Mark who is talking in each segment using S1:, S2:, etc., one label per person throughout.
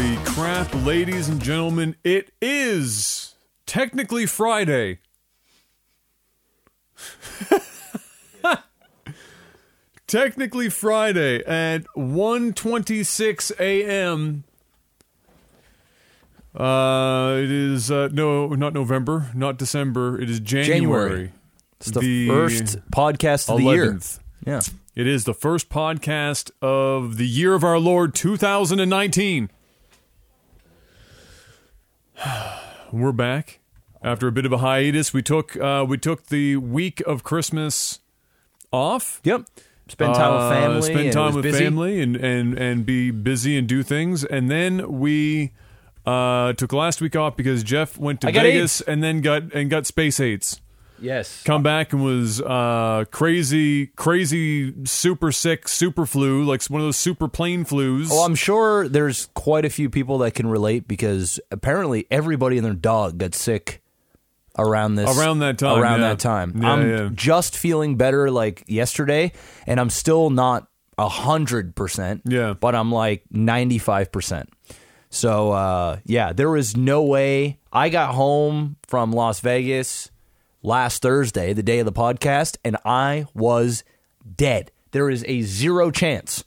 S1: left, ladies and gentlemen. It is technically Friday. technically Friday at 1:26 a.m. Uh, it is uh, no, not November, not December. It is January.
S2: January. It's the,
S1: The
S2: first podcast of the year.
S1: 11th.
S2: Yeah.
S1: It is the first podcast of the year of our Lord 2019. We're back after a bit of a hiatus. We took uh, we took the week of Christmas off.
S2: Yep. Spend time
S1: Uh,
S2: with family. and
S1: Spend
S2: it
S1: time
S2: was
S1: with
S2: busy.
S1: family and, and, and be busy and do things. And then we uh, took last week off because Jeff went to
S2: I got
S1: Vegas and then got and got space aids
S2: Yes.
S1: come back and was uh, crazy, crazy, super sick, super flu, like one of those super plane flus.
S2: Well, I'm sure there's quite a few people that can relate because apparently everybody and their dog got sick around this
S1: Around that time,
S2: Around
S1: yeah.
S2: that time,
S1: Yeah,
S2: I'm
S1: yeah.
S2: just feeling better like yesterday, and I'm still not a hundred percent.
S1: Yeah.
S2: but I'm like ninety five percent. So uh, yeah, there was no way. I got home from Las Vegas last Thursday, the day of the podcast, and I was dead. There is a zero chance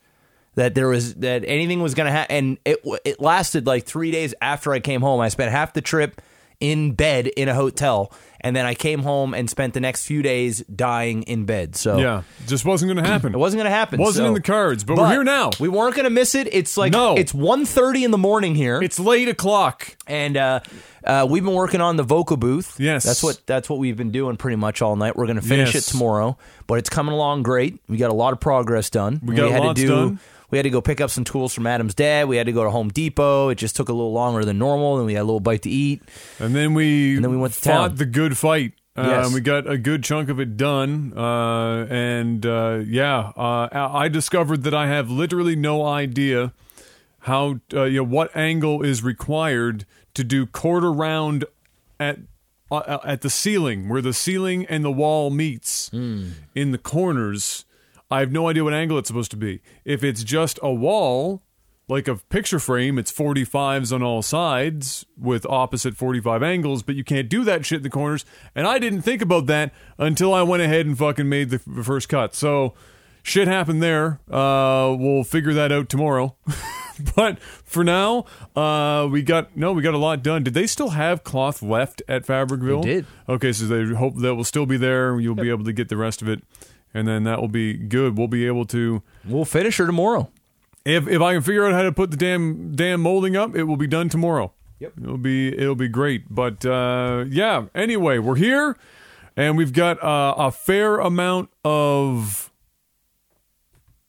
S2: that there was that anything was going to happen. And it w- it lasted like three days after I came home. I spent half the trip in bed in a hotel, and then I came home and spent the next few days dying in bed. So
S1: yeah, just wasn't going to happen.
S2: it wasn't going to happen.
S1: Wasn't
S2: so-
S1: in the cards, but, we're here now.
S2: We weren't going to miss it. It's like
S1: No.
S2: it's 1.30 in the morning here,
S1: it's late o'clock.
S2: and uh, uh, we've been working on the vocal booth.
S1: Yes.
S2: that's what that's what we've been doing pretty much all night. We're going to finish
S1: Yes.
S2: it tomorrow, but it's coming along great. We got a lot of progress done.
S1: We got
S2: had
S1: lots
S2: to do.
S1: done.
S2: We had to go pick up some tools from Adam's dad. We had to go to Home Depot. It just took a little longer than normal, and we had a little bite to eat.
S1: And then we
S2: And then we went to
S1: fought
S2: town.
S1: the good fight. Uh,
S2: Yes.
S1: and we got a good chunk of it done. Uh, and uh, yeah, uh, I I discovered that I have literally no idea how uh, you know what angle is required to do quarter round at uh, at the ceiling where the ceiling and the wall meets
S2: Hmm.
S1: in the corners. I have no idea what angle it's supposed to be. If it's just a wall, like a picture frame, it's 45s on all sides with opposite 45 angles, but you can't do that shit in the corners. And I didn't think about that until I went ahead and fucking made the f- first cut. So shit happened there. Uh, we'll figure that out tomorrow. but for now, uh, we got no, we got a lot done. Did they still have cloth left at Fabricville?
S2: They did.
S1: Okay, so they hope that will still be there. You'll be able to get the rest of it, and then that will be good. We'll be able to
S2: We'll finish her tomorrow.
S1: if if I can figure out how to put the damn damn molding up, it will be done tomorrow. Yep. It'll be it'll be great. But uh, yeah. Anyway, we're here, and we've got uh, a fair amount of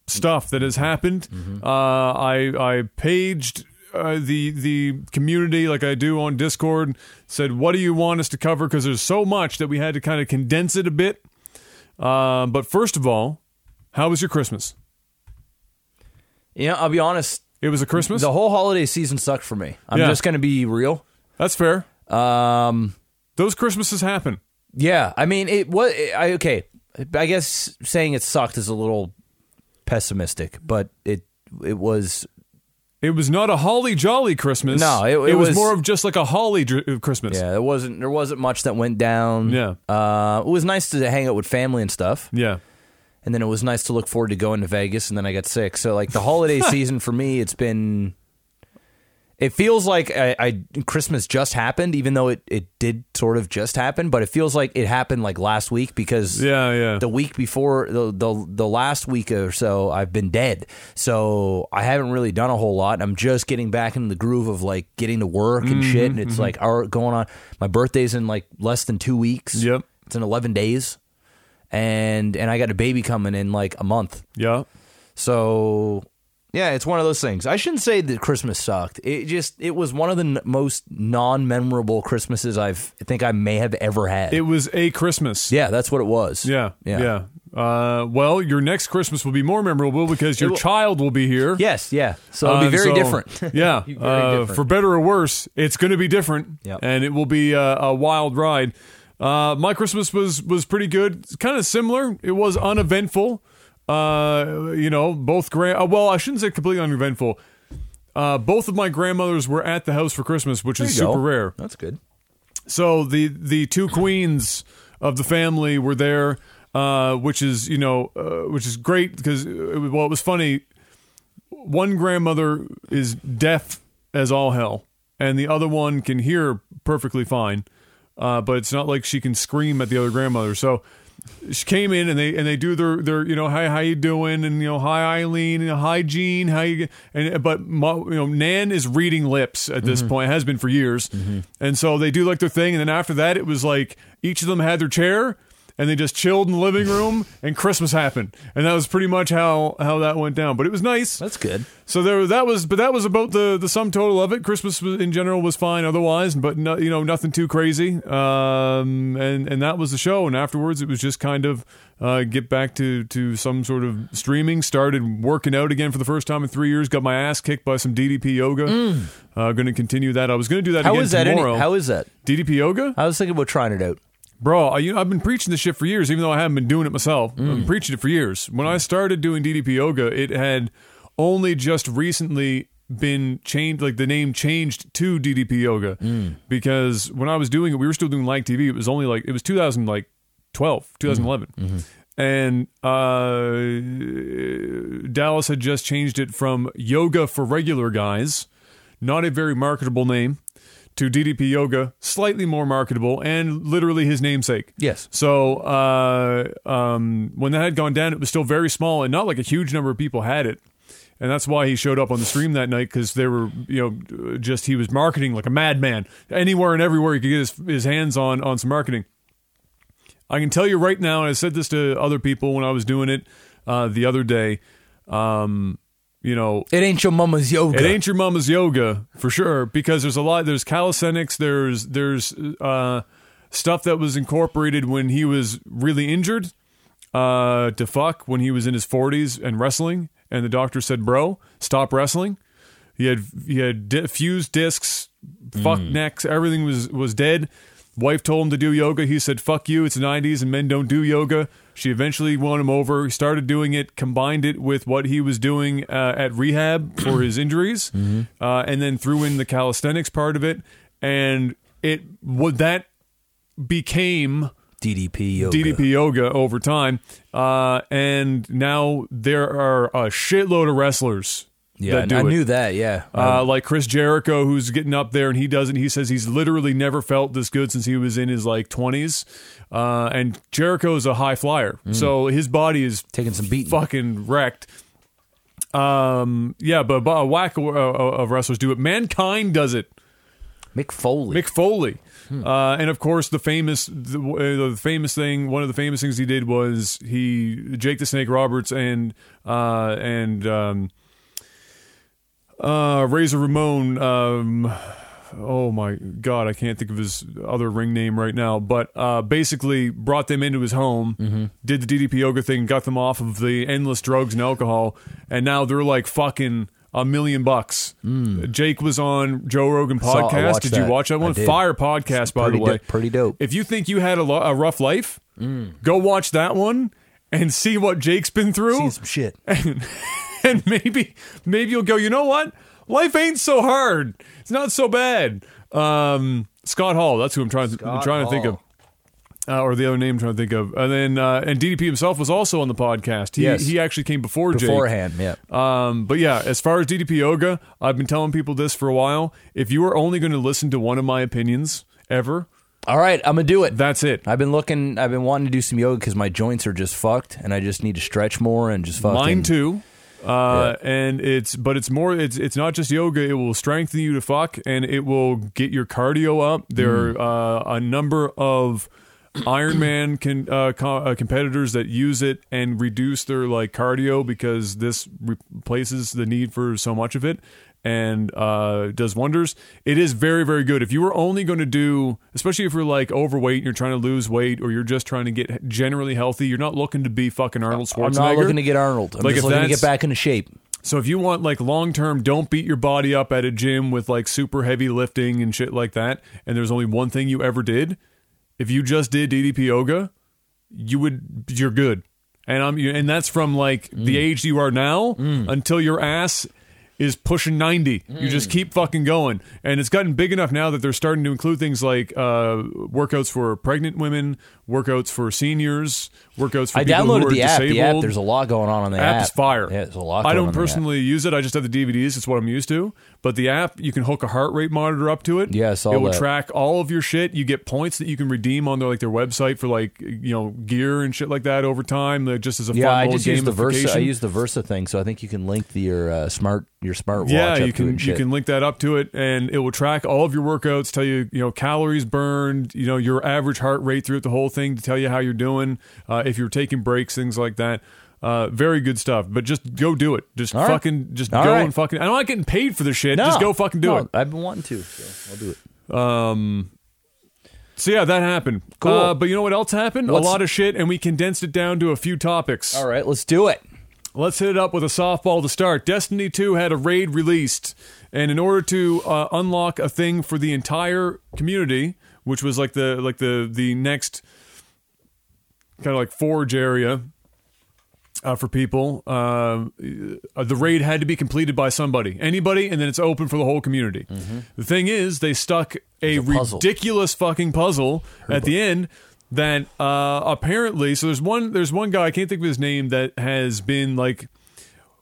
S1: stuff that has happened. Uh, I I paged. Uh, the the community like I do on Discord said what do you want us to cover because there's so much that we had to kind of condense it a bit. Uh, but first of all, how was your Christmas?
S2: You know, I'll be honest.
S1: It was a Christmas.
S2: The whole holiday season sucked for me. I'm
S1: Yeah.
S2: just going to be real.
S1: That's fair.
S2: Um,
S1: Those Christmases happen.
S2: yeah, I mean, it was. I okay. I guess saying it sucked is a little pessimistic, but it it was.
S1: It was not a holly jolly Christmas.
S2: No, it- it
S1: was,
S2: was-
S1: more of just like a holly dr- uh, Christmas.
S2: Yeah, there wasn't there wasn't much that went down.
S1: Yeah.
S2: uh, it was nice to hang out with family and stuff,
S1: Yeah.
S2: and then it was nice to look forward to going to Vegas, and then I got sick. So like the holiday season for me, it's been. It feels like I, I Christmas just happened, even though it, it did sort of just happen, but it feels like it happened like last week because
S1: Yeah. Yeah.
S2: the week before the, the the last week or so I've been dead. So I haven't really done a whole lot. I'm just getting back in the groove of like getting to work and
S1: Mm-hmm,
S2: shit and it's like our going on my birthday's in like less than 2 weeks.
S1: Yep.
S2: It's in 11 days. And and I got a baby coming in like a month.
S1: yeah.
S2: So yeah, it's one of those things. I shouldn't say that Christmas sucked. It just it was one of the n- most non-memorable Christmases I've I think I may have ever had.
S1: It was a Christmas.
S2: yeah, that's what it was.
S1: Yeah.
S2: Yeah.
S1: Yeah. Uh, well, your next Christmas will be more memorable because your
S2: will-
S1: child will be here.
S2: Yes, yeah. So it'll
S1: Uh,
S2: be
S1: so,
S2: very different.
S1: yeah,
S2: Be very
S1: uh,
S2: different.
S1: for better or worse, it's going to be different,
S2: Yep.
S1: and it will be a, a wild ride. Uh, my Christmas was was pretty good. It's kind of similar. It was uneventful. Uh, you know, both grand. Uh, well, I shouldn't say completely uneventful. Uh, both of my grandmothers were at the house for Christmas, which is
S2: There you
S1: super
S2: go.
S1: rare.
S2: That's good.
S1: So the the two queens of the family were there, uh, which is you know uh, which is great because well it was funny. One grandmother is deaf as all hell, and the other one can hear perfectly fine, uh, but it's not like she can scream at the other grandmother. So she came in and they and they do their their you know hi how you doing and you know hi Eileen and hi Jean how you and but Ma, you know Nan is reading lips at this point has been for years and so they do like their thing and then after that it was like each of them had their chair and they just chilled in the living room and Christmas happened and that was pretty much how how that went down but it was nice
S2: That's good.
S1: so there that was but that was about the the sum total of it Christmas was- in general was fine otherwise but no, you know nothing too crazy um and and that was the show and afterwards it was just kind of uh, get back to to some sort of streaming started working out again for the first time in 3 years got my ass kicked by some DDP yoga uh going to continue that I was going to do that
S2: Mm. How
S1: again
S2: is that?
S1: tomorrow
S2: Any, how is that?
S1: DDP yoga
S2: I was thinking about trying it out.
S1: Bro, I, you know, I've been preaching this shit for years, even though I haven't been doing it myself. I've been preaching it for years. When I started doing DDP yoga, it had only just recently been changed, like the name changed to DDP yoga. Because when I was doing it, we were still doing like TV. It was only like, it was 2000, like 12, 2011. And uh, Dallas had just changed it from yoga for regular guys, not a very marketable name, to DDP yoga, slightly more marketable, and literally his namesake.
S2: Yes.
S1: So uh, um, when that had gone down, it was still very small, and not like a huge number of people had it. And that's why he showed up on the stream that night because they were, you know, just he was marketing like a madman anywhere and everywhere he could get his, his hands on on some marketing. I can tell you right now, and I said this to other people when I was doing it uh, the other day. Um, you know,
S2: It ain't your mama's yoga.
S1: it ain't your mama's yoga for sure because there's a lot. There's calisthenics. There's there's uh, stuff that was incorporated when he was really injured. Uh, to fuck when he was in his 40s and wrestling, and the doctor said, "Bro, stop wrestling." He had he had di- fused discs, fuck
S2: Mm.
S1: necks. Everything was was dead. Wife told him to do yoga. He said, "Fuck you. It's the 90s and men don't do yoga." She eventually won him over. He started doing it, combined it with what he was doing uh, at rehab for his injuries,
S2: Mm-hmm.
S1: uh, and then threw in the calisthenics part of it. And it would that became
S2: DDP yoga.
S1: DDP yoga over time, uh, and now there are a shitload of wrestlers
S2: Yeah,
S1: that do
S2: I
S1: it.
S2: knew that. Yeah.
S1: Uh, like Chris Jericho, who's getting up there, and he doesn't. He says he's literally never felt this good since he was in his like twenties. Uh, and Jericho is a high flyer, so his body is
S2: Taking some beating.
S1: fucking wrecked. Um, yeah, but, but a whack of, of wrestlers do it. Mankind does it.
S2: Mick Foley.
S1: Mick Foley, uh, and of course the famous the, uh, the famous thing. One of the famous things he did was he Jake the Snake Roberts and uh, and um, uh, Razor Ramon. Um, oh my God, I can't think of his other ring name right now. But uh, basically, brought them into his home,
S2: Mm-hmm.
S1: did the DDP yoga thing, got them off of the endless drugs and alcohol, and now they're like fucking a million bucks. Jake was on Joe Rogan
S2: saw- Mm. I
S1: podcast.
S2: watched
S1: Did you
S2: that.
S1: watch that
S2: I
S1: one?
S2: did.
S1: Fire podcast, by the
S2: pretty
S1: way,
S2: dope- pretty dope. Mm.
S1: If you think you had a, lo- a rough life, go watch that one and see what Jake's been through
S2: Seen some shit.
S1: and, and maybe maybe you'll go you know what life ain't so hard it's not so bad um scott hall that's who i'm trying to i'm
S2: Scott
S1: trying to think of
S2: Hall.
S1: uh, or the other name I'm trying to think of, and then uh, and DDP himself was also on the podcast. He
S2: Yes.
S1: he actually came before Jake.
S2: Beforehand. Yeah.
S1: Um, but yeah, as far as DDP yoga, I've been telling people this for a while. If you are only going to listen to one of my opinions ever,
S2: All right. I'm gonna do it.
S1: that's it.
S2: I've been looking. I've been wanting to do some yoga because my joints are just fucked, and I just need to stretch more and just fucking.
S1: Mine too. Uh, and it's but it's more it's it's not just yoga it will strengthen you to fuck and it will get your cardio up there
S2: Hmm.
S1: are uh, a number of ironman con, uh, co- uh, competitors that use it and reduce their like cardio because this replaces the need for so much of it and uh, does wonders it is very very good if you were only going to do especially if you're like overweight and you're trying to lose weight or you're just trying to get generally healthy you're not looking to be fucking arnold schwarzenegger
S2: I'm not looking to get Arnold. I'm
S1: Like, if
S2: just looking to
S1: that's-
S2: get back into shape.
S1: so if you want like long term, don't beat your body up at a gym with like super heavy lifting and shit like that. And there's only one thing you ever did. If you just did DDP yoga, you would you're
S2: Mm.
S1: good. And I'm and that's from like the age you are now until your ass is pushing 90. You
S2: Mm.
S1: just keep fucking going. And it's gotten big enough now that they're starting to include things like uh, workouts for pregnant women, workouts for seniors, workouts for
S2: I
S1: people who
S2: downloaded
S1: are
S2: the app.
S1: disabled.
S2: The app. There's a lot going on on the app.
S1: App is fire.
S2: Yeah, there's a lot.
S1: I
S2: going
S1: don't
S2: on in the app.
S1: personally use it. I just have the DVDs. It's what I'm used to. But the app, you can hook a heart rate monitor up to it.
S2: Yeah, I saw
S1: it will
S2: that.
S1: track all of your shit. You get points that you can redeem on their like their website for like you know gear and shit like that over time. Like, just as a
S2: Yeah,
S1: fun
S2: I
S1: little
S2: just use the Versa. I
S1: gamification.
S2: use the Versa thing, so I think you can link the, your uh, smart your smartwatch.
S1: yeah,
S2: up
S1: you
S2: to it
S1: can
S2: and
S1: you
S2: shit.
S1: can link that up to it, and it will track all of your workouts, tell you you know calories burned, you know your average heart rate throughout the whole thing to tell you how you're doing, uh, if you're taking breaks, things like that. Uh, very good stuff. But just go do it. Just
S2: All right.
S1: fucking just
S2: All
S1: go
S2: right.
S1: and fucking. I'm not getting paid for this shit.
S2: No,
S1: just go fucking do
S2: no,
S1: it.
S2: I've been wanting to. So I'll do it.
S1: So yeah, that happened.
S2: Cool.
S1: Uh, but you know what else happened?
S2: What's-
S1: a lot of shit, and we condensed it down to a few topics.
S2: All right, let's do it.
S1: Let's hit it up with a softball to start. Destiny 2 had a raid released, and in order to uh, unlock a thing for the entire community, which was like the like the the next kind of like forge area uh, for people, uh, uh, the raid had to be completed by somebody, anybody, and then it's open for the whole community. The thing is, they stuck a,
S2: puzzle.
S1: ridiculous fucking puzzle at the end that uh, apparently. So there's one there's one guy I can't think of his name that has been like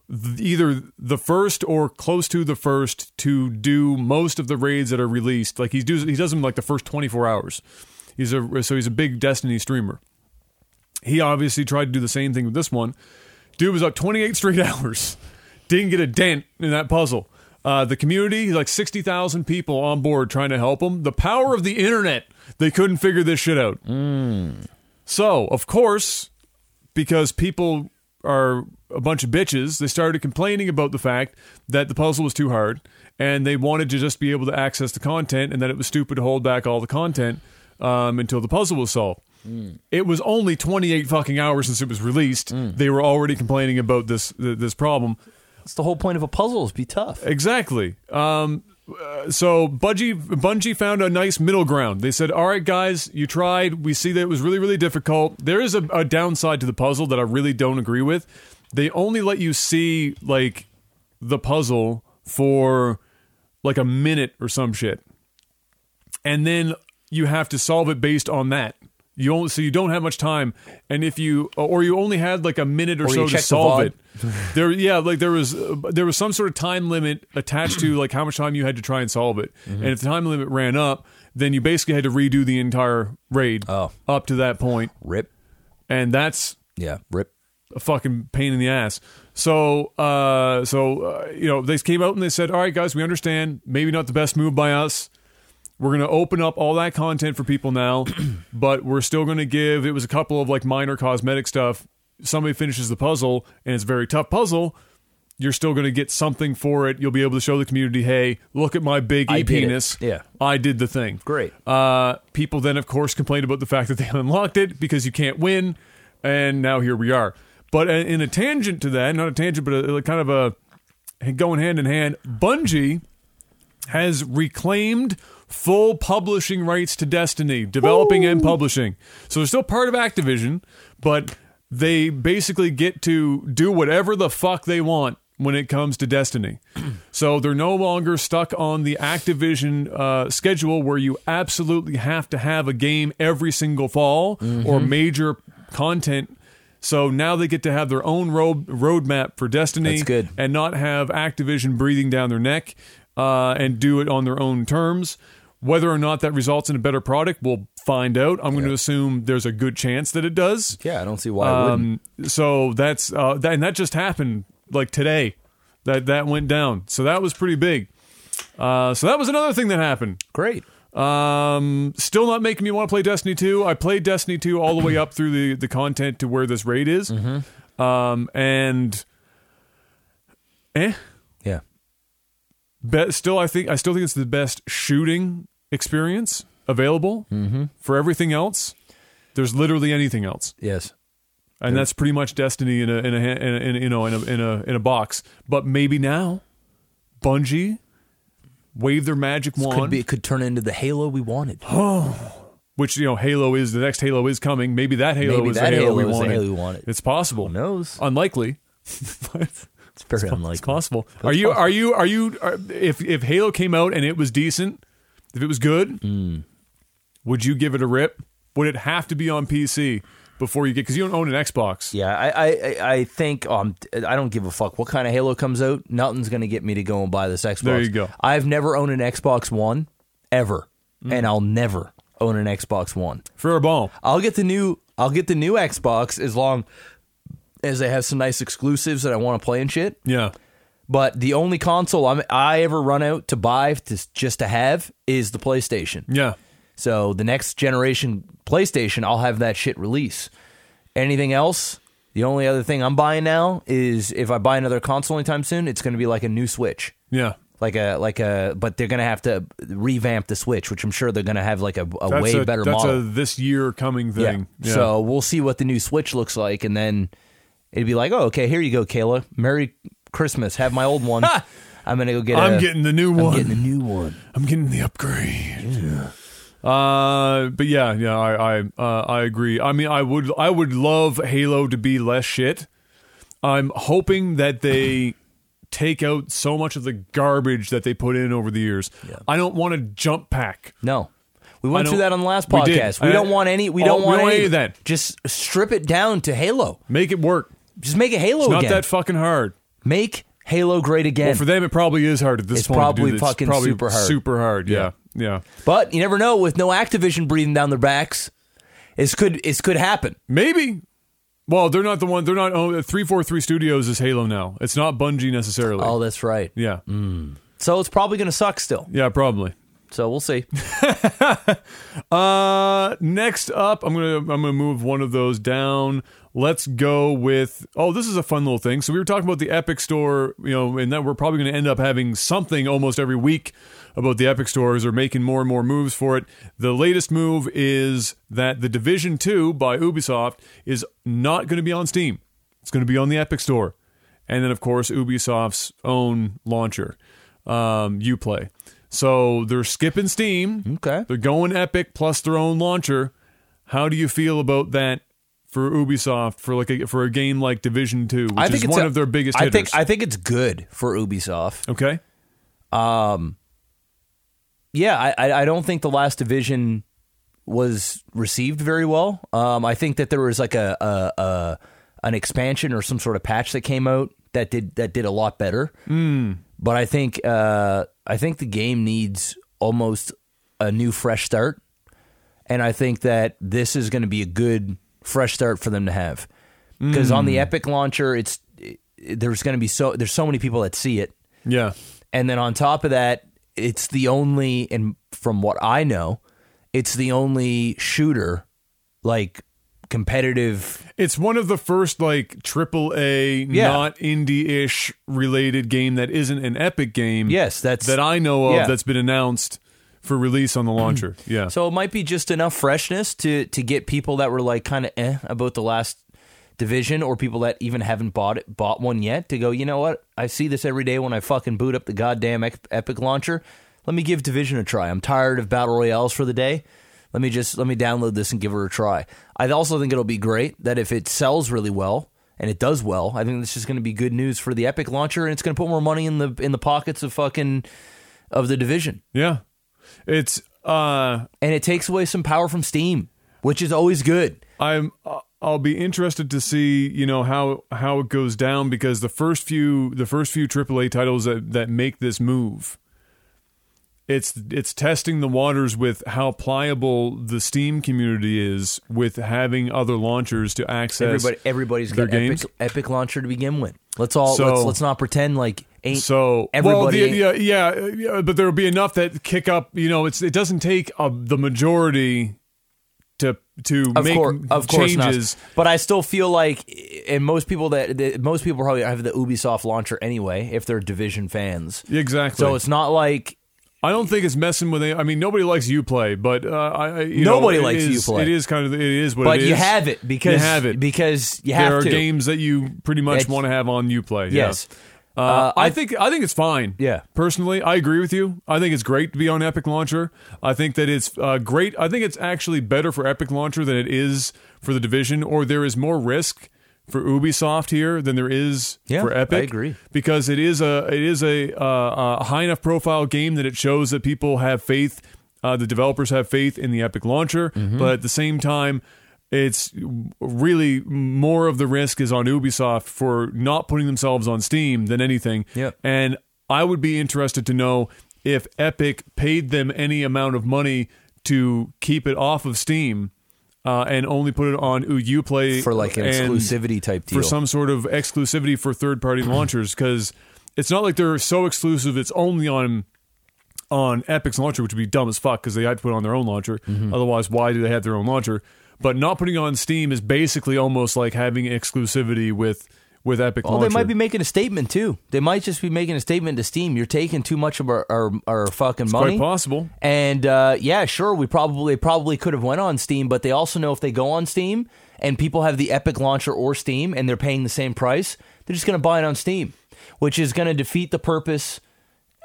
S1: th- either the first or close to the first to do most of the raids that are released. Like he does he does them like the first 24 hours. He's a so he's a big Destiny streamer. He obviously tried to do the same thing with this one. Dude was up 28 straight hours. Didn't get a dent in that puzzle. Uh, the community, like 60,000 people on board trying to help him. The power of the internet, they couldn't figure this shit out. So, of course, because people are a bunch of bitches, they started complaining about the fact that the puzzle was too hard and they wanted to just be able to access the content and that it was stupid to hold back all the content um, until the puzzle was solved. It was only 28 fucking hours since it was released. They were already complaining about this th- this problem.
S2: That's the whole point of a puzzle is be tough.
S1: Exactly. Um, uh, so Bungie, Bungie found a nice middle ground. They said, "All right, guys, you tried. We see that it was really, really difficult. There is a, a downside to the puzzle that I really don't agree with. They only let you see like the puzzle for like a minute or some shit, and then you have to solve it based on that." You only, so you don't have much time, and if you or you only had like a minute or,
S2: Or you
S1: so
S2: check
S1: to
S2: the
S1: solve
S2: VOD.
S1: it, there yeah like there was uh, there was some sort of time limit attached to like how much time you had to try and solve it and if the time limit ran up then you basically had to redo the entire raid
S2: Oh.
S1: up to that point
S2: Rip.
S1: and that's
S2: Yeah, rip.
S1: a fucking pain in the ass. So, uh, so uh, you know, they came out and they said, "All right, guys, we understand. Maybe not the best move by us. We're going to open up all that content for people now, but we're still going to give." It was a couple of like minor cosmetic stuff. Somebody finishes the puzzle, and it's a very tough puzzle. You're still going to get something for it. You'll be able to show the community, "Hey, look at my big
S2: I
S1: e
S2: did it.
S1: penis.
S2: Yeah.
S1: I did the thing."
S2: Great.
S1: Uh, people then, of course, complained about the fact that they unlocked it because you can't win, and now here we are. But uh, in a tangent to that, not a tangent, but a, a kind of a going hand in hand, Bungie has reclaimed full publishing rights to Destiny, developing and publishing. So they're still part of Activision, but they basically get to do whatever the fuck they want when it comes to Destiny. so they're no longer stuck on the Activision uh, schedule where you absolutely have to have a game every single fall or
S2: Mm-hmm.
S1: major content. So now they get to have their own road roadmap for Destiny
S2: That's good.
S1: and not have Activision breathing down their neck uh, and do it on their own terms. Whether or not that results in a better product, we'll find out. I'm going to assume there's a good chance that it does.
S2: Yeah, I don't see why I wouldn't.
S1: Um, so that's uh, that, and that just happened like today. That that went down. So that was pretty big. Uh, so that was another thing that happened.
S2: Great.
S1: Um, still not making me want to play Destiny 2. I played Destiny 2 all the way up through the, the content to where this raid is.
S2: Mm-hmm.
S1: Um, and eh,
S2: Yeah.
S1: be, still I think I still think it's the best shooting experience available for everything else. There's literally anything else,
S2: Yes.
S1: and that's pretty much Destiny in a in a, in a, in a you know in a, in a in a box. But maybe now, Bungie wave their magic wand.
S2: Could be. It could turn into the Halo we wanted.
S1: which you know Halo is the next Halo is coming. Maybe that Halo
S2: Maybe
S1: is
S2: that
S1: the Halo,
S2: Halo
S1: we
S2: is the
S1: wanted.
S2: Halo we wanted.
S1: It's possible.
S2: Who knows?
S1: Unlikely.
S2: It's very
S1: It's
S2: unlikely.
S1: possible. Are you, are you? Are you? Are If if Halo came out and it was decent, if it was good,
S2: Hmm.
S1: would you give it a rip? Would it have to be on PC before you get? Because you don't own an Xbox.
S2: Yeah, I, I, I- I think um, I don't give a fuck what kind of Halo comes out. Nothing's gonna get me to go and buy this Xbox.
S1: There you go.
S2: I've never owned an Xbox One ever,
S1: Mm.
S2: and I'll never own an Xbox One.
S1: For a ball,
S2: I'll get the new I'll get the new Xbox as long as they have some nice exclusives that I want to play and shit.
S1: yeah.
S2: But the only console I'm, I ever run out to buy to, just to have is the PlayStation.
S1: Yeah.
S2: So the next generation PlayStation, I'll have that shit release. Anything else? The only other thing I'm buying now is if I buy another console anytime soon, it's going to be like a new Switch.
S1: Yeah.
S2: Like a like a, but they're gonna have to revamp the Switch, which I'm sure they're gonna have like a, a
S1: That's
S2: way
S1: a,
S2: better
S1: That's
S2: model.
S1: a this year coming
S2: Yeah.
S1: thing. Yeah.
S2: So we'll see what the new Switch looks like, and then it'd be like, oh, okay, here you go, Kayla. Merry Christmas. Have my old one. I'm gonna go get.
S1: I'm
S2: a-
S1: getting the new one.
S2: I'm getting the new one.
S1: I'm getting the upgrade. Uh, but yeah, yeah, I, I, uh, I agree. I mean, I would, I would love Halo to be less shit. I'm hoping that they take out so much of the garbage that they put in over the years. I don't want to jump pack.
S2: No, we
S1: I
S2: went through
S1: don't-
S2: that on the last
S1: we did.
S2: podcast. We,
S1: I-
S2: don't want any. We
S1: Oh,
S2: don't
S1: we
S2: want
S1: don't want
S2: any
S1: any of that.
S2: Just strip it down to Halo.
S1: Make it work.
S2: Just make it Halo
S1: Not
S2: again.
S1: that fucking hard.
S2: make Halo great again.
S1: Well, for them, it probably is hard at this
S2: It's
S1: point. to do
S2: probably
S1: this. It's
S2: fucking
S1: probably
S2: super hard.
S1: Super hard. Yeah. yeah,
S2: but you never know. With no Activision breathing down their backs, this could this could happen.
S1: Maybe. Well, they're not the one. They're not. Oh, three four three Studios is Halo now. It's not Bungie necessarily.
S2: Oh, that's right.
S1: yeah.
S2: So it's probably gonna suck still.
S1: Yeah, probably.
S2: So we'll see.
S1: Uh, next up, I'm gonna I'm gonna move one of those down. Let's go with oh, this is a fun little thing. So we were talking about the Epic Store, you know, and that we're probably gonna end up having something almost every week about the Epic Stores or making more and more moves for it. The latest move is that the Division Two by Ubisoft is not gonna be on Steam. It's gonna be on the Epic Store, and then of course Ubisoft's own launcher, um, UPlay. So they're skipping Steam.
S2: Okay.
S1: They're going Epic plus their own launcher. How do you feel about that for Ubisoft for like a, for a game like Division Two, which is one
S2: a-
S1: of their biggest
S2: I
S1: hitters?
S2: think I think it's good for Ubisoft.
S1: okay,
S2: Yeah, I I I don't think the last division was received very well. Um, I think that there was like a, a, a an expansion or some sort of patch that came out that did that did a lot better. But I think uh, I think the game needs almost a new fresh start, and I think that this is going to be a good fresh start for them to have because on the Epic launcher, it's it, there's going to be so there's so many people that see it.
S1: yeah,
S2: And then on top of that, it's the only, and from what I know, it's the only shooter, like competitive.
S1: it's one of the first like triple A,
S2: Yeah.
S1: not indie-ish related game that isn't an Epic game.
S2: Yes, that's
S1: that I know of
S2: yeah.
S1: that's been announced for release on the launcher. yeah,
S2: So it might be just enough freshness to to get people that were like kind of eh about the last division, or people that even haven't bought it bought one yet to go. You know what? I see this every day when I fucking boot up the goddamn Ep- Epic launcher. Let me give Division a try. I'm tired of battle royales for the day. Let me just let me download this and give her a try. I also think it'll be great that if it sells really well and it does well, I think this is going to be good news for the Epic launcher, and it's going to put more money in the in the pockets of fucking of the division
S1: yeah, it's uh.
S2: and it takes away some power from Steam, which is always good.
S1: I'm uh, I'll be interested to see you know how how it goes down because the first few the first few AAA titles that that make this move it's it's testing the waters with how pliable the Steam community is with having other launchers to access
S2: Everybody, everybody's
S1: their
S2: got
S1: games?
S2: epic, epic launcher to begin with. Let's all
S1: So-
S2: let's, let's not pretend like ain't
S1: So
S2: everybody. ain't-
S1: well, the, yeah, yeah, yeah, but there'll be enough that kick up. You know, it's it doesn't take uh the majority to to
S2: of
S1: make
S2: course, of course
S1: changes.
S2: not. But I still feel like, and most people that, that most people probably have the Ubisoft launcher anyway, if they're Division fans.
S1: Exactly.
S2: So it's not like
S1: I don't think it's messing with. Any, I mean, nobody likes UPlay, but uh, I I- you
S2: Nobody
S1: know, it
S2: likes
S1: is-
S2: Uplay.
S1: It is kind of it is what.
S2: but
S1: it is.
S2: you have it because
S1: you have it.
S2: because you have
S1: there are
S2: to.
S1: games that you pretty much
S2: It's-
S1: want to have on UPlay. yeah.
S2: Yes.
S1: Uh, I, think I think it's fine.
S2: Yeah.
S1: Personally, I agree with you. I think it's great to be on Epic Launcher. I think that it's uh, great. I think it's actually better for Epic Launcher than it is for the Division, or there is more risk for Ubisoft here than there is
S2: Yeah,
S1: for Epic.
S2: I agree.
S1: because it is a it is a, uh, a high enough profile game that it shows that people have faith. Uh, the developers have faith in the Epic launcher,
S2: Mm-hmm.
S1: but at the same time, it's really more of the risk is on Ubisoft for not putting themselves on Steam than anything.
S2: Yep.
S1: And I would be interested to know if Epic paid them any amount of money to keep it off of Steam uh, and only put it on Uplay
S2: for like an
S1: and
S2: exclusivity type deal.
S1: for some sort of exclusivity for third party launchers because it's not like they're so exclusive it's only on on Epic's launcher, which would be dumb as fuck because they had to put it on their own launcher. Otherwise, why do they have their own launcher? But not putting it on Steam is basically almost like having exclusivity with with Epic
S2: well,
S1: launcher.
S2: they might be making a statement too. They might just be making a statement to Steam. You're taking too much of our our, our fucking money.
S1: quite possible.
S2: And uh, yeah, sure, we probably probably could have went on Steam, but they also know if they go on Steam and people have the Epic launcher or Steam and they're paying the same price, they're just going to buy it on Steam, which is going to defeat the purpose.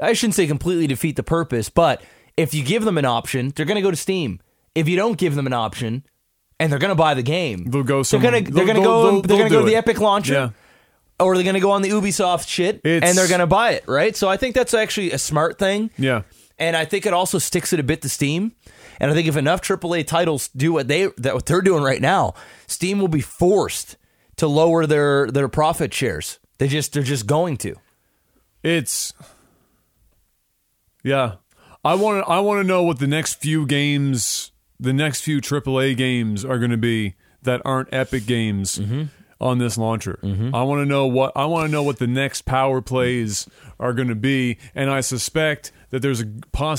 S2: I shouldn't say completely defeat the purpose, but if you give them an option, they're going to go to Steam. If you don't give them an option, and they're going to buy the game,
S1: They'll go
S2: They're going to
S1: some-
S2: they're going to
S1: they'll-
S2: go.
S1: they'll-
S2: they're
S1: they'll
S2: going to go
S1: do
S2: to the
S1: it.
S2: Epic launcher
S1: Yeah.
S2: or they're going to go on the Ubisoft shit
S1: It's-
S2: and they're going to buy it, right? So I think that's actually a smart thing.
S1: Yeah.
S2: And I think it also sticks it a bit to Steam. And I think if enough AAA titles do what they that what they're doing right now, Steam will be forced to lower their their profit shares. They just they're just going to.
S1: It's yeah. I want to. I want to know what the next few games, the next few AAA games are going to be that aren't Epic games on this launcher. I want to know what. I want to know what the next power plays are going to be, and I suspect that there's a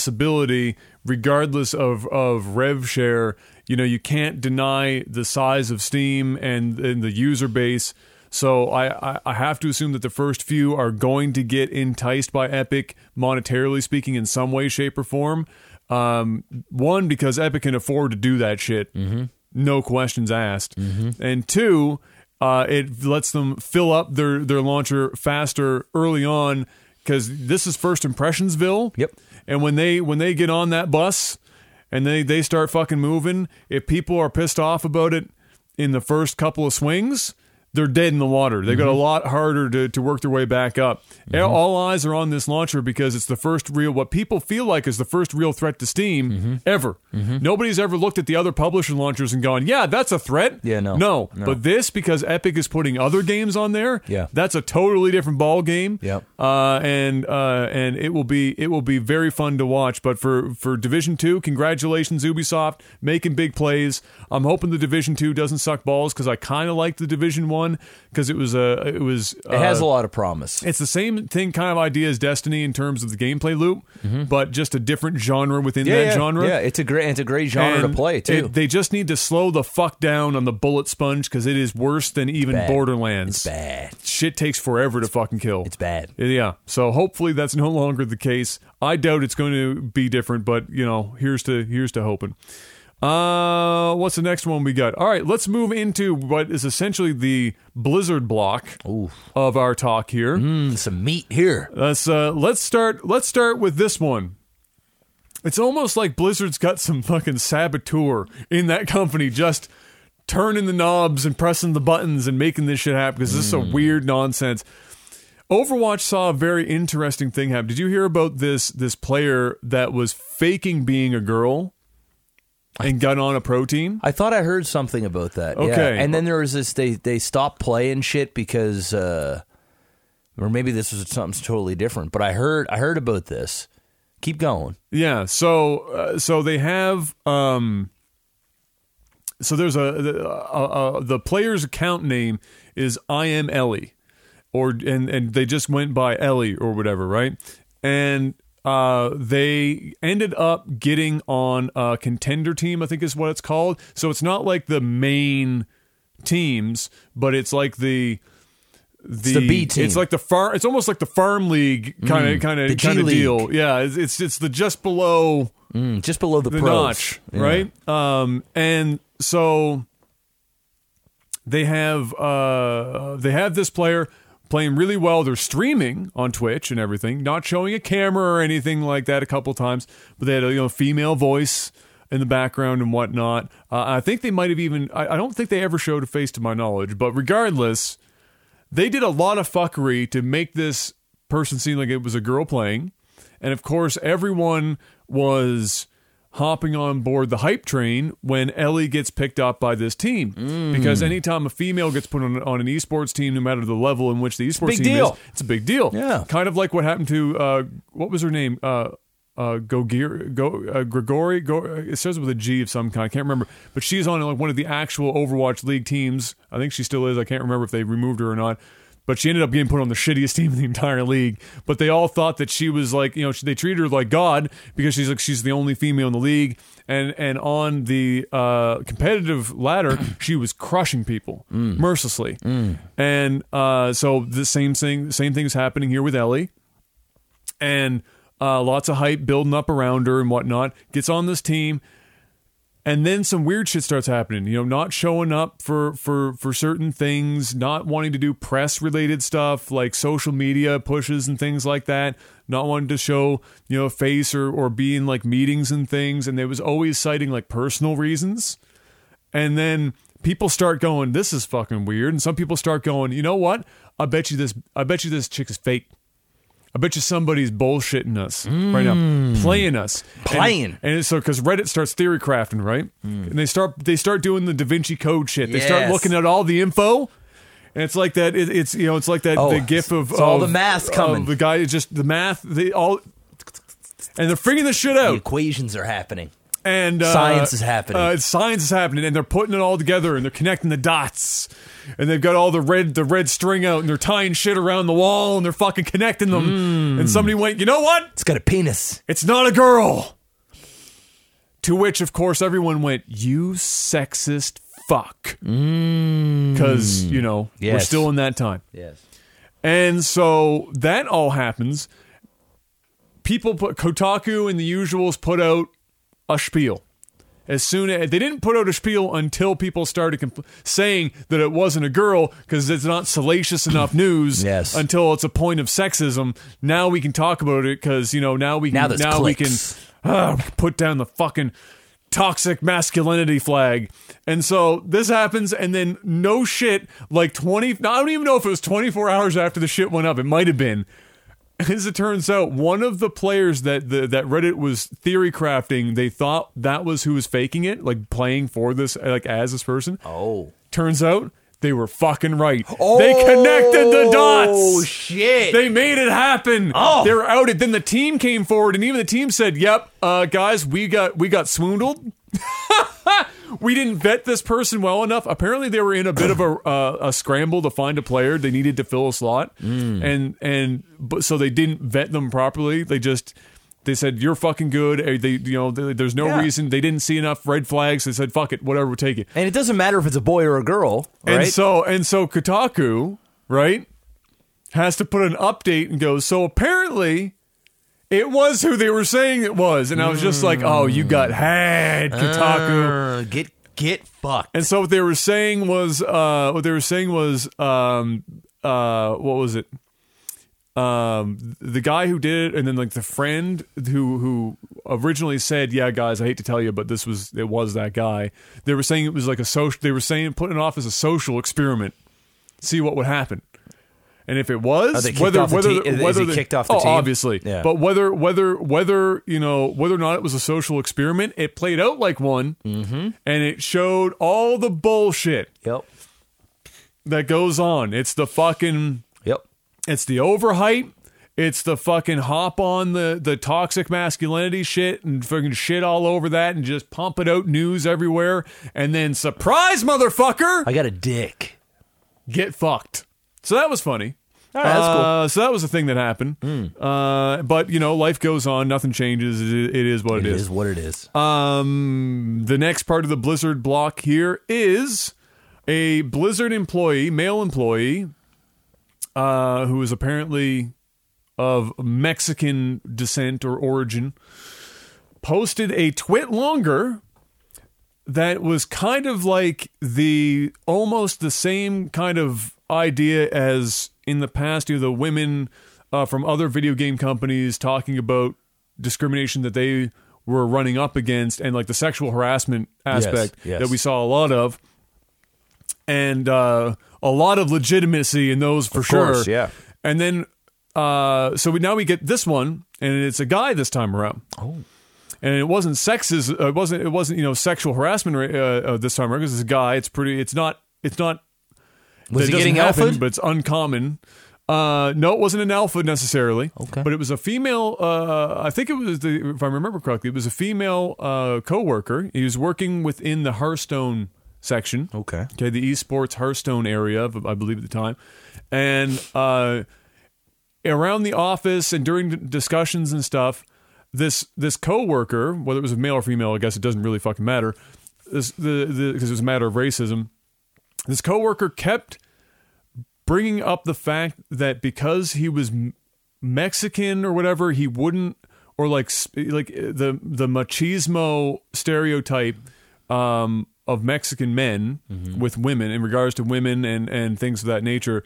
S1: possibility, regardless of of rev share. You know, you can't deny the size of Steam and, and the user base. So I, I, I have to assume that the first few are going to get enticed by Epic, monetarily speaking, in some way, shape, or form. Um, one, because Epic can afford to do that shit, no questions asked. And two, uh, it lets them fill up their, their launcher faster early on because this is first impressionsville.
S2: Yep.
S1: And when they when they get on that bus and they they start fucking moving, if people are pissed off about it in the first couple of swings, they're dead in the water. They've got a
S2: Mm-hmm.
S1: lot harder to, to work their way back up. All eyes are on this launcher because it's the first real what people feel like is the first real threat to Steam
S2: Mm-hmm.
S1: ever. Nobody's ever looked at the other publisher launchers and gone, "Yeah, that's a threat."
S2: Yeah, no.
S1: No. But this because Epic is putting other games on there,
S2: Yeah.
S1: that's a totally different ball game.
S2: Yep.
S1: Uh, and uh, and it will be it will be very fun to watch. But for for Division Two, congratulations Ubisoft making big plays. I'm hoping the Division Two doesn't suck balls because I kind of liked the Division One because it was a it was uh,
S2: It has a lot of promise.
S1: it's the same thing, kind of idea as Destiny in terms of the gameplay loop, but just a different genre within that genre.
S2: Mm-hmm. Yeah, it's a great it's a great genre to
S1: And
S2: play too.
S1: it- they just need to slow the fuck down on the bullet sponge because it is worse than even
S2: bad.
S1: Borderlands
S2: it's bad.
S1: shit takes forever to fucking kill.
S2: It's bad.
S1: Yeah. So hopefully that's no longer the case. I doubt it's going to be different, but you know, here's to here's to hoping. Uh, what's the next one we got? All right, let's move into what is essentially the Blizzard block of our talk here.
S2: Mm, some meat here.
S1: Let's uh, let's start let's start with this one. It's almost like Blizzard's got some fucking saboteur in that company just turning the knobs and pressing the buttons and making this shit happen because this is a weird nonsense. Overwatch saw a very interesting thing happen. Did you hear about this this player that was faking being a girl and got on a protein?
S2: I thought I heard something about that. yeah.
S1: Okay.
S2: And then there was this they they stopped playing shit because uh or maybe this was something totally different, but I heard I heard about this. Keep going.
S1: Yeah. So uh, so they have um. So there's a, a, a, a the player's account name is I am Ellie, or and and they just went by Ellie or whatever, right? And uh, they ended up getting on a contender team, I think is what it's called. So it's not like the main teams, but it's like the the,
S2: the B team. Mm.
S1: It's like the farm. It's almost like the farm league kind of kind
S2: the
S1: of
S2: G
S1: kind of
S2: League.
S1: deal. Yeah, it's it's, it's the just below
S2: Mm, just below the,
S1: the
S2: pros.
S1: notch, right? Um, and so they have uh, they have this player playing really well. They're streaming on Twitch and everything, not showing a camera or anything like that. A couple times, but they had a you know female voice in the background and whatnot. Uh, I think they might have even, I, I don't think they ever showed a face to my knowledge, but regardless, they did a lot of fuckery to make this person seem like it was a girl playing. And of course, everyone was hopping on board the hype train when Ellie gets picked up by this team.
S2: Mm.
S1: Because anytime a female gets put on, on an esports team, no matter the level in which the esports
S2: Big
S1: team
S2: deal.
S1: is, it's a big deal.
S2: Yeah.
S1: Kind of like what happened to, uh, what was her name? Uh, uh, Gogir, Go, uh, Grigori, Go, it starts with a G of some kind. I can't remember, but she's on like one of the actual Overwatch League teams. I think she still is. I can't remember if they removed her or not. But she ended up getting put on the shittiest team in the entire league. But they all thought that she was like, you know, she, they treated her like God because she's like she's the only female in the league. And and on the uh, competitive ladder, she was crushing people mercilessly. And uh, so the same thing, same thing is happening here with Ellie and uh, lots of hype building up around her and whatnot. Gets on this team, and then some weird shit starts happening. You know, not showing up for for for certain things, not wanting to do press related stuff like social media pushes and things like that. Not wanting to show you know a face or or be in like meetings and things. And they was always citing like personal reasons and then people start going this is fucking weird and some people start going you know what i bet you this i bet you this chick is fake i bet you somebody's bullshitting us right now playing us And-
S2: Hmm. Playing. Hmm.
S1: and, it's so because reddit starts theory crafting right and they start they start doing the da vinci code shit they start
S2: Yes.
S1: looking at all the info and it's like that it, it's you know it's like that
S2: Oh,
S1: the gif of
S2: it's all
S1: of-
S2: the math
S1: of
S2: coming.
S1: the guy just the math they all and they're figuring this shit
S2: The
S1: out
S2: equations are happening.
S1: and uh,
S2: Science is happening.
S1: uh, science is happening, and they're putting it all together, and they're connecting the dots, and they've got all the red the red string out, and they're tying shit around the wall, and they're fucking connecting
S2: Hmm.
S1: them. And somebody went, you know what?
S2: It's got a penis.
S1: It's not a girl. To which, of course, everyone went, you sexist fuck, because you know we're
S2: Hmm. Yes.
S1: still in that time.
S2: Yes.
S1: And so that all happens. People put Kotaku and the usuals put out a spiel. As soon as they didn't put out a spiel until people started compl- saying that it wasn't a girl because it's not salacious enough news.
S2: Yes.
S1: Until it's a point of sexism. Now we can talk about it because you know now we can now,
S2: Now there's
S1: we can
S2: clicks.
S1: ah, we can put down the fucking toxic masculinity flag. And so this happens, and then no shit, like 20, no, I don't even know if it was 24 hours after the shit went up. It might have been. As it turns out, one of the players that the, that Reddit was theory crafting, they thought that was who was faking it, like playing for this, like as this person.
S2: Oh.
S1: Turns out they were fucking right. they connected the dots.
S2: Oh shit.
S1: They made it happen.
S2: Oh.
S1: They were outed. Then the team came forward, and even the team said, "Yep, uh, guys, we got we got swoondled. we didn't vet this person well enough. Apparently, they were in a bit of a uh, a scramble to find a player. They needed to fill a slot,
S2: Mm.
S1: and and but so they didn't vet them properly. They just." They said you're fucking good. Uh, They, you know, th there's no
S2: Yeah.
S1: reason they didn't see enough red flags. They said, "Fuck it, whatever, we'll take it."
S2: and it doesn't matter if it's a boy or a girl, right?
S1: And so and so Kotaku, right, has to put an update and goes, so apparently it was who they were saying it was. And I was just like, oh, you got had, Kotaku.
S2: Hmm. Uh, get get fucked.
S1: And so what they were saying was, uh, what they were saying was, um, uh, what was it? Um, the guy who did it, and then like the friend who who originally said, "Yeah, guys, I hate to tell you, but this was it was that guy." They were saying it was like a social. They were saying putting it off as a social experiment, see what would happen. And if it was,
S2: Are Oh, they kicked
S1: whether
S2: off the
S1: whether
S2: team? Is- is
S1: whether
S2: he
S1: they-
S2: kicked off the
S1: oh,
S2: team?
S1: obviously,
S2: Yeah.
S1: But whether whether whether you know whether or not it was a social experiment, it played out like one,
S2: Mm-hmm.
S1: and it showed all the bullshit
S2: Yep.
S1: that goes on. It's the fucking
S2: Yep.
S1: it's the overhype. It's the fucking hop on the the toxic masculinity shit and fucking shit all over that and just pump it out news everywhere and then surprise motherfucker
S2: I got a dick.
S1: get fucked. So that was funny.
S2: right, that's cool. Hmm.
S1: Uh, so that was the thing that happened. Uh, but you know, life goes on. Nothing changes. It, it is what
S2: It
S1: it
S2: is.
S1: is. Uh,
S2: what it is.
S1: Um, the next part of the Blizzard block here is a Blizzard employee, male employee, uh, who is apparently of Mexican descent or origin, posted a twit longer that was kind of like the almost the same kind of idea as in the past, you know, the women uh, from other video game companies talking about discrimination that they we're running up against and like the sexual harassment aspect
S2: yes.
S1: that we saw a lot of and uh, a lot of legitimacy in those for sure
S2: course, yeah.
S1: and then uh, so we, now we get this one and it's a guy this time around oh and it wasn't sexism it wasn't it wasn't you know sexual harassment uh, uh, this time around because it's a guy it's pretty it's not it's not
S2: Was
S1: that
S2: he
S1: doesn't
S2: getting
S1: happen,
S2: alpha?
S1: But it's uncommon. Uh, no, it wasn't an alpha necessarily.
S2: Okay.
S1: But it was a female. Uh, I think it was the, if I remember correctly, it was a female uh, coworker. He was working within the Hearthstone section.
S2: Okay.
S1: Okay, the esports Hearthstone area, of- I believe at the time, and uh, around the office and during d- discussions and stuff, this this coworker, whether it was a male or female, I guess it doesn't really fucking matter. This the because it was a matter of racism. This coworker kept bringing up the fact that because he was M- Mexican or whatever, he wouldn't or like sp- like uh, the the machismo stereotype um, of Mexican men with women in regards to women and and things of that nature.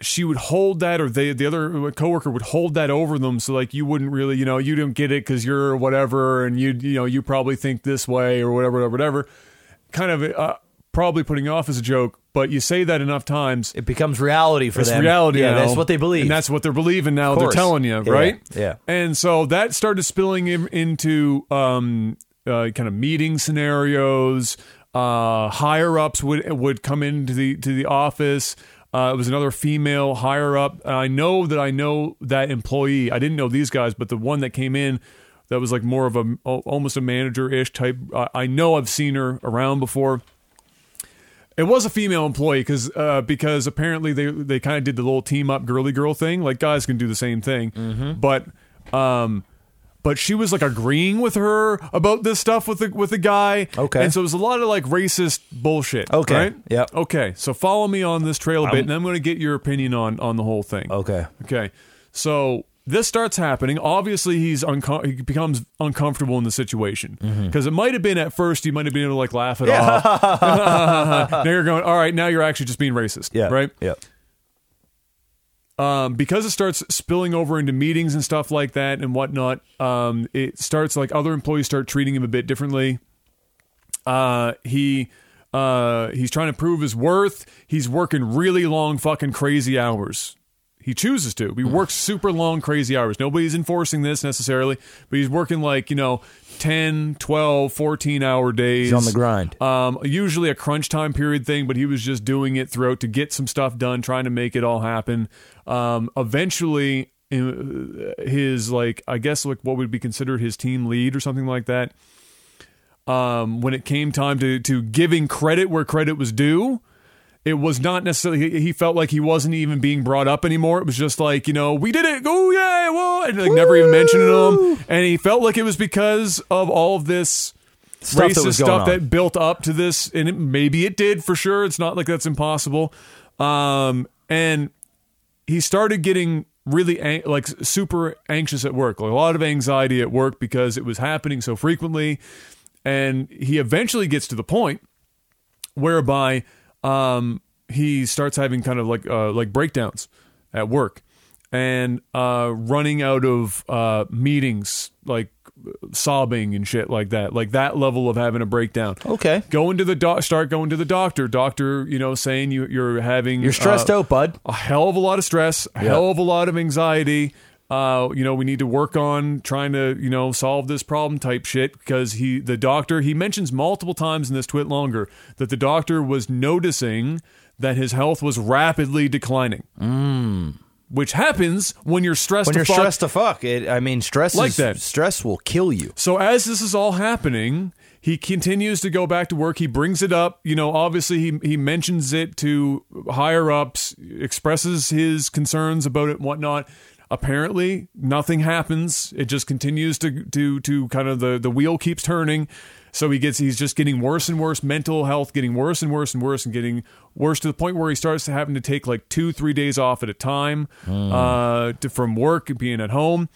S1: She would hold that, or they, the other uh, coworker would hold that over them, so like you wouldn't really, you know, you don't get it because you're whatever, and you, you know, you probably think this way or whatever, whatever, whatever. Kind of uh, probably putting off as a joke, but you say that enough times,
S2: It becomes reality for
S1: it's
S2: them.
S1: reality
S2: Yeah,
S1: now,
S2: that's what they believe.
S1: and that's what they're believing now
S2: Of
S1: they're
S2: course.
S1: telling you
S2: Yeah,
S1: right
S2: yeah.
S1: and so that started spilling in, into um, uh, kind of meeting scenarios uh, higher ups would would come into the to the office uh, it was another female higher up And i know that i know that employee i didn't know these guys but the one that came in that was like more of a almost a manager-ish type i, I know i've seen her around before it was a female employee because uh, because apparently they they kind of did the little team up girly girl thing. Like guys can do the same thing,
S2: Mm-hmm.
S1: but um, but she was like agreeing with her about this stuff with the with the guy.
S2: Okay.
S1: and so it was a lot of like racist bullshit.
S2: Okay.
S1: right?
S2: Yep.
S1: Okay, so follow me on this trail a bit, and I'm going to get your opinion on on the whole thing.
S2: okay.
S1: Okay. So this starts happening. Obviously, he's uncom- he becomes uncomfortable in the situation because it might have been at first you might have been able to like laugh it off. now you're going, all right. Now you're actually just being racist,
S2: Yeah.
S1: right?
S2: Yeah.
S1: um, because it starts spilling over into meetings and stuff like that and whatnot. Um, it starts like other employees start treating him a bit differently. Uh, he uh, he's trying to prove his worth. He's working really long, fucking crazy hours. He chooses to. He works super long, crazy hours. Nobody's enforcing this necessarily, but he's working like, you know, 10, 12, 14 hour days.
S2: He's on the grind.
S1: Um, usually a crunch time period thing, but he was just doing it throughout to get some stuff done, trying to make it all happen. Um, eventually, in- his like I guess like what would be considered his team lead or something like that. Um, when it came time to to giving credit where credit was due, it was not necessarily. He, he felt like he wasn't even being brought up anymore. It was just like you know we did it. Oh yeah, whoa, and like never even mentioning him. And he felt like it was because of all of this
S2: Stuff
S1: racist
S2: that was going
S1: stuff
S2: on.
S1: that built up to this, and it, maybe it did for sure. It's not like that's impossible. Um, and he started getting really an- like super anxious at work, like a lot of anxiety at work because it was happening so frequently. And he eventually gets to the point whereby um, he starts having kind of like uh, like breakdowns at work and uh, running out of uh, meetings, like sobbing and shit like that, like that level of having a breakdown.
S2: Okay.
S1: Going to the doc, start going to the doctor. Doctor, you know, saying you, you're having uh,
S2: You're stressed out, bud.
S1: a hell of a lot of stress, a hell of a lot of anxiety. Uh, you know, we need to work on trying to, you know, solve this problem type shit because he, the doctor, he mentions multiple times in this twit longer that the doctor was noticing that his health was rapidly declining, which happens when you're stressed.
S2: Mm. When
S1: to
S2: you're
S1: fuck.
S2: stressed to fuck, it, I mean, stress
S1: Like
S2: is,
S1: that.
S2: stress will kill you.
S1: So as this is all happening, he continues to go back to work. He brings it up. You know, obviously he he mentions it to higher ups, expresses his concerns about it and whatnot. Apparently, nothing happens. It just continues to to to kind of the the wheel keeps turning. So he gets he's just getting worse and worse. Mental health getting worse and worse and worse, and getting worse to the point where he starts to having to take like two three days off at a time uh, to, from work and being at home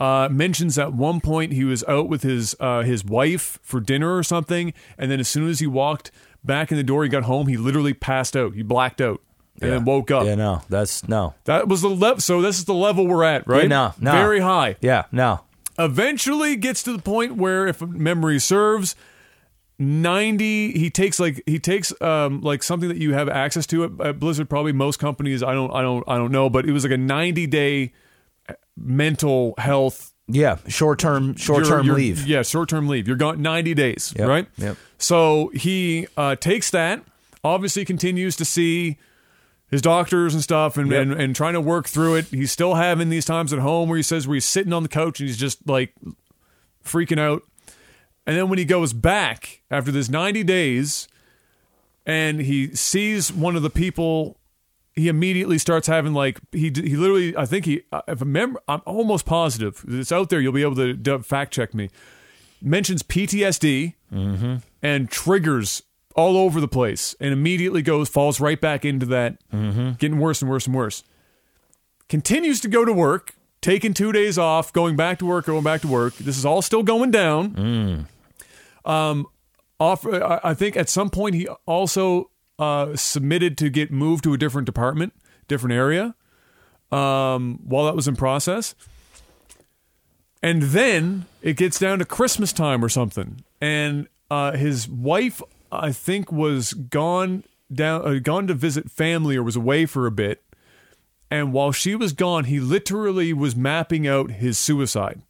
S1: uh, mentions at one point he was out with his uh, his wife for dinner or something, and then as soon as he walked back in the door, he got home. He literally passed out. He blacked out and then woke up.
S2: Yeah, no, that's no.
S1: That was the level. So this is the level we're at, right?
S2: Yeah, no, no.
S1: very high.
S2: Yeah, no.
S1: eventually gets to the point where, if memory serves, 90 he takes like he takes um like something that you have access to at, at blizzard probably most companies i don't i don't i don't know but it was like a 90 day mental health
S2: Yeah, short term, short
S1: your-
S2: term
S1: your-
S2: leave.
S1: Yeah, short term leave. You're gone 90 days,
S2: Yep,
S1: right?
S2: yep.
S1: So he uh, takes that, obviously continues to see his doctors and stuff and,
S2: Yep.
S1: and, and trying to work through it. He's still having these times at home where he says where he's sitting on the couch and he's just like freaking out. And then when he goes back after this 90 days and he sees one of the people he immediately starts having like he he literally I think he uh, if I remember I'm almost positive it's out there you'll be able to d- fact check me mentions PTSD and triggers all over the place and immediately goes falls right back into that getting worse and worse and worse continues to go to work taking two days off going back to work going back to work this is all still going down off I- i think at some point he also uh, submitted to get moved to a different department different area um, while that was in process and then it gets down to christmas time or something and uh, his wife i think was gone down uh, gone to visit family or was away for a bit and while she was gone he literally was mapping out his suicide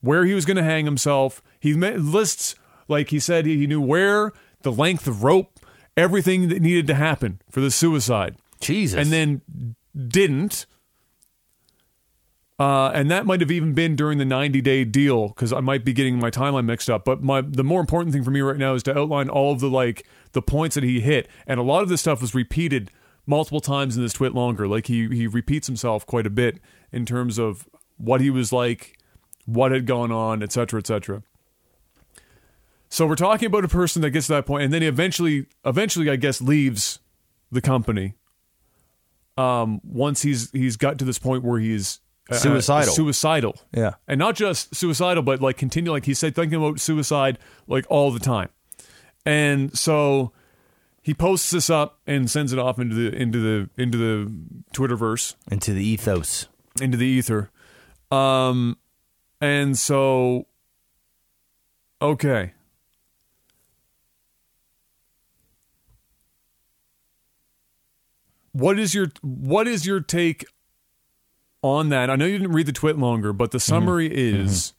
S1: where he was going to hang himself. He ma- lists, like he said, he knew where, the length of rope, everything that needed to happen for the suicide,
S2: Jesus.
S1: and then didn't. Uh, and that might have even been during the 90 day deal because I might be getting my timeline mixed up. But my the more important thing for me right now is to outline all of the like the points that he hit, and a lot of this stuff was repeated multiple times in this twit longer. Like he he repeats himself quite a bit in terms of what he was like, what had gone on, et cetera, et cetera. So we're talking about a person that gets to that point, and then he eventually, eventually, I guess, leaves the company. Um, once he's he's got to this point where he's uh,
S2: Suicidal.
S1: suicidal,
S2: Yeah.
S1: and not just suicidal, but like continue, like he said, thinking about suicide like all the time. And so he posts this up and sends it off into the into the into the Twitterverse
S2: into the ethos.
S1: into the ether. Um, and so, okay. What is your what is your take on that? I know you didn't read the twit longer, but
S2: Mm-hmm.
S1: the summary is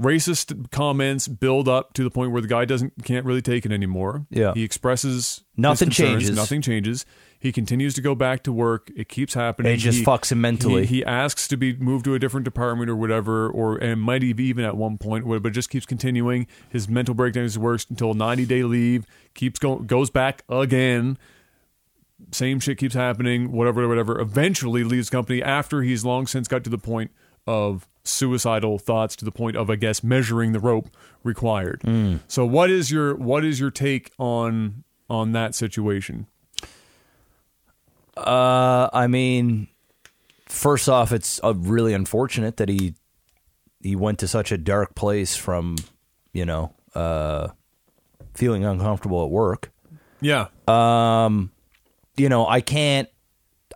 S1: racist comments build up to the point where the guy doesn't can't really take it anymore.
S2: Yeah.
S1: he expresses his
S2: Nothing
S1: concerns.
S2: changes.
S1: Nothing changes. He continues to go back to work. It keeps happening.
S2: It just
S1: He-
S2: fucks him mentally.
S1: he, he asks to be moved to a different department or whatever, or and might have even at one point, but it just keeps continuing. His mental breakdown is worse until ninety day leave keeps going, goes back again. Same shit keeps happening. Whatever, whatever. Eventually leaves company after he's long since got to the point of suicidal thoughts to the point of I guess measuring the rope required.
S2: Mm.
S1: So what is your what is your take on on that situation?
S2: Uh, I mean, first off, it's uh, really unfortunate that he he went to such a dark place from you know uh, feeling uncomfortable at work.
S1: Yeah.
S2: Uh, You know, I can't.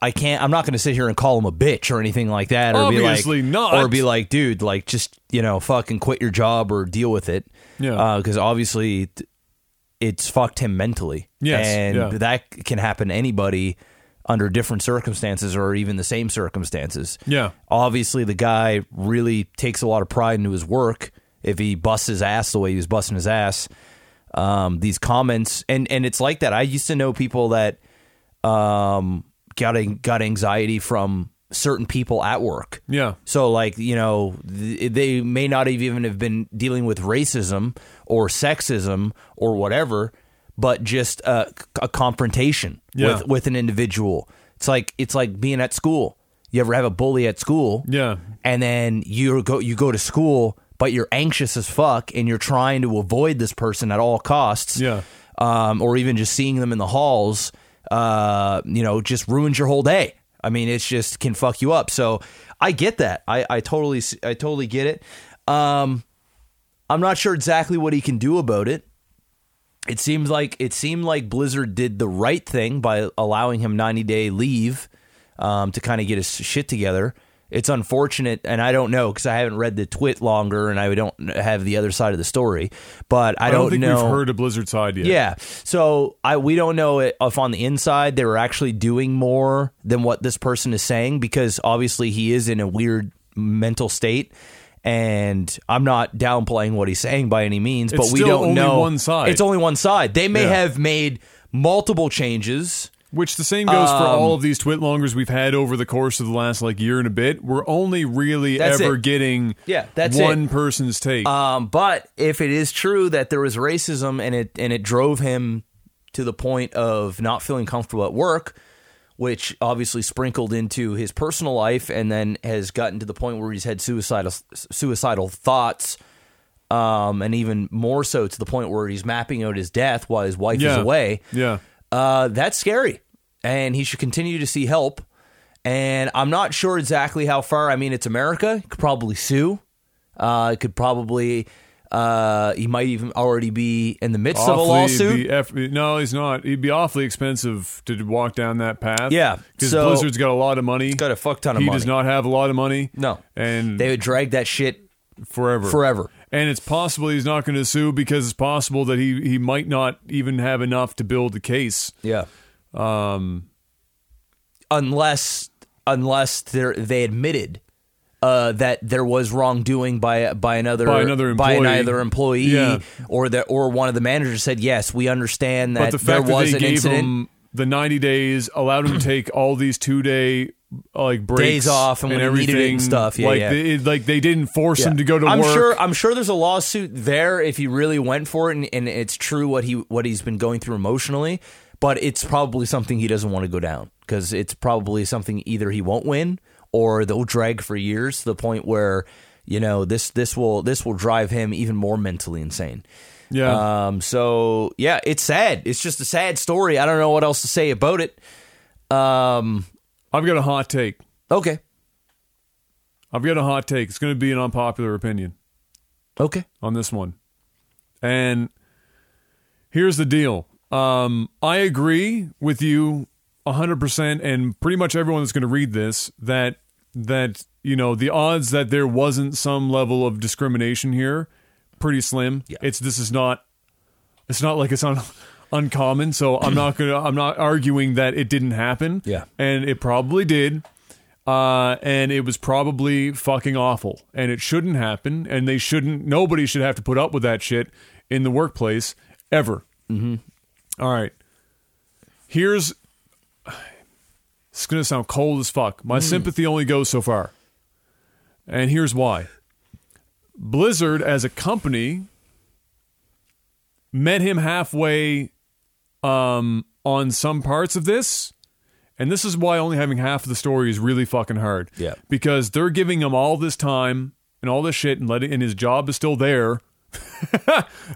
S2: I can't. I'm not going to sit here and call him a bitch or anything like that, or
S1: Obviously
S2: be like,
S1: not.
S2: or be like, dude, like just you know, fucking quit your job or deal with it.
S1: Yeah.
S2: because obviously, th- it's fucked him mentally.
S1: Yes,
S2: and
S1: yeah.
S2: that can happen to anybody under different circumstances or even the same circumstances.
S1: Yeah.
S2: Obviously, the guy really takes a lot of pride into his work. If he busts his ass the way he was busting his ass, um, these comments and and it's like that. I used to know people that um, got an- got anxiety from certain people at work.
S1: yeah.
S2: So, like, you know, th- they may not have even have been dealing with racism or sexism or whatever, but just a, a confrontation
S1: Yeah.
S2: with, with an individual. It's like it's like being at school. You ever have a bully at school?
S1: Yeah.
S2: And then you go you go to school, but you're anxious as fuck, and you're trying to avoid this person at all costs
S1: Yeah.
S2: um, or even just seeing them in the halls, uh, you know, just ruins your whole day. I mean, it's just can fuck you up. So I get that. I, I totally, s- I totally get it. Um, I'm not sure exactly what he can do about it. It seems like it seemed like Blizzard did the right thing by allowing him 90 day leave um, to kind of get his shit together it's unfortunate, and I don't know because I haven't read the twit longer, and I don't have the other side of the story. But I,
S1: I don't think
S2: know.
S1: we've heard of Blizzard's side yet.
S2: Yeah. So I we don't know it- if on the inside they were actually doing more than what this person is saying because obviously he is in a weird mental state. And I'm not downplaying what he's saying by any means, but we
S1: still
S2: don't
S1: only
S2: know.
S1: one side.
S2: It's only one side. They may
S1: Yeah.
S2: have made multiple changes.
S1: Which the same goes for all
S2: Um,
S1: of these twitlongers we've had over the course of the last like year and a bit. We're only really
S2: That's
S1: ever
S2: it.
S1: getting
S2: Yeah, that's
S1: one person's take.
S2: Um, but if it is true that there was racism and it and it drove him to the point of not feeling comfortable at work, which obviously sprinkled into his personal life and then has gotten to the point where he's had suicidal suicidal thoughts. Um, and even more so to the point where he's mapping out his death while his wife
S1: yeah.
S2: is away.
S1: Yeah.
S2: Uh, that's scary, and he should continue to see help. And I'm not sure exactly how far. I mean, it's America. He could probably sue. Uh, it could probably. Uh, he might even already be in the midst of a
S1: Awfully
S2: lawsuit.
S1: be eff- no, he's not. He'd be awfully expensive to walk down that path.
S2: Yeah,
S1: Because
S2: so-
S1: Blizzard's got a lot of money.
S2: got a fuck ton of
S1: he
S2: money.
S1: does not have a lot of money.
S2: no,
S1: And
S2: they would drag that shit
S1: forever.
S2: forever.
S1: And it's possible he's not going to sue because it's possible that he, he might not even have enough to build a case.
S2: Yeah. Um, unless unless they they admitted uh, that there was wrongdoing by by another
S1: By another
S2: by
S1: employee.
S2: another employee
S1: Yeah.
S2: or that or one of the managers said yes we understand that
S1: But the
S2: there
S1: fact
S2: was
S1: that they
S2: an
S1: gave
S2: incident
S1: him the 90 days allowed him to take all these two day like breaks
S2: Days off and when he needed it and
S1: everything
S2: stuff. Yeah,
S1: like
S2: yeah.
S1: They, like they didn't force him to go to
S2: I'm
S1: work.
S2: sure I'm sure there's a lawsuit there if he really went for it and, and it's true what he what he's been going through emotionally, but it's probably something he doesn't want to go down because it's probably something either he won't win or they'll drag for years to the point where you know this this will this will drive him even more mentally insane.
S1: Yeah.
S2: Um, so yeah, it's sad. It's just a sad story. I don't know what else to say about it. Um,
S1: I've got a hot take.
S2: okay.
S1: I've got a hot take. It's going to be an unpopular opinion
S2: Okay.
S1: on this one. And here's the deal. Um, I agree with you 100% and pretty much everyone that's going to read this that that you know the odds that there wasn't some level of discrimination here pretty slim. It's this is not it's not like it's un, uncommon, so I'm not going to I'm not arguing that it didn't happen.
S2: Yeah.
S1: And it probably did. Uh, and it was probably fucking awful and it shouldn't happen and they shouldn't nobody should have to put up with that shit in the workplace ever all right. Here's. It's going to sound cold as fuck. My sympathy only goes so far. And here's why Blizzard, as a company, met him halfway um, on some parts of this. And this is why only having half of the story is really fucking hard.
S2: Yeah.
S1: Because they're giving him all this time and all this shit and letting, and his job is still there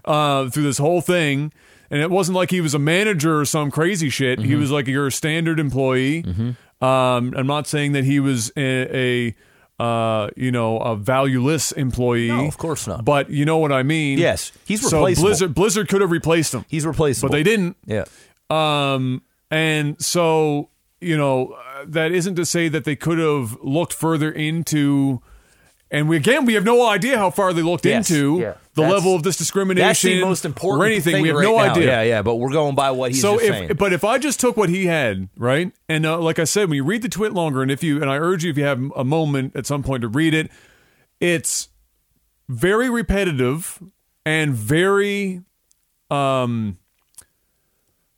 S1: uh, through this whole thing. And it wasn't like he was a manager or some crazy shit.
S2: Mm-hmm.
S1: He was like your standard employee. Um, I'm not saying that he was a, a uh, you know a valueless employee.
S2: No, of course not.
S1: But you know what I mean.
S2: Yes, he's
S1: so
S2: replaceable.
S1: Blizzard Blizzard could have replaced him,
S2: He's replaceable.
S1: but they didn't.
S2: yeah.
S1: Um, and so, you know, uh, that isn't to say that they could have looked further into. And we again, we have no idea how far they looked
S2: Yes.
S1: into
S2: Yeah.
S1: the
S2: That's-
S1: level of this discrimination
S2: That's the most important
S1: or anything.
S2: Thing
S1: we have
S2: right
S1: no
S2: now.
S1: idea.
S2: Yeah, yeah, but we're going by what he's
S1: So
S2: just
S1: if,
S2: saying.
S1: but if I just took what he had, right, and uh, like I said, when you read the twit longer, and if you, and I urge you if you have a moment at some point to read it, it's very repetitive and very, um,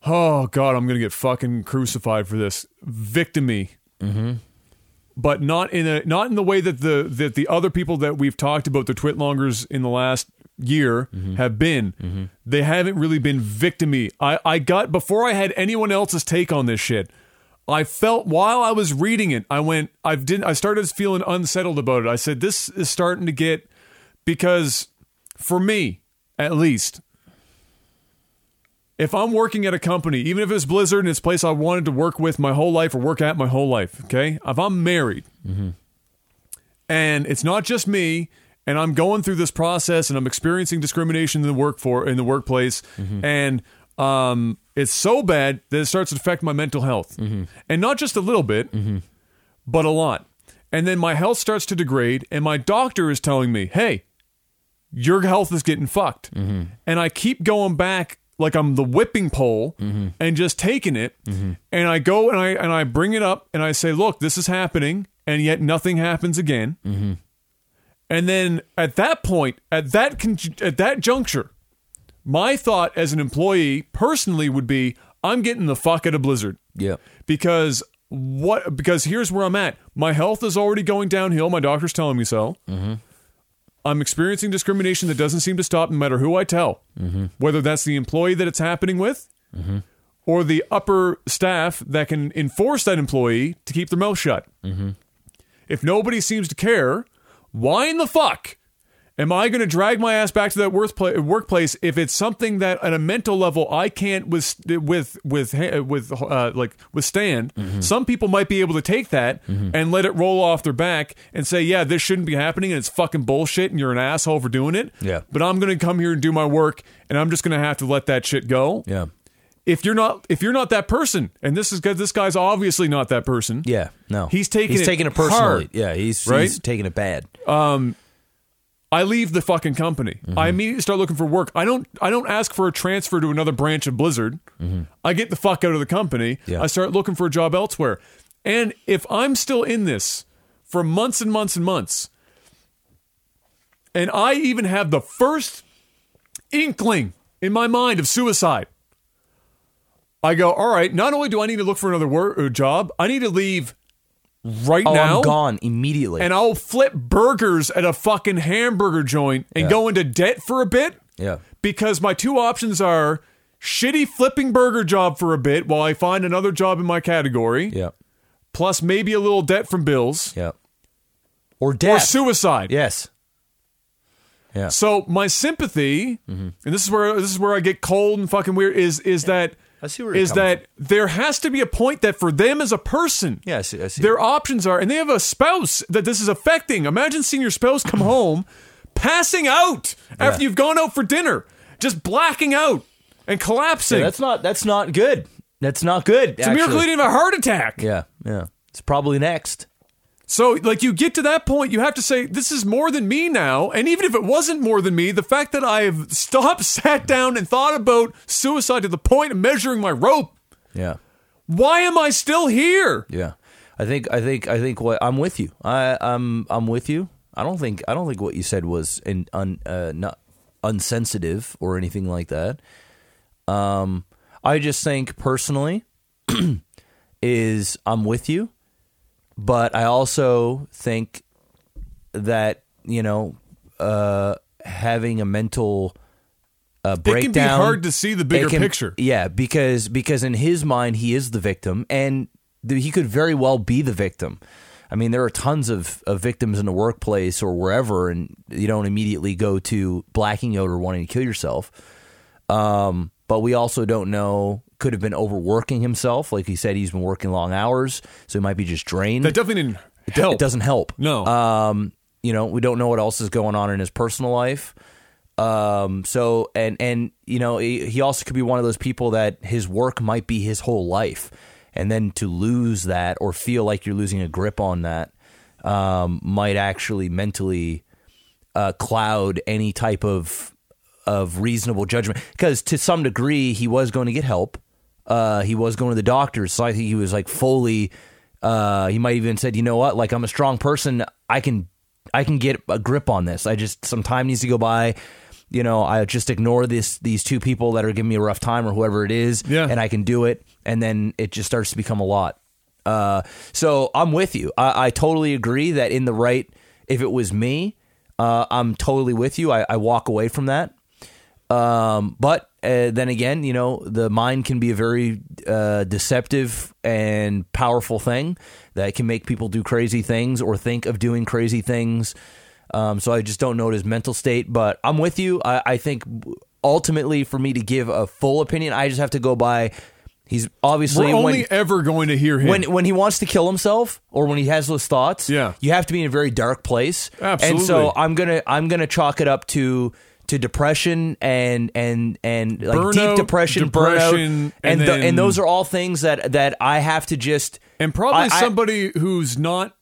S1: oh god, I'm gonna get fucking crucified for this victimy but not in a not in the way that the that the other people that we've talked about the twitlongers in the last year have been they haven't really been victimy i i got before i had anyone else's take on this shit i felt while i was reading it i went i didn't i started feeling unsettled about it i said this is starting to get because for me at least if I'm working at a company, even if it's Blizzard and it's a place I wanted to work with my whole life or work at my whole life, okay? If I'm married and it's not just me and I'm going through this process and I'm experiencing discrimination in the work for in the workplace and um, it's so bad that it starts to affect my mental health. And not just a little bit, but a lot. and then my health starts to degrade, and my doctor is telling me, hey, your health is getting fucked. And I keep going back like I'm the whipping pole and just taking it. And I go and I and I bring it up and I say, look, this is happening, and yet nothing happens again. And then at that point, at that con- at that juncture, my thought as an employee personally would be, I'm getting the fuck out of Blizzard
S2: Yeah.
S1: because what because here's where I'm at. My health is already going downhill. My doctor's telling me so. I'm experiencing discrimination that doesn't seem to stop no matter who I tell, whether that's the employee that it's happening with or the upper staff that can enforce that employee to keep their mouth shut.
S2: Mm-hmm.
S1: If nobody seems to care, why in the fuck am I going to drag my ass back to that worthpla- workplace if it's something that, at a mental level, I can't with with with with uh, like withstand?
S2: Mm-hmm.
S1: Some people might be able to take that and let it roll off their back and say, "Yeah, this shouldn't be happening, and it's fucking bullshit, and you're an asshole for doing it."
S2: Yeah.
S1: But I'm going to come here and do my work, and I'm just going to have to let that shit go.
S2: Yeah.
S1: If you're not if you're not that person, and this is this guy's obviously not that person.
S2: Yeah. No.
S1: He's taking
S2: He's
S1: it
S2: taking it personally.
S1: hard.
S2: Yeah. He's
S1: Right?
S2: he's taking it bad.
S1: I leave the fucking company. I
S2: Mm-hmm.
S1: immediately start looking for work. I don't I don't ask for a transfer to another branch of Blizzard. I get the fuck out of the company.
S2: Mm-hmm. Yeah.
S1: I start looking for a job elsewhere. And if I'm still in this for months and months and months, and I even have the first inkling in my mind of suicide, I go, all right, not only do I need to look for another work, uh, job, I need to leave right
S2: Oh,
S1: now
S2: I'm gone immediately.
S1: and I'll flip burgers at a fucking hamburger joint and go into debt for a bit
S2: yeah.
S1: because my two options are shitty flipping burger job for a bit while I find another job in my category,
S2: Yeah.
S1: plus maybe a little debt from bills
S2: Yeah. Or
S1: or
S2: death.
S1: suicide.
S2: yes. Yeah.
S1: So my sympathy,
S2: Mm-hmm.
S1: and this is where this is where I get cold and fucking weird, is is that
S2: I see where you're
S1: is
S2: coming
S1: that there has to be a point that for them as a person,
S2: Yeah. I see. I see.
S1: their options are, and they have a spouse that this is affecting. Imagine seeing your spouse come home, passing out after
S2: Yeah.
S1: you've gone out for dinner, just blacking out and collapsing.
S2: that's not. That's not good. That's not good.
S1: it's a miracle you didn't have a heart attack.
S2: Yeah. Yeah. It's probably next.
S1: So, like, you get to that point, you have to say, This is more than me now. And even if it wasn't more than me, the fact that I have stopped, sat down, and thought about suicide to the point of measuring my rope,
S2: Yeah.
S1: why am I still here?
S2: Yeah, I think I think I think what I'm with you. I I'm I'm with you. I don't think I don't think what you said was in, un uh, not unsensitive or anything like that. Um, I just think personally is I'm with you, but I also think that you know uh, having a mental uh,
S1: It
S2: breakdown
S1: can be hard to see the bigger
S2: it can-
S1: picture.
S2: Yeah, because because in his mind he is the victim, and th- he could very well be the victim. I mean, there are tons of, of victims in the workplace or wherever, and you don't immediately go to blacking out or wanting to kill yourself. Um, but we also don't know could have been overworking himself. Like he said, he's been working long hours, so he might be just drained.
S1: That definitely didn't
S2: It do-
S1: help.
S2: It doesn't help.
S1: No.
S2: Um, you know, we don't know what else is going on in his personal life. Um, so and and you know, he, he also could be one of those people that his work might be his whole life, and then to lose that or feel like you're losing a grip on that um, might actually mentally uh, cloud any type of of reasonable judgment because to some degree he was going to get help. Uh, he was going to the doctor, so I think he was like fully. Uh, he might even said, "You know what? Like I'm a strong person. I can, I can get a grip on this. I just some time needs to go by. You know, I just ignore this these two people that are giving me a rough time or whoever it is,
S1: Yeah.
S2: and I can do it. And then it just starts to become a lot. Uh, so I'm with you. I, I totally agree that in the right, if it was me, uh, I'm totally with you. I, I walk away from that. Um, but uh, then again, you know, the mind can be a very uh, deceptive and powerful thing that can make people do crazy things or think of doing crazy things. Um, so I just don't know his mental state, but I'm with you. I, I think ultimately, for me to give a full opinion, I just have to go by. He's
S1: We're
S2: obviously
S1: only
S2: when,
S1: ever going to hear him.
S2: when when he wants to kill himself or when he has those thoughts,
S1: Yeah.
S2: you have to be in a very dark place. And
S1: Absolutely.
S2: so I'm gonna I'm gonna chalk it up to to depression and and and like
S1: Burnout,
S2: deep
S1: depression,
S2: depression, burnout, and
S1: and
S2: the-
S1: then-
S2: and those are all things that that I have to just
S1: and probably
S2: I- I-
S1: somebody who's not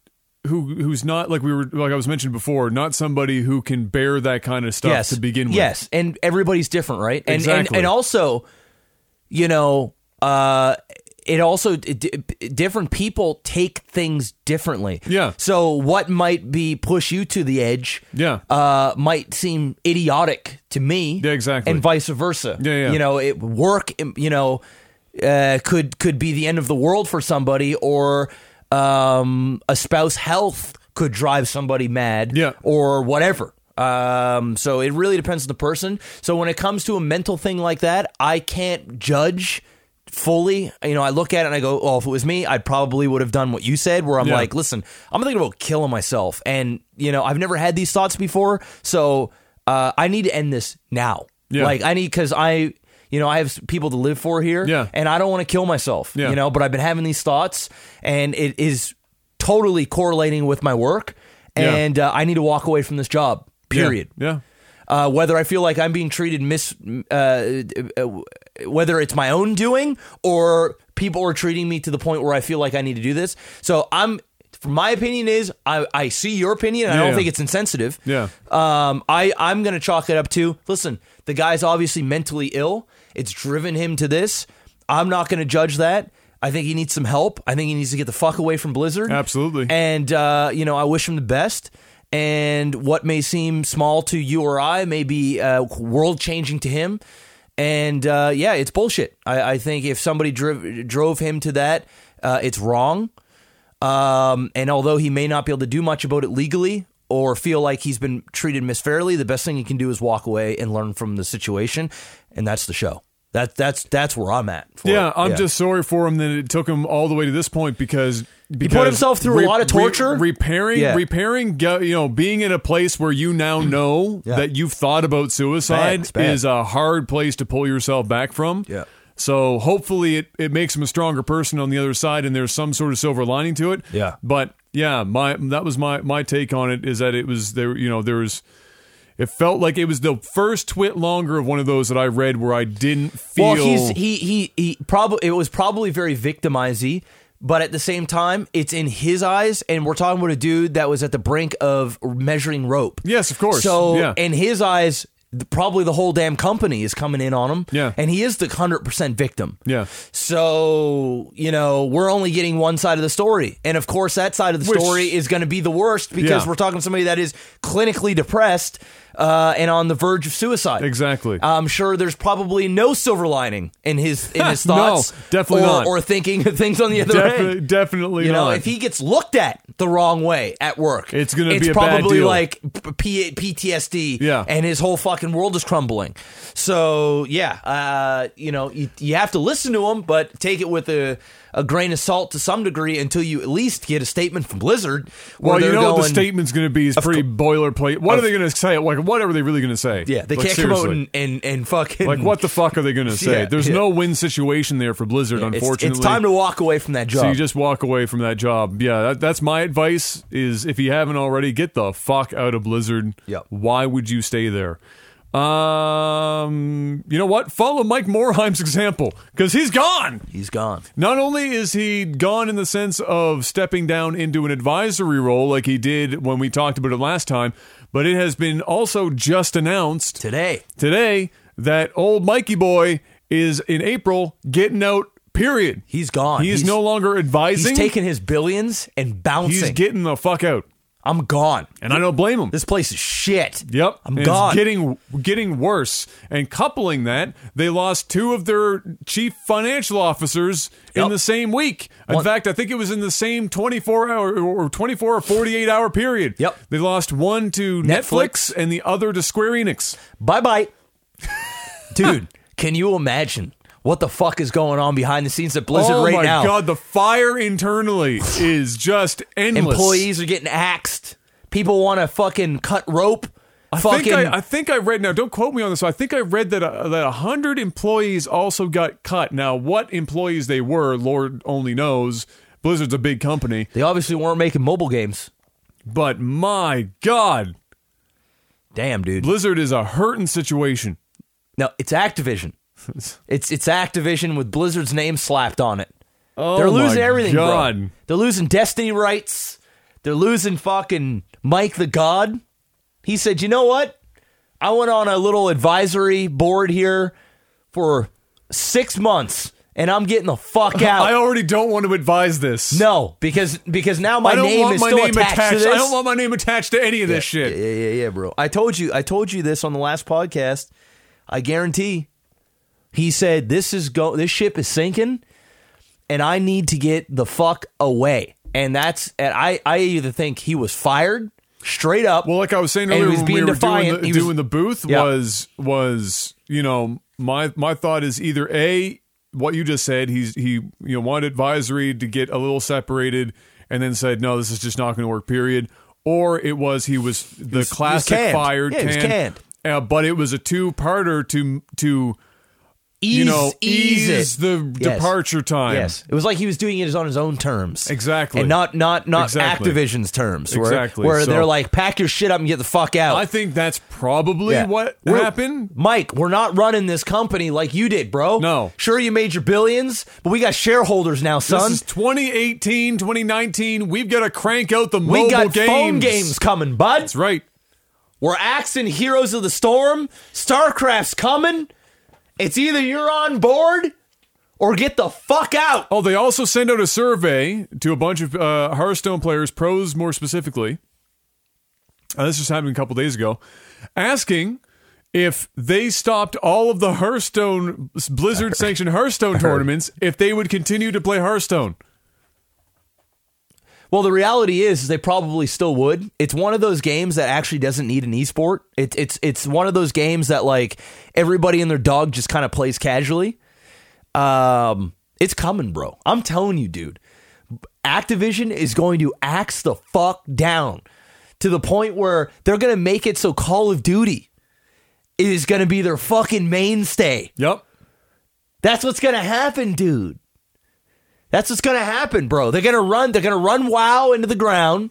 S1: who who's not like we were like I was mentioned before, not somebody who can bear that kind of stuff
S2: yes
S1: to begin with.
S2: Yes, and everybody's different, right? And and,
S1: Exactly.
S2: and also, you know, uh, it also d- different people take things differently.
S1: Yeah.
S2: So what might be push you to the edge?
S1: Yeah.
S2: Uh, might seem idiotic to me.
S1: Yeah, exactly.
S2: And vice versa.
S1: Yeah, yeah.
S2: You know, it work. um, You know, uh, could could be the end of the world for somebody, or um, a spouse health could drive somebody mad
S1: Yeah.
S2: or whatever. Um, so it really depends on the person. So when it comes to a mental thing like that, I can't judge fully. You know, I look at it and I go, "Well, if it was me, I probably would have done what you said." Where I'm
S1: Yeah.
S2: like, "Listen, I'm thinking about killing myself," and you know, I've never had these thoughts before, so uh, I need to end this now.
S1: Yeah.
S2: Like I need because I. You know, I have people to live for here,
S1: Yeah.
S2: and I don't want to kill myself.
S1: Yeah.
S2: You know, but I've been having these thoughts, and it is totally correlating with my work,
S1: Yeah.
S2: and and uh, I need to walk away from this job.
S1: Yeah.
S2: Period.
S1: Yeah.
S2: Uh, whether I feel like I'm being treated mis, uh, uh, whether it's my own doing or people are treating me to the point where I feel like I need to do this. So I'm, my opinion is I, I see your opinion. And I
S1: Yeah.
S2: don't think it's insensitive.
S1: Yeah.
S2: Um, I I'm gonna chalk it up to listen. The guy's obviously mentally ill. It's driven him to this. I'm not gonna judge that. I think he needs some help. I think he needs to get the fuck away from Blizzard.
S1: Absolutely.
S2: And uh, you know, I wish him the best. And what may seem small to you or I may be uh, world changing to him. And uh, yeah, it's bullshit. I, I think if somebody driv- drove him to that, uh, it's wrong. Um, and although he may not be able to do much about it legally or feel like he's been treated misfairly, the best thing he can do is walk away and learn from the situation. And that's the show. That that's that's where I'm at. for
S1: Yeah,
S2: it.
S1: I'm just sorry for him that it took him all the way to this point because, because
S2: himself through a lot of torture?
S1: repairing,
S2: Yeah.
S1: repairing, go- you know, being in a place where you now know
S2: Yeah.
S1: that you've thought about suicide
S2: It's bad, it's bad.
S1: is a hard place to pull yourself back from.
S2: Yeah.
S1: So hopefully it, it makes him a stronger person on the other side, and there's some sort of silver lining to it.
S2: Yeah.
S1: But yeah, my that was my my take on it is that it was there. You know, there was. It felt like it was the first twit longer of one of those that I read where I didn't feel.
S2: Well, he's he he he probably it was probably very victimizy, but at the same time, it's in his eyes, and we're talking about a dude that was at the brink of measuring rope.
S1: Yes, of course.
S2: So
S1: Yeah.
S2: in his eyes. the- Probably the whole damn company is coming in on him,
S1: Yeah.
S2: and he is the hundred percent victim.
S1: Yeah.
S2: So you know we're only getting one side of the story, and of course that side of the
S1: Which-
S2: story is going to be the worst because
S1: Yeah.
S2: we're talking to somebody that is clinically depressed uh, and on the verge of suicide.
S1: Exactly.
S2: I'm sure there's probably no silver lining in his in his thoughts.
S1: No, definitely
S2: or,
S1: not.
S2: Or thinking things on the other
S1: Defi-
S2: end.
S1: definitely
S2: You know,
S1: not.
S2: if he gets looked at the wrong way at work,
S1: It's gonna
S2: it's
S1: be a bad
S2: probably
S1: deal.
S2: like P- P- PTSD.
S1: Yeah.
S2: and his whole fucking world is crumbling. So yeah, uh, you know, you, you have to listen to him, but take it with a, a grain of salt to some degree until you at least get a statement from Blizzard. Where
S1: well, you
S2: they're
S1: know what the
S2: going-
S1: statement's going to be is pretty boilerplate. What
S2: of-
S1: are they going to say? Like, what are they really going to say?
S2: Yeah, they
S1: Like,
S2: can't come out
S1: seriously.
S2: and, and, and fucking
S1: like, what the fuck are they going to say?
S2: Yeah,
S1: There's
S2: yeah.
S1: no win situation there for Blizzard,
S2: It's-
S1: unfortunately.
S2: it's, time to walk away from that job.
S1: So you just walk away from that job. Yeah, that, that's my advice. Is if you haven't already, get the fuck out of Blizzard.
S2: Yep.
S1: Why would you stay there? Um, you know what? Follow Mike Morheim's example because he's gone.
S2: He's gone.
S1: Not only is he gone in the sense of stepping down into an advisory role like he did when we talked about it last time, but it has been also just announced
S2: today.
S1: today that old Mikey boy is in April getting out, period.
S2: He's gone.
S1: He's,
S2: He's-
S1: no longer advising.
S2: He's taking his billions and bouncing.
S1: He's getting the fuck out.
S2: I'm gone.
S1: And I don't blame him.
S2: This place is shit.
S1: Yep.
S2: I'm
S1: And it's
S2: gone.
S1: getting getting worse. And coupling that, they lost two of their chief financial officers in
S2: Yep.
S1: the same week. In
S2: One-
S1: fact, I think it was in the same 24 hour or 24 or 48 hour period.
S2: Yep.
S1: They lost one to Netflix,
S2: Netflix.
S1: and the other to Square Enix.
S2: bye bye. Dude, can you imagine what the fuck is going on behind the scenes at Blizzard
S1: oh
S2: right
S1: my
S2: now?
S1: god, the fire internally is just endless.
S2: Employees are getting axed. People want to fucking cut rope.
S1: I
S2: fucking
S1: think I, I think I read now. Don't quote me on this. I think I read that uh, that hundred employees also got cut. Now, what employees they were, Lord only knows. Blizzard's a big company,
S2: they obviously weren't making mobile games.
S1: but my God,
S2: Damn, dude.
S1: Blizzard is a hurting situation.
S2: No, it's Activision. It's it's Activision with Blizzard's name slapped on it.
S1: Oh
S2: They're losing
S1: my
S2: everything,
S1: God.
S2: bro. They're losing Destiny rights. They're losing fucking Mike the God. He said, you know what? I went on a little advisory board here for six months and I'm getting the fuck
S1: I
S2: out.
S1: already don't want to advise this.
S2: No, because because now my
S1: I don't
S2: name
S1: want
S2: is
S1: my
S2: still
S1: name
S2: attached,
S1: attached.
S2: to this.
S1: I don't want my name attached to any of this shit.
S2: Yeah, yeah, yeah, bro. I told you, I told you this on the last podcast. I guarantee. He said, "This is go. This ship is sinking, and I need to get the fuck away." And that's and I. I either think he was fired straight up.
S1: Well, like I was saying
S2: And he
S1: earlier,
S2: was
S1: when we
S2: being
S1: were
S2: defiant.
S1: doing the,
S2: He was-
S1: doing the booth
S2: Yeah.
S1: was was you know my my thought is either a what you just said he's he you know wanted advisory to get a little separated and then said no this is just not going to work period or it was he was the classic
S2: canned.
S1: fired
S2: Yeah, he was canned.
S1: Uh, but it was a two parter to to
S2: ease,
S1: you know
S2: ease, it.
S1: the
S2: Yes.
S1: departure time.
S2: Yes, it was like he was doing it on his own terms,
S1: Exactly.
S2: and not not not
S1: Exactly.
S2: Activision's terms, where,
S1: Exactly.
S2: where
S1: So-
S2: they're like, "Pack your shit up and get the fuck out."
S1: I think that's probably
S2: Yeah.
S1: what
S2: We're-
S1: happened.
S2: Mike, we're not running this company like you did, bro.
S1: No.
S2: Sure, you made your billions, but we got shareholders now, son.
S1: This is 2018, 2019. We've got to crank out the mobile
S2: we got
S1: games.
S2: phone games coming, bud.
S1: That's right.
S2: We're axing Heroes of the Storm. StarCraft's coming. It's either you're on board or get the fuck out.
S1: Oh, they also send out a survey to a bunch of uh, Hearthstone players, pros more specifically. Uh, this just happened a couple days ago, asking if they stopped all of the Hearthstone Blizzard sanctioned Hearthstone tournaments, if they would continue to play Hearthstone.
S2: Well, the reality is, is they probably still would. It's one of those games that actually doesn't need an esport. It, it's it's one of those games that like everybody and their dog just kind of plays casually. Um, it's coming, bro. I'm telling you, dude. Activision is going to axe the fuck down to the point where they're going to make it so Call of Duty is going to be their fucking mainstay.
S1: Yep.
S2: That's what's gonna happen, dude. That's what's gonna happen, bro. They're gonna run. They're gonna run WoW into the ground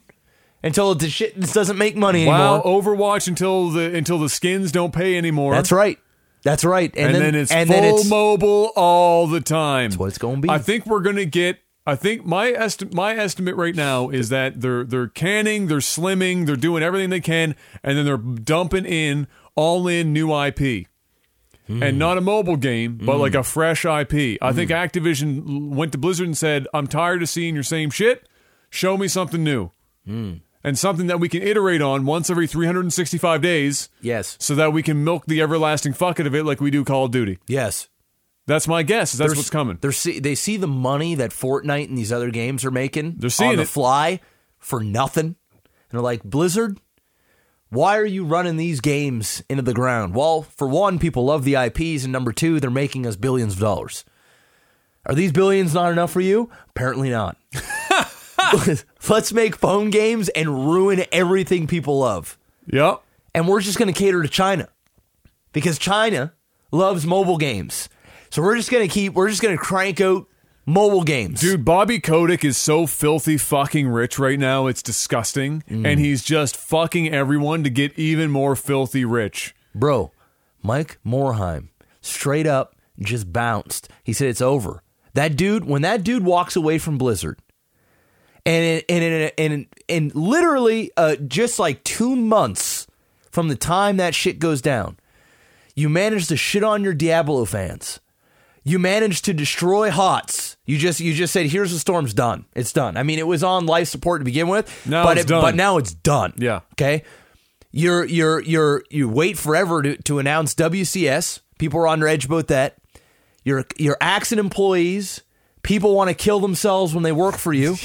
S2: until the shit this doesn't make money
S1: Wow,
S2: anymore.
S1: Overwatch until the until the skins don't pay anymore.
S2: That's right. That's right. And,
S1: and,
S2: then,
S1: then, it's
S2: and
S1: full
S2: then it's
S1: mobile all the time. That's
S2: what it's gonna be.
S1: I think we're gonna get. I think my esti- my estimate right now is that they're they're canning, they're slimming, they're doing everything they can, and then they're dumping in all in new IP.
S2: Hmm.
S1: And not a mobile game, but like a fresh IP. I think Activision l- went to Blizzard and said, "I'm tired of seeing your same shit. Show me something new,
S2: Hmm.
S1: and something that we can iterate on once every 365 days,
S2: yes,
S1: so that we can milk the everlasting fuck out of it like we do Call of Duty."
S2: yes.
S1: That's my guess. is That's what's coming.
S2: They're see, they see the money that Fortnite and these other games are making.
S1: They're seeing
S2: on the
S1: it.
S2: fly for nothing, and they're like Blizzard. Why are you running these games into the ground? Well, for one, people love the IPs, and number two, they're making us billions of dollars. Are these billions not enough for you? Apparently not. Let's make phone games and ruin everything people love
S1: Yep.
S2: and we're just going to cater to China because China loves mobile games. So we're just going to keep, we're just going to crank out mobile games.
S1: Dude, Bobby Kotick is so filthy fucking rich right now. It's disgusting. And he's just fucking everyone to get even more filthy rich.
S2: Bro, Mike Morheim straight up just bounced. He said it's over. That dude, when that dude walks away from Blizzard, and and and and, and literally uh, just like two months from the time that shit goes down, you manage to shit on your Diablo fans. You managed to destroy Hots. You just you just said, "Here's the storm's done. It's done." I mean, it was on life support to begin with,
S1: Now
S2: but
S1: it's
S2: it,
S1: done.
S2: but now it's done.
S1: Yeah.
S2: Okay. You're you're you're you wait forever to, to announce WCS. People are on their edge about that. You're you're axing employees. People want to kill themselves when they work for you.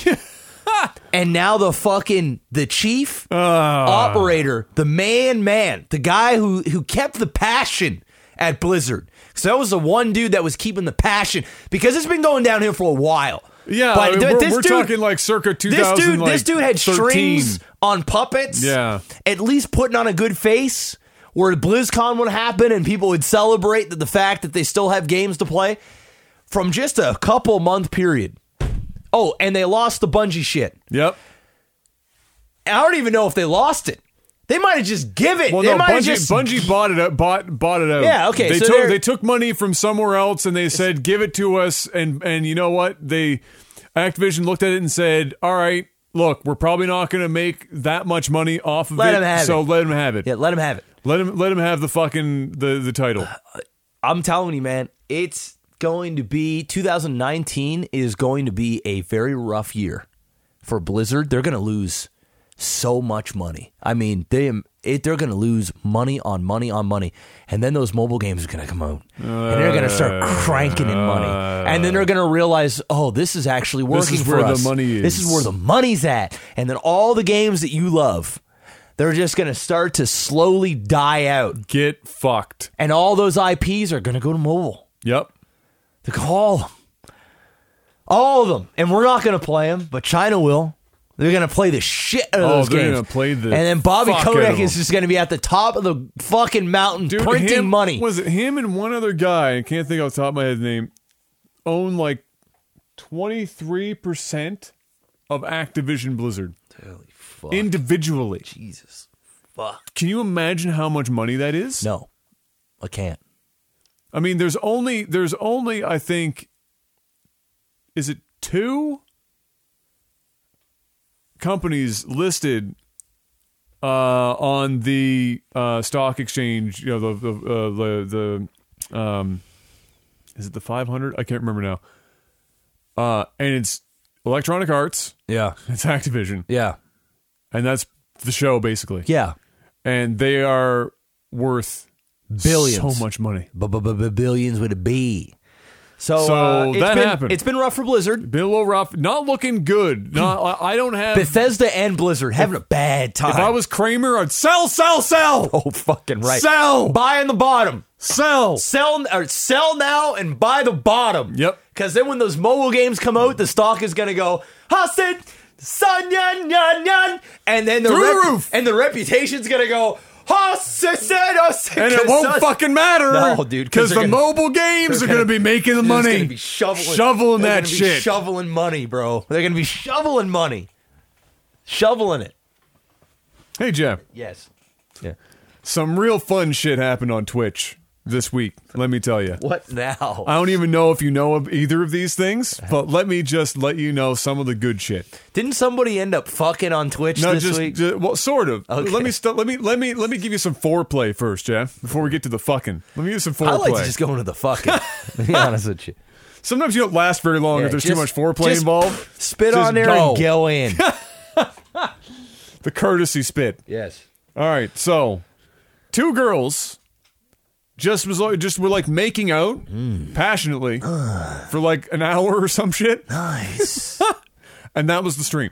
S2: and now the fucking the chief
S1: Ah.
S2: operator, the man, man, the guy who who kept the passion at Blizzard. So that was the one dude that was keeping the passion because it's been going down here for a while.
S1: Yeah, I mean,
S2: th-
S1: we're, we're talking like circa 2000.
S2: this dude, this
S1: like,
S2: dude had
S1: 13.
S2: strings on puppets.
S1: Yeah.
S2: at least putting on a good face. Where BlizzCon would happen and people would celebrate the, the fact that they still have games to play from just a couple month period. Oh, and they lost the Bungie shit.
S1: Yep.
S2: And I don't even know if they lost it. They might have just given.
S1: Well,
S2: they
S1: no,
S2: might have
S1: Bungie,
S2: just
S1: Bungie bought it out. Bought, bought it out.
S2: Yeah, okay,
S1: They
S2: so
S1: took
S2: they're-
S1: they took money from somewhere else and they said, "Give it to us." And and you know what? They Activision looked at it and said, "All right, look, we're probably not going to make that much money off of
S2: Let
S1: it.
S2: him have
S1: so
S2: it.
S1: let him have it.
S2: Yeah, let him have it.
S1: Let him let him have the fucking the the title.
S2: I'm telling you, man, it's going to be 2019 is going to be a very rough year for Blizzard. They're going to lose so much money. I mean, they it, they're going to lose money on money on money, and then those mobile games are going to come out, and they're going to start cranking in money, and then they're going to realize, oh, this is actually working
S1: is
S2: for
S1: where the
S2: us.
S1: money
S2: This is
S1: is.
S2: where the money's at, and then all the games that you love. They're just going to start to slowly die out
S1: Get fucked.
S2: and all those IPs are going to go to mobile.
S1: Yep.
S2: They call them, all of them, and we're not going to play them, but China will. They're going to play the shit out
S1: Oh,
S2: of those
S1: they're
S2: games.
S1: gonna play the
S2: and then Bobby
S1: fuck out
S2: Kodak
S1: of
S2: is
S1: them.
S2: just going to be at the top of the fucking mountain
S1: Dude,
S2: printing
S1: him-
S2: money.
S1: Was it him and one other guy? I can't think off the top of my head his name. Own like twenty three percent of Activision Blizzard
S2: Holy fuck,
S1: individually.
S2: Jesus, fuck.
S1: Can you imagine how much money that is?
S2: No, I can't.
S1: I mean, there's only there's only I think is it two companies listed uh, on the uh, stock exchange. You know the the uh, the, the um, is it the 500? I can't remember now. Uh, and it's Electronic Arts,
S2: Yeah,
S1: it's Activision,
S2: yeah,
S1: and that's the show basically.
S2: yeah.
S1: And they are worth
S2: Billions.
S1: so much money.
S2: Billions with a B. So,
S1: So
S2: uh, it's
S1: that
S2: been-
S1: happened.
S2: It's been rough for Blizzard.
S1: Been a little rough. Not looking good. Not, I I don't have. If
S2: Bethesda and Blizzard having a bad time.
S1: I was Kramer, I'd sell, sell, sell,
S2: Oh, fucking right.
S1: Sell!
S2: Buy in the bottom.
S1: sell.
S2: Sell or sell now and buy the bottom.
S1: Yep.
S2: Because then when those mobile games come out, the stock is gonna go Hassan, sun, yun, yun, yun, and then the,
S1: Through the roof.
S2: and the reputation's gonna go Hassan, Hassan,
S1: And it won't fucking matter.
S2: No, dude,
S1: Because
S2: 'cause
S1: the
S2: they're gonna-
S1: mobile games are
S2: they're
S1: going to be
S2: gonna-
S1: making the
S2: They're just
S1: money.
S2: gonna be shoveling,
S1: Shoveling
S2: they're
S1: that
S2: gonna be
S1: shit.
S2: shoveling money, bro. They're gonna be shoveling money, shoveling it.
S1: hey, Jeff,
S2: Yes. Yeah.
S1: some real fun shit happened on Twitch this week, let me tell you.
S2: What now?
S1: I don't even know if you know of either of these things, but let me just let you know some of the good shit.
S2: Didn't somebody end up fucking on Twitch
S1: No,
S2: this
S1: just,
S2: week?
S1: ju- well, sort of.
S2: Okay.
S1: Let me st- let me let me let me give you some foreplay first, Jeff, before we get to the fucking. Let me give you some foreplay.
S2: I like to just go into the fucking. to be honest with you.
S1: Sometimes you don't last very long
S2: Yeah,
S1: if there's too
S2: just-
S1: much foreplay
S2: just
S1: involved.
S2: Spit
S1: Just
S2: on there
S1: go.
S2: and go in.
S1: The courtesy spit.
S2: yes.
S1: All right, so two girls just was like, just were like making out
S2: Hmm.
S1: passionately for like an hour or some shit,
S2: Nice.
S1: and that was the stream.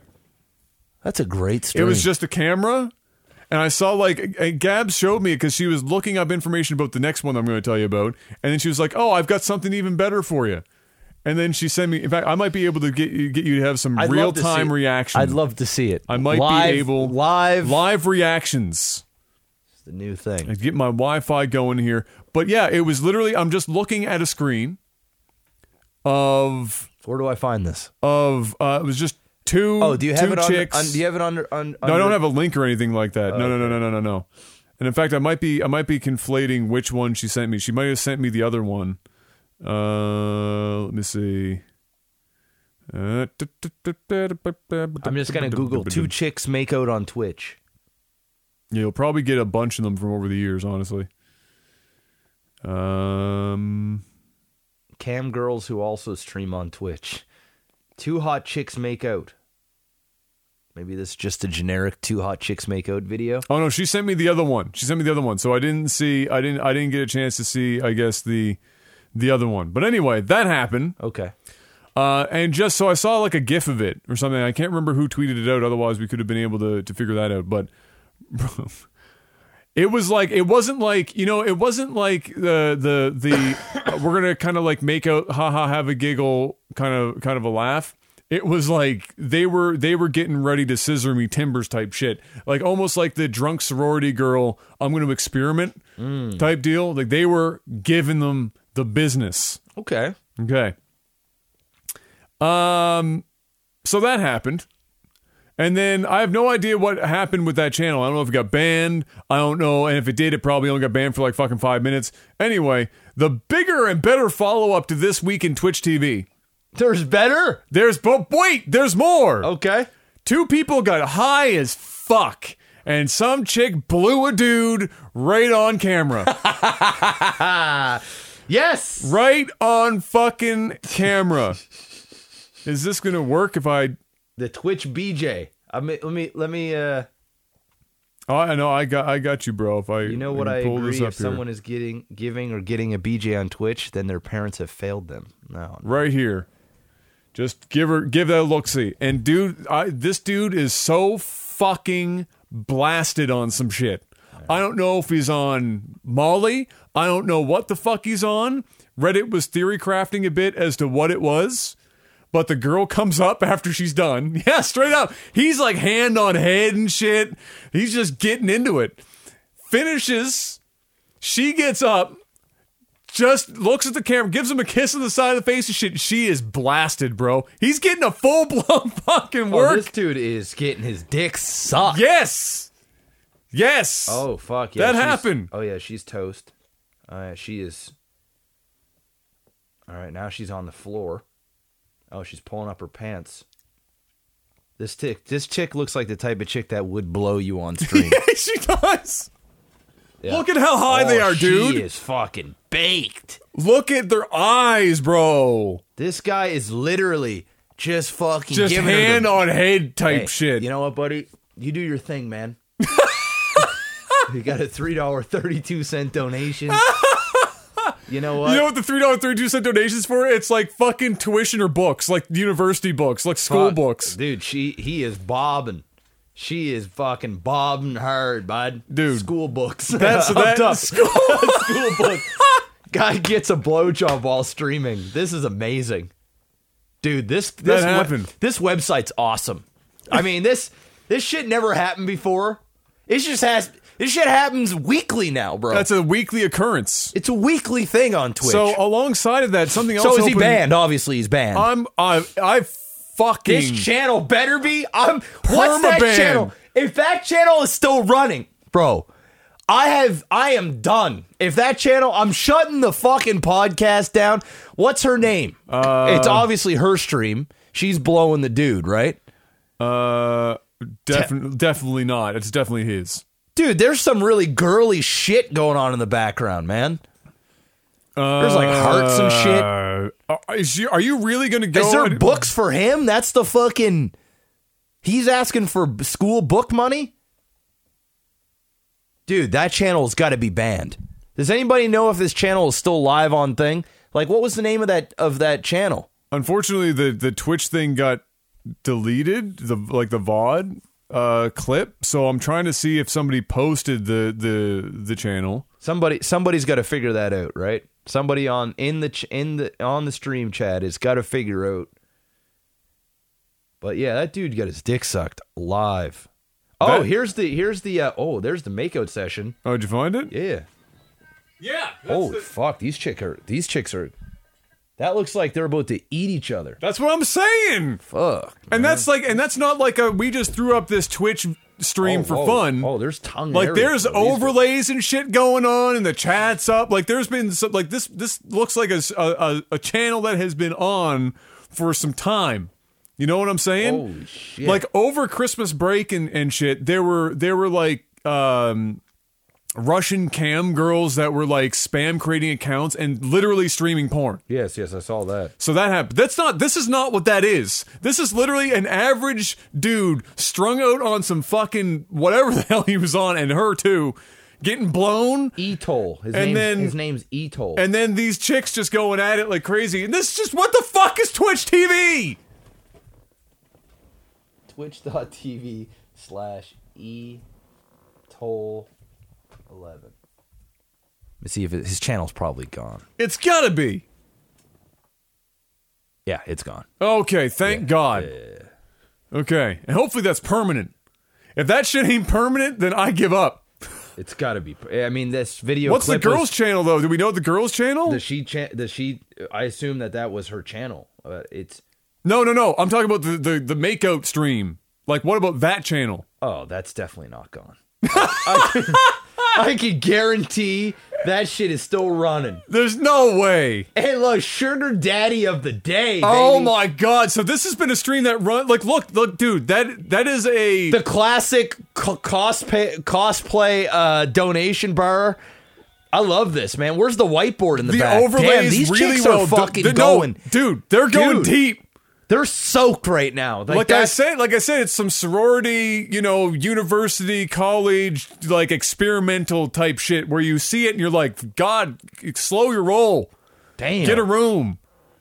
S2: That's a
S1: It
S2: great stream.
S1: was just a camera. And I saw like and Gab showed me because she was looking up information about the next one I'm going to tell you about, and then she was like, "Oh, I've got something even better for you." And then she sent me. In fact, I might be able to get you, get you to have some
S2: I'd love
S1: real
S2: to see
S1: time
S2: it.
S1: reaction.
S2: I'd love to see it.
S1: I might
S2: live,
S1: be able
S2: live.
S1: live reactions.
S2: It's the new thing.
S1: I get my Wi-Fi going here. But yeah, it was literally I'm just looking at a screen of
S2: Where do I find this?
S1: of uh, it was just two
S2: Oh, do you have
S1: two
S2: it on,
S1: chicks.
S2: on? Do you have it on? on
S1: no, I don't have a link or anything like that. no, no, no, no, no, no, no. And in fact, I might be I might be conflating which one she sent me. She might have sent me the other one. Uh, let me see. Uh,
S2: I'm just gonna Google two chicks make out on Twitch.
S1: Yeah, you'll probably get a bunch of them from over the years, honestly. Um,
S2: Cam girls who also stream on Twitch. Two hot chicks make out. Maybe this is just a generic two hot chicks make out video.
S1: Oh no, she sent me the other one. She sent me the other one, so I didn't see. I didn't. I didn't get a chance to see. I guess the the other one. But anyway, that happened.
S2: Okay.
S1: Uh, and just so I saw like a GIF of it or something. I can't remember who tweeted it out. Otherwise, we could have been able to to figure that out. But it was like it wasn't like you know it wasn't like the the the we're gonna kind of like make out ha ha have a giggle kind of kind of a laugh. It was like they were they were getting ready to scissor me timbers type shit, like almost like the drunk sorority girl. I'm gonna experiment type deal. Like they were giving them the business.
S2: Okay.
S1: Okay. Um, so that happened. And then I have no idea what happened with that channel. I don't know if it got banned. I don't know. And if it did, it probably only got banned for like fucking five minutes. Anyway, the bigger and better follow up to this week in Twitch TV.
S2: There's better. Oh.
S1: There's, but wait, there's more.
S2: Okay.
S1: Two people got high as fuck, and some chick blew a dude right on camera.
S2: Yes.
S1: right on fucking camera. Is this gonna work if I
S2: The Twitch BJ. I mean, let me let me uh
S1: Oh, I know I got I got you, bro. If I
S2: you know what
S1: can
S2: I
S1: pull
S2: agree
S1: this
S2: if
S1: up here.
S2: someone is getting giving or getting a BJ on Twitch, then their parents have failed them. No.
S1: right here. Just give her give that a look see. And dude, I, this dude is so fucking blasted on some shit. I don't know if he's on Molly. I don't know what the fuck he's on. Reddit was theory crafting a bit as to what it was. But the girl comes up after she's done. Yeah, straight up. He's like hand on head and shit. He's just getting into it. Finishes. She gets up just looks at the camera, gives him a kiss on the side of the face and shit. She is blasted, bro. He's getting a full blown fucking
S2: Oh,
S1: work.
S2: this dude is getting his dick sucked.
S1: yes. Yes.
S2: Oh fuck
S1: That
S2: yeah. she's-
S1: happened.
S2: Oh yeah, she's toast. Uh, she is. All right, now she's on the floor. Oh, she's pulling up her pants. This tick, this chick looks like the type of chick that would blow you on stream.
S1: she does.
S2: Yeah.
S1: Look at how high
S2: Oh,
S1: they are, dude.
S2: She is fucking baked.
S1: Look at their eyes, bro.
S2: This guy is literally just fucking
S1: Just
S2: giving
S1: hand
S2: her
S1: on head
S2: the,
S1: type
S2: Hey,
S1: shit.
S2: You know what, buddy? You do your thing, man. you got a three dollar thirty two cent donation. you know what?
S1: You know what the three dollar thirty two cent donations for? It's like fucking tuition or books, like university books, like school
S2: Fuck.
S1: books.
S2: Dude, she he is bobbing. She is fucking bobbing hard, bud.
S1: Dude.
S2: School books.
S1: That's
S2: Up
S1: that
S2: top.
S1: school.
S2: school book. Guy gets a blowjob while streaming. This is amazing. Dude, this this web-
S1: happened.
S2: this website's awesome. I mean, this this shit never happened before. It just has this shit happens weekly now, bro.
S1: That's a weekly occurrence.
S2: it's a weekly thing on Twitch.
S1: So uh, alongside of that, something else.
S2: So is he
S1: opened-
S2: banned? Obviously, he's banned.
S1: I'm I I fucking
S2: This channel better be. I'm. What's that
S1: Permaban.
S2: channel? If that channel is still running, bro, I have. I am done. If that channel, I'm shutting the fucking podcast down. What's her name? it's obviously her stream. She's blowing the dude, right?
S1: uh definitely definitely not. It's definitely his.
S2: Dude, there's some really girly shit going on in the background, man. There's like hearts and shit.
S1: Uh, is you, are you really going to go?
S2: Is there
S1: and-
S2: books for him? That's the fucking. He's asking for b- school book money? Dude, that channel's got to be banned. Does anybody know if this channel is still live on thing? Like what was the name of that of that channel?
S1: Unfortunately, the the Twitch thing got deleted. The like the VOD uh clip. So I'm trying to see if somebody posted the the the channel.
S2: Somebody somebody's got to figure that out, right? Somebody on in the ch- in the on the stream chat has got to figure out. But yeah, that dude got his dick sucked live. Oh,
S1: That-
S2: here's the here's the uh, oh, there's the makeout session.
S1: Oh, did you find it?
S2: Yeah.
S1: Yeah.
S2: Oh fuck, these chick are these chicks are that looks like they're about to eat each other.
S1: That's what I'm saying.
S2: Fuck.
S1: And that's like and that's not like a we just threw up this Twitch stream
S2: Oh,
S1: for
S2: whoa.
S1: fun.
S2: Oh, there's tongue.
S1: like
S2: there.
S1: there's
S2: Oh, these-
S1: overlays and shit going on and the chat's up like there's been some, like this this looks like a, s- a- a- a channel that has been on for some time you know what i'm saying
S2: Holy Oh, shit.
S1: like over christmas break and, and shit there were there were like um russian cam girls that were like spam creating accounts and literally streaming porn
S2: Yes, yes, I saw that.
S1: so that happened. That's not. This is not what that is. This is literally an average dude strung out on some fucking whatever the hell he was on, and her too, getting blown.
S2: Etol. His
S1: And
S2: name's
S1: then-
S2: his name's Etol.
S1: And then these chicks just going at it like crazy. And this is just what the fuck is Twitch TV?
S2: Twitch.tv slash Etol eleven. Let's see if it, his channel's probably gone.
S1: It's gotta be.
S2: Yeah, it's gone.
S1: Okay, thank God. Okay, and hopefully that's permanent. If that shit ain't permanent, then I give up.
S2: It's got to be. I mean, this video.
S1: What's the
S2: clip was-
S1: girls' channel though? Do we know the girls' channel?
S2: Does she? Cha- does she? I assume that that was her channel. Uh, it's.
S1: no, no, no. I'm talking about the the, the makeout stream. Like, what about that channel?
S2: Oh, that's definitely not gone. I, I can guarantee That shit is still running.
S1: There's no way.
S2: And look, sugar daddy of the day.
S1: Oh
S2: baby.
S1: my god! So this has been a stream that run like look look dude that that is a
S2: The classic co- cosplay cosplay uh, donation bar. I love this, man. Where's the whiteboard in the,
S1: the
S2: back?
S1: overlay
S2: Damn,
S1: is
S2: these
S1: really
S2: chicks
S1: well
S2: are
S1: do-
S2: fucking
S1: they're- no,
S2: going.
S1: dude. They're going
S2: Dude.
S1: deep.
S2: They're soaked right now. Like,
S1: Like I
S2: that's-
S1: said, like I said, it's some sorority, you know, university, college, like experimental type shit where you see it and you're like, God, slow your roll,
S2: damn,
S1: get a room.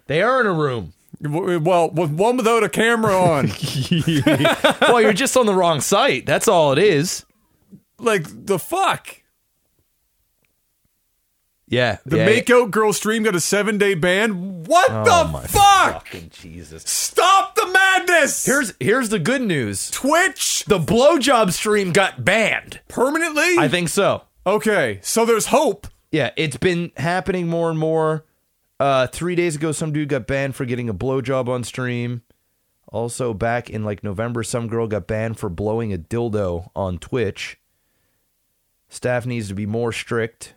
S2: they are in a room.
S1: W- Well, with one without a camera on,
S2: well, you're just on the wrong site. That's all it is.
S1: like the fuck.
S2: Yeah,
S1: The
S2: yeah, Oh
S1: makeout girl stream got a seven day ban. What
S2: my
S1: the fuck?
S2: Fucking Jesus.
S1: Stop the madness.
S2: Here's here's the good news.
S1: Twitch
S2: The blowjob stream got banned.
S1: permanently.
S2: I think so.
S1: okay, so there's hope.
S2: Yeah, it's been happening more and more. Uh, three days ago, some dude got banned for getting a blowjob on stream. Also, back in like November, some girl got banned for blowing a dildo on Twitch. Staff needs to be more strict.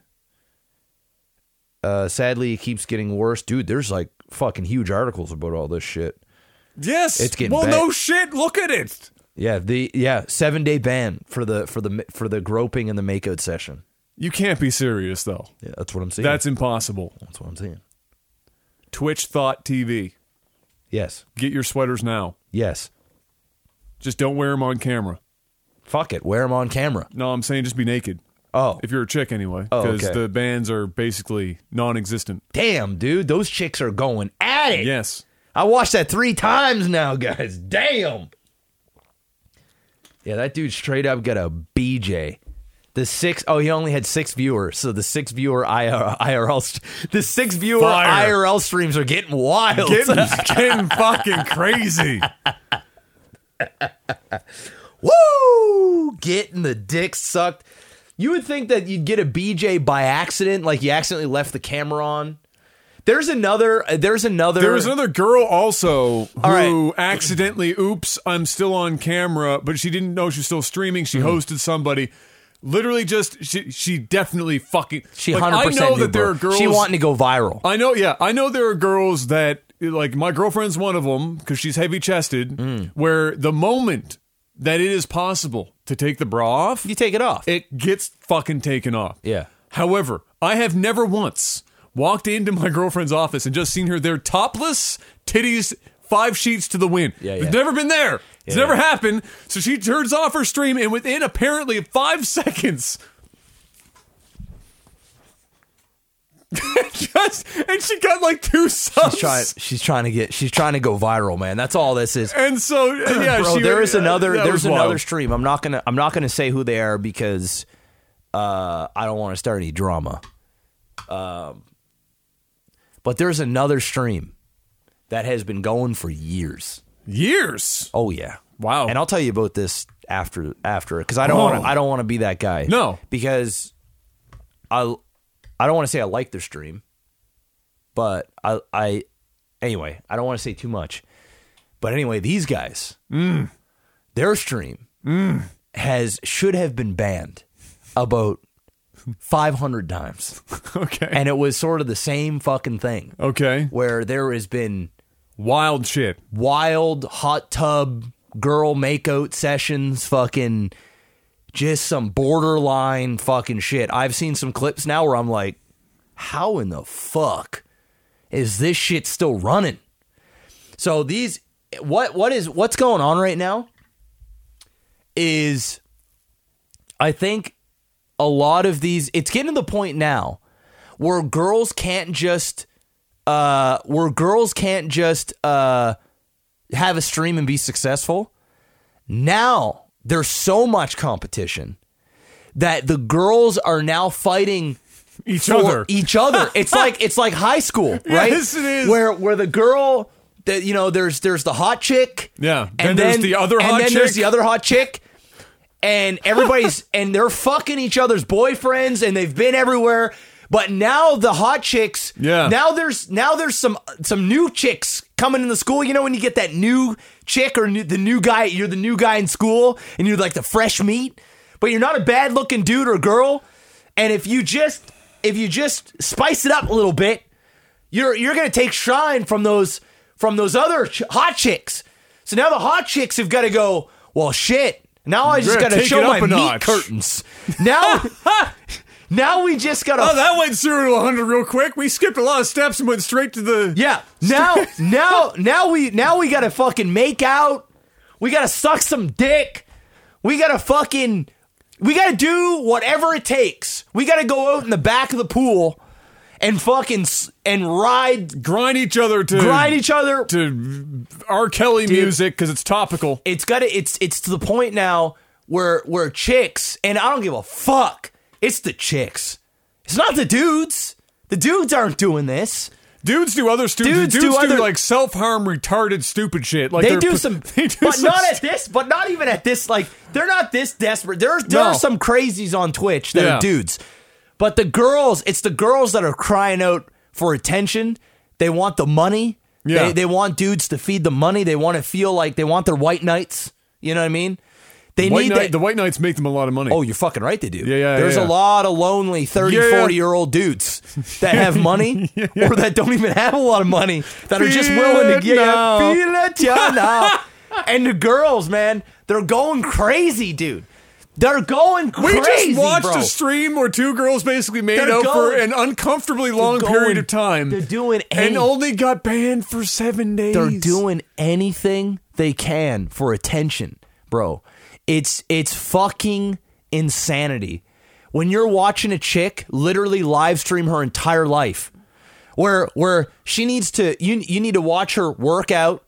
S2: Uh, sadly, it keeps getting worse, dude. There's like fucking huge articles about all this shit.
S1: Yes,
S2: It's getting
S1: well,
S2: bad.
S1: no shit. Look at it.
S2: Yeah, the yeah seven day ban for the for the for the groping and the makeout session.
S1: You can't be serious though.
S2: Yeah, that's what I'm seeing.
S1: That's impossible.
S2: that's what I'm seeing.
S1: Twitch Thought TV.
S2: Yes,
S1: Get your sweaters now.
S2: yes.
S1: Just don't wear them on camera.
S2: Fuck it, wear them on camera.
S1: No, I'm saying just be naked.
S2: Oh,
S1: If you're a chick anyway,
S2: Oh,
S1: because
S2: okay.
S1: the bands are basically non-existent.
S2: damn, dude, those chicks are going at it.
S1: Yes.
S2: I watched that three times now, guys. Damn. Yeah, that dude straight up got a BJ. The six oh he only had six viewers, so the six viewer IR, IRL st- the six viewer
S1: Fire.
S2: IRL streams are getting wild.
S1: Getting, getting fucking crazy.
S2: Woo! Getting the dick sucked. You would think that you'd get a BJ by accident, like you accidentally left the camera on. There's another. uh, There's another.
S1: There was another girl also who
S2: right.
S1: accidentally, oops, I'm still on camera, but she didn't know she was still streaming.
S2: Hmm.
S1: She hosted somebody. Literally just, she, she definitely fucking.
S2: She
S1: like,
S2: hundred
S1: I
S2: percent.
S1: know that there are girls.
S2: She wanting to go viral.
S1: I know, yeah. I know there are girls that, like, my girlfriend's one of them because she's heavy chested,
S2: Hmm.
S1: where the moment that it is possible to take the bra off,
S2: You take it off.
S1: it gets fucking taken off.
S2: Yeah.
S1: However, I have never once walked into my girlfriend's office and just seen her there topless, titties five sheets to the wind.
S2: Yeah,
S1: it's
S2: yeah.
S1: never been there. It's
S2: Yeah,
S1: never
S2: yeah.
S1: happened. So she turns off her stream and within apparently five seconds just and she got like two subs.
S2: she's trying. She's trying to get. She's trying to go viral, man. That's all this is.
S1: and so and yeah,
S2: Bro,
S1: she,
S2: there is another.
S1: that
S2: There's
S1: was wild.
S2: another stream. I'm not gonna. I'm not gonna say who they are because uh, I don't want to start any drama. Um, but there's another stream that has been going for years.
S1: years.
S2: Oh yeah.
S1: Wow.
S2: And I'll tell you about this after after because I don't want
S1: Oh.
S2: to I don't want to be that guy.
S1: No.
S2: Because I I don't want to say I like their stream, but I I anyway, I don't want to say too much. But anyway, these guys, their stream has should have been banned about 500 times.
S1: Okay.
S2: and it was sort of the same fucking thing
S1: okay.
S2: where there has been
S1: Wild shit.
S2: wild hot tub girl makeout sessions, fucking just some borderline fucking shit. I've seen some clips now where I'm like, how in the fuck is this shit still running? So these what what is what's going on right now is I think a lot of these it's getting to the point now where girls can't just uh where girls can't just uh have a stream and be successful. Now there's so much competition that the girls are now fighting
S1: Each
S2: for
S1: other.
S2: each other. It's like it's like high school, right?
S1: Yes, it is.
S2: Where where the girl that you know there's there's the hot chick.
S1: Yeah.
S2: And
S1: Then there's the other hot
S2: and then there's
S1: chick.
S2: the other hot chick. And everybody's and they're fucking each other's boyfriends and they've been everywhere. But now the hot chicks,
S1: Yeah.
S2: Now there's now there's some some new chicks coming in the school. You know when you get that new chick or new, the new guy, you're the new guy in school, and you're like the fresh meat, but you're not a bad looking dude or girl. And if you just if you just spice it up a little bit, you're you're gonna take shine from those from those other ch- hot chicks. So now the hot chicks have got to go. Well, shit. Now I just
S1: gotta
S2: got to
S1: take
S2: show
S1: it up
S2: my
S1: a
S2: meat
S1: notch."
S2: curtains. Now, now we just got to
S1: Oh, that went zero to 100 real quick. We skipped a lot of steps and went straight to the.
S2: Yeah. Now, now, now we now we gotta fucking make out. We gotta suck some dick. We gotta fucking. We gotta do whatever it takes. We gotta go out in the back of the pool and fucking s- and ride,
S1: Grind each other to.
S2: grind each other.
S1: to R. Kelly music because it's topical.
S2: It's gotta. It's it's to the point now where where chicks and I don't give a fuck. It's the chicks. It's not the dudes. The dudes aren't doing this.
S1: Dudes do other stupid.
S2: Dudes
S1: Dudes,
S2: do
S1: do,
S2: other-
S1: like self harm, retarded, stupid shit. Like
S2: they
S1: they're
S2: do
S1: pu-
S2: some,
S1: They do
S2: but
S1: some
S2: not
S1: st-
S2: at this, but not even at this. Like they're not this desperate. There's there
S1: No.
S2: are some crazies on Twitch that
S1: Yeah.
S2: are dudes, but the girls, it's the girls that are crying out for attention. They want the money.
S1: Yeah.
S2: They, they want dudes to feed the money. They want to feel like they want their white knights. You know what I mean? They
S1: White
S2: need
S1: Knight-
S2: that.
S1: the White Knights make them a lot of money.
S2: Oh, you're fucking right, they do.
S1: Yeah, yeah,
S2: There's
S1: yeah,
S2: a
S1: yeah.
S2: lot of lonely 30,
S1: Yeah.
S2: 40 year old dudes that have money or that don't even have a lot of money that are just
S1: Feel
S2: willing
S1: it
S2: to get
S1: now.
S2: Feel it ya now. and the girls, man, they're going crazy, dude. They're going
S1: we
S2: crazy.
S1: just watched
S2: bro.
S1: a stream where two girls basically made
S2: They're
S1: out for an
S2: going-
S1: uncomfortably long
S2: going-
S1: period of time.
S2: they're doing
S1: and
S2: any-
S1: only got banned for seven days.
S2: They're doing anything they can for attention, bro. It's it's fucking insanity. When you're watching a chick literally live stream her entire life, where where she needs to you you need to watch her work out,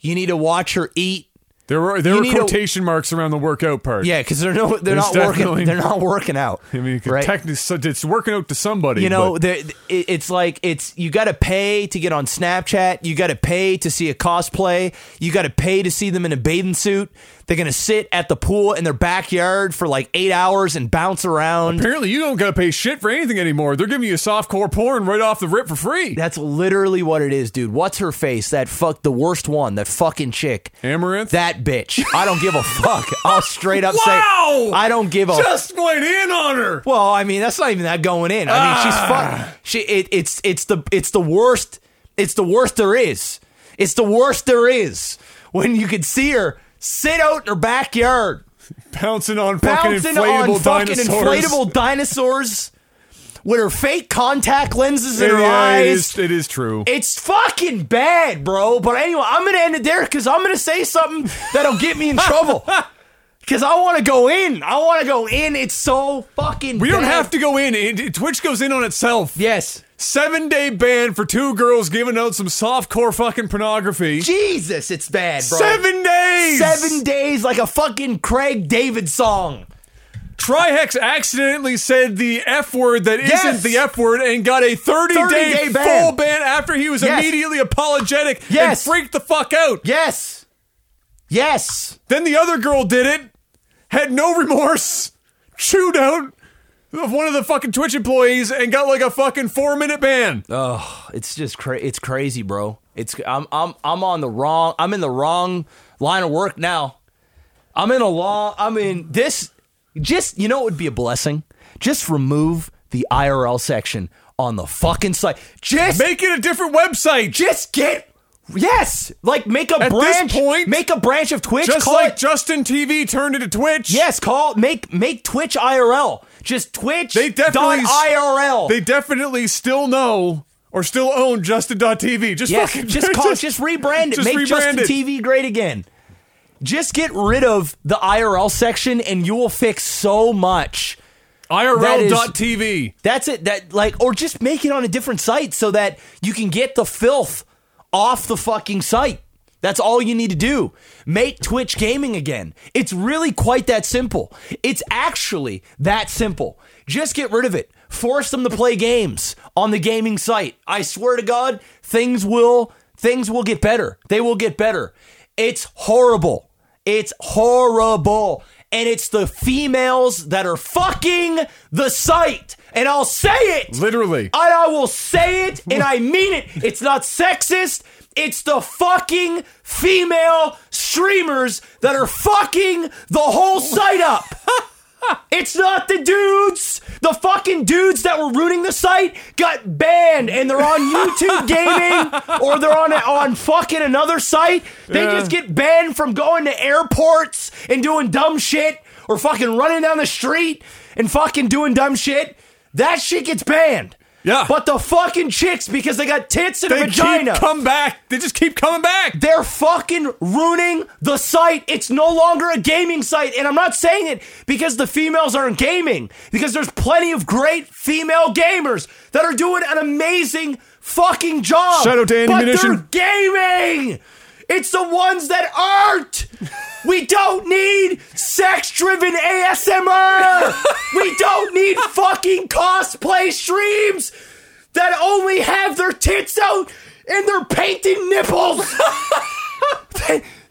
S2: you need to watch her eat.
S1: There were there
S2: You
S1: were
S2: need to-
S1: quotation marks around the workout part.
S2: Yeah, because they're no they're
S1: There's
S2: not working
S1: definitely-
S2: they're not working out.
S1: I mean,
S2: right?
S1: technically, so it's working out to somebody.
S2: You know,
S1: but-
S2: there- it- it's like it's you got to pay to get on Snapchat. You got to pay to see a cosplay. You got to pay to see them in a bathing suit. They're gonna sit at the pool in their backyard for like eight hours and bounce around.
S1: apparently, you don't got to pay shit for anything anymore. They're giving you softcore porn right off the rip for free.
S2: That's literally what it is, dude. What's her face? That fuck the worst one. That fucking chick.
S1: Amaranth?
S2: That bitch. I don't give a fuck. I'll straight up
S1: Wow!
S2: say I don't give a
S1: just went in on her.
S2: Well, I mean, that's not even that going in. I mean,
S1: Ah.
S2: she's fuck. She it, it's it's the it's the worst. It's the worst there is. It's the worst there is when you could see her sit out in her backyard
S1: Pouncing on fucking
S2: bouncing
S1: inflatable
S2: on fucking
S1: dinosaurs.
S2: inflatable dinosaurs with her fake contact lenses in her
S1: Yeah, It
S2: eyes.
S1: is, it is true.
S2: It's fucking bad, bro. But anyway, I'm gonna end it there because I'm gonna say something that'll get me in trouble. Because I want to go in. I want to go in. It's so fucking.
S1: we don't
S2: bad.
S1: have to go in. It, Twitch goes in on itself.
S2: Yes.
S1: Seven day ban for two girls giving out some softcore fucking pornography.
S2: Jesus, it's bad, bro.
S1: Seven days.
S2: Seven days like a fucking Craig David song.
S1: Trihex accidentally said the F word that
S2: Yes.
S1: not the F word and got a 30,
S2: 30
S1: day,
S2: day ban.
S1: full ban after he was
S2: Yes.
S1: immediately apologetic
S2: Yes.
S1: and freaked the fuck out.
S2: Yes. Yes.
S1: Then the other girl did it, had no remorse, chewed out of one of the fucking Twitch employees and got like a fucking four minute ban.
S2: It's just cra- it's crazy, bro. It's I'm I'm I'm on the wrong I'm in the wrong line of work now. I'm in a law I'm in this just you know it would be a blessing? Just remove the IRL section on the fucking site. Just
S1: Make it a different website.
S2: just get Yes, like make a
S1: At this
S2: branch
S1: point,
S2: make a branch of Twitch
S1: Just
S2: call
S1: like
S2: it-
S1: Justin TV turned into Twitch.
S2: Yes, call make make Twitch IRL. Just Twitch.
S1: They definitely
S2: dot IRL.
S1: They definitely still know or still own Justin.tv. Just
S2: yes,
S1: fucking
S2: just call. Just, rebrand it.
S1: just
S2: make
S1: rebrand
S2: Justin
S1: it.
S2: TV great again. Just get rid of the IRL section, and you will fix so much. That is-
S1: IRL.tv.
S2: That's it. That like, or just make it on a different site so that you can get the filth off the fucking site. That's all you need to do. Make Twitch gaming again. It's really quite that simple. It's actually that simple. Just get rid of it. Force them to play games on the gaming site. I swear to God, things will things will get better. They will get better. It's horrible. It's horrible. And it's the females that are fucking the site. And I'll say it.
S1: Literally.
S2: And I will say it and I mean it. It's not sexist. It's the fucking female streamers that are fucking the whole site up. It's not the dudes. The fucking dudes that were ruining the site got banned, and they're on YouTube gaming, or they're on on fucking another site. They
S1: Yeah.
S2: just get banned from going to airports and doing dumb shit, or fucking running down the street and fucking doing dumb shit. That shit gets banned.
S1: Yeah.
S2: But the fucking chicks, because they got tits and
S1: They
S2: a vagina.
S1: keep come back. They just keep coming back.
S2: They're fucking ruining the site. It's no longer a gaming site. And I'm not saying it because the females aren't gaming, because there's plenty of great female gamers that are doing an amazing fucking job.
S1: Shout out to Andy
S2: but
S1: Munition.
S2: They're gaming. It's the ones that aren't. We don't need sex driven ASMR. we don't need fucking cosplay streams that only have their tits out and they're painting nipples.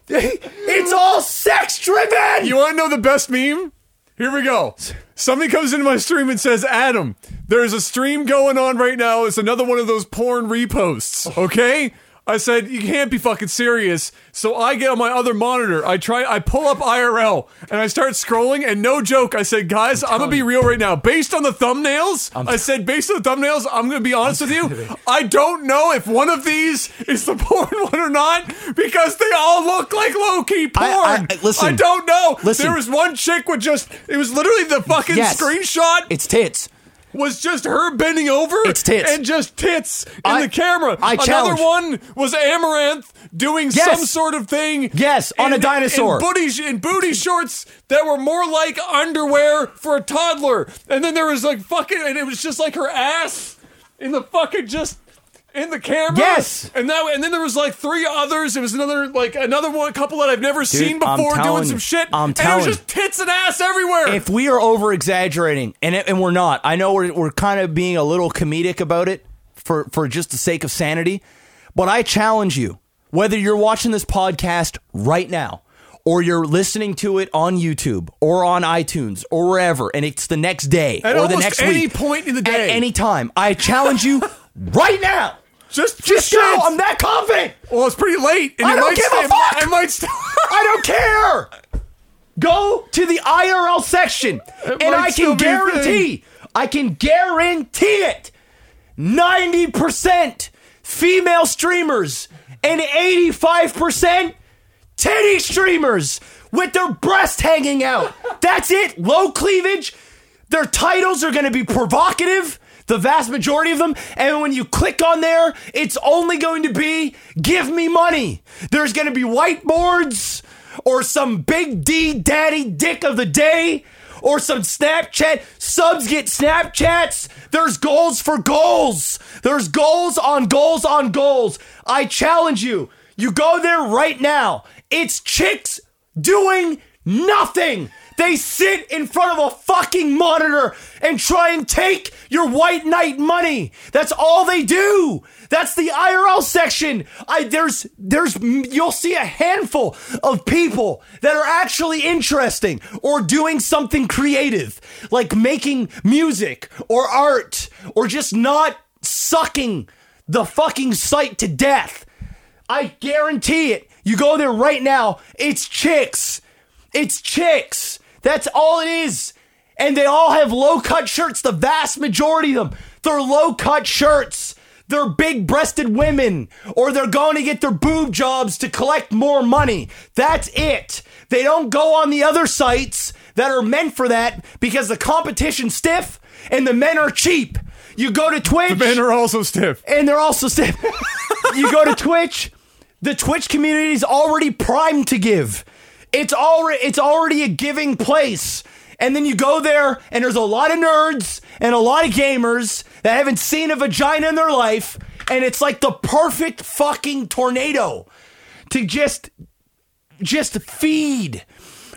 S2: it's all sex driven.
S1: You want to know the best meme? Here we go. Somebody comes into my stream and says, Adam, there's a stream going on right now. It's another one of those porn reposts,
S3: Oh.
S1: okay? I said, you can't be fucking serious. So I get on my other monitor. I try, I pull up IRL and I start scrolling. And no joke, I said, guys, I'm, gonna be real right now. Based on the thumbnails, I said, based on the thumbnails, I'm gonna be honest with you. I don't know if one of these is the porn one or not because they all look like low key porn.
S3: I- I- listen.
S1: I don't know.
S3: Listen.
S1: There was one chick with just it was literally the fucking
S3: Yes.
S1: screenshot
S3: It's tits.
S1: was just her bending over
S3: It's tits.
S1: and just tits in
S3: I-
S1: the camera.
S3: I
S1: Another
S3: challenge-
S1: one was Amaranth doing
S3: Yes.
S1: some sort of thing.
S3: Yes, on a
S1: in-
S3: dinosaur.
S1: In booty, sh- in booty shorts that were more like underwear for a toddler. And then there was like fucking and it was just like her ass in the fucking just in the camera.
S2: Yes.
S1: And that and then there was like three others. It was another like another one couple that I've never seen
S3: I'm
S1: before doing
S3: telling
S1: some
S3: you.
S1: shit.
S3: I'm
S1: and
S3: telling
S1: it
S3: you.
S1: was just tits and ass everywhere.
S3: if we are over exaggerating and it, and we're not i know we're, we're kind of being a little comedic about it for for just the sake of sanity but i challenge you whether you're watching this podcast right now or you're listening to it on YouTube or on iTunes or wherever, and it's the next day
S1: At
S3: or the
S1: almost
S3: next
S1: any
S3: week,
S1: point in the
S3: at
S1: day.
S3: any time, I challenge you right now.
S1: just
S2: Just
S1: shit.
S2: now, I'm that confident.
S1: Well, it's pretty late, and
S2: I
S1: it
S2: don't
S1: might
S2: give a
S1: stay-
S2: fuck!
S1: it might stay-
S2: I don't care. Go to the IRL section, and
S1: might
S2: I
S1: still
S2: can
S1: be a thing.
S2: guarantee, I can guarantee it. 90% female streamers and 85% titty streamers with their breast hanging out. That's it. Low cleavage. Their titles are going to be provocative, the vast majority of them. And when you click on there, it's only going to be give me money. There's going to be whiteboards or some big D daddy dick of the day or some Snapchat. Subs get Snapchats. There's goals for goals. There's goals on goals on goals. I challenge you. You go there right now. It's chicks doing nothing. They sit in front of a fucking monitor and try and take your white knight money. That's all they do. That's the IRL section. I there's there's you'll see a handful of people that are actually interesting or doing something creative, like making music or art or just not sucking the fucking site to death. I guarantee it. You go there right now, it's chicks. It's chicks. That's all it is. And they all have low cut shirts, the vast majority of them. They're low cut shirts. They're big breasted women, or they're going to get their boob jobs to collect more money. That's it. They don't go on the other sites that are meant for that because the competition's stiff and the men are cheap. You go to Twitch
S1: Men are also stiff.
S2: and they're also saying you go to Twitch, the Twitch community is already primed to give. It's already it's already a giving place. And then you go there and there's a lot of nerds and a lot of gamers that haven't seen a vagina in their life and it's like the perfect fucking tornado to just just feed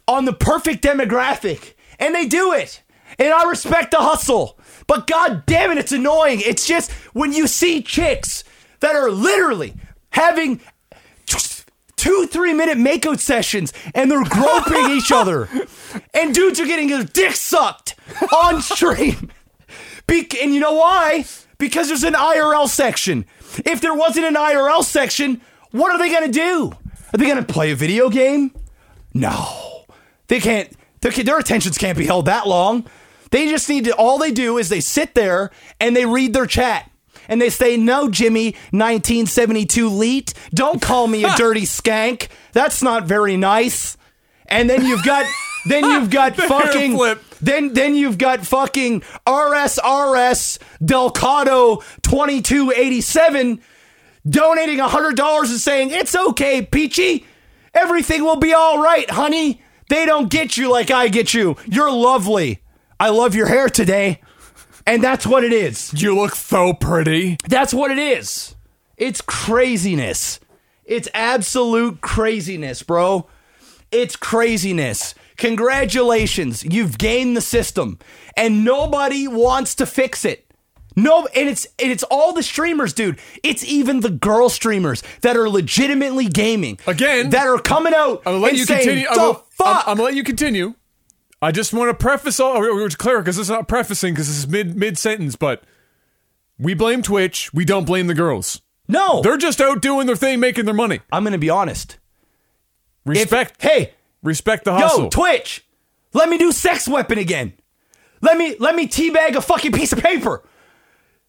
S2: on the perfect demographic and they do it and i respect the hustle but god damn it it's annoying it's just when you see chicks that are literally having t- two three minute makeout sessions and they're groping each other and dudes are getting their dick sucked on stream Bec and you know why? Because there's an IRL section. If there wasn't an IRL section, what are they going to do? Are they going to play a video game? No. They can't. Their, their attentions can't be held that long. They just need to, all they do is they sit there and they read their chat. And they say, no, Jimmy, 1972 leet. Don't call me a dirty skank. That's not very nice. And then you've got, then you've got fucking,
S1: flip.
S2: then then you've got fucking RSRS Delcado 2287 donating $100 and saying, It's okay, Peachy. Everything will be all right, honey. They don't get you like I get you. You're lovely. I love your hair today. And that's what it is.
S1: You look so pretty.
S2: That's what it is. It's craziness. It's absolute craziness, bro. It's craziness. Congratulations. You've gained the system and nobody wants to fix it. No, and it's and it's all the streamers, dude. It's even the girl streamers that are legitimately gaming
S1: Again,
S2: that are coming out
S1: I'm gonna let
S2: and
S1: you
S2: saying,
S1: continue.
S2: "The
S1: I will,
S2: fuck?"
S1: I'm, I'm gonna let you continue. I just want to preface all. We were clear because this is not prefacing because this is mid mid sentence. But we blame Twitch. We don't blame the girls.
S2: no,
S1: They're just out doing their thing, making their money.
S2: I'm gonna be honest. If-
S1: Respect.
S2: hey,
S1: respect the
S2: Yo,
S1: hustle.
S2: Twitch, let me do sex weapon again. Let me let me teabag a fucking piece of paper.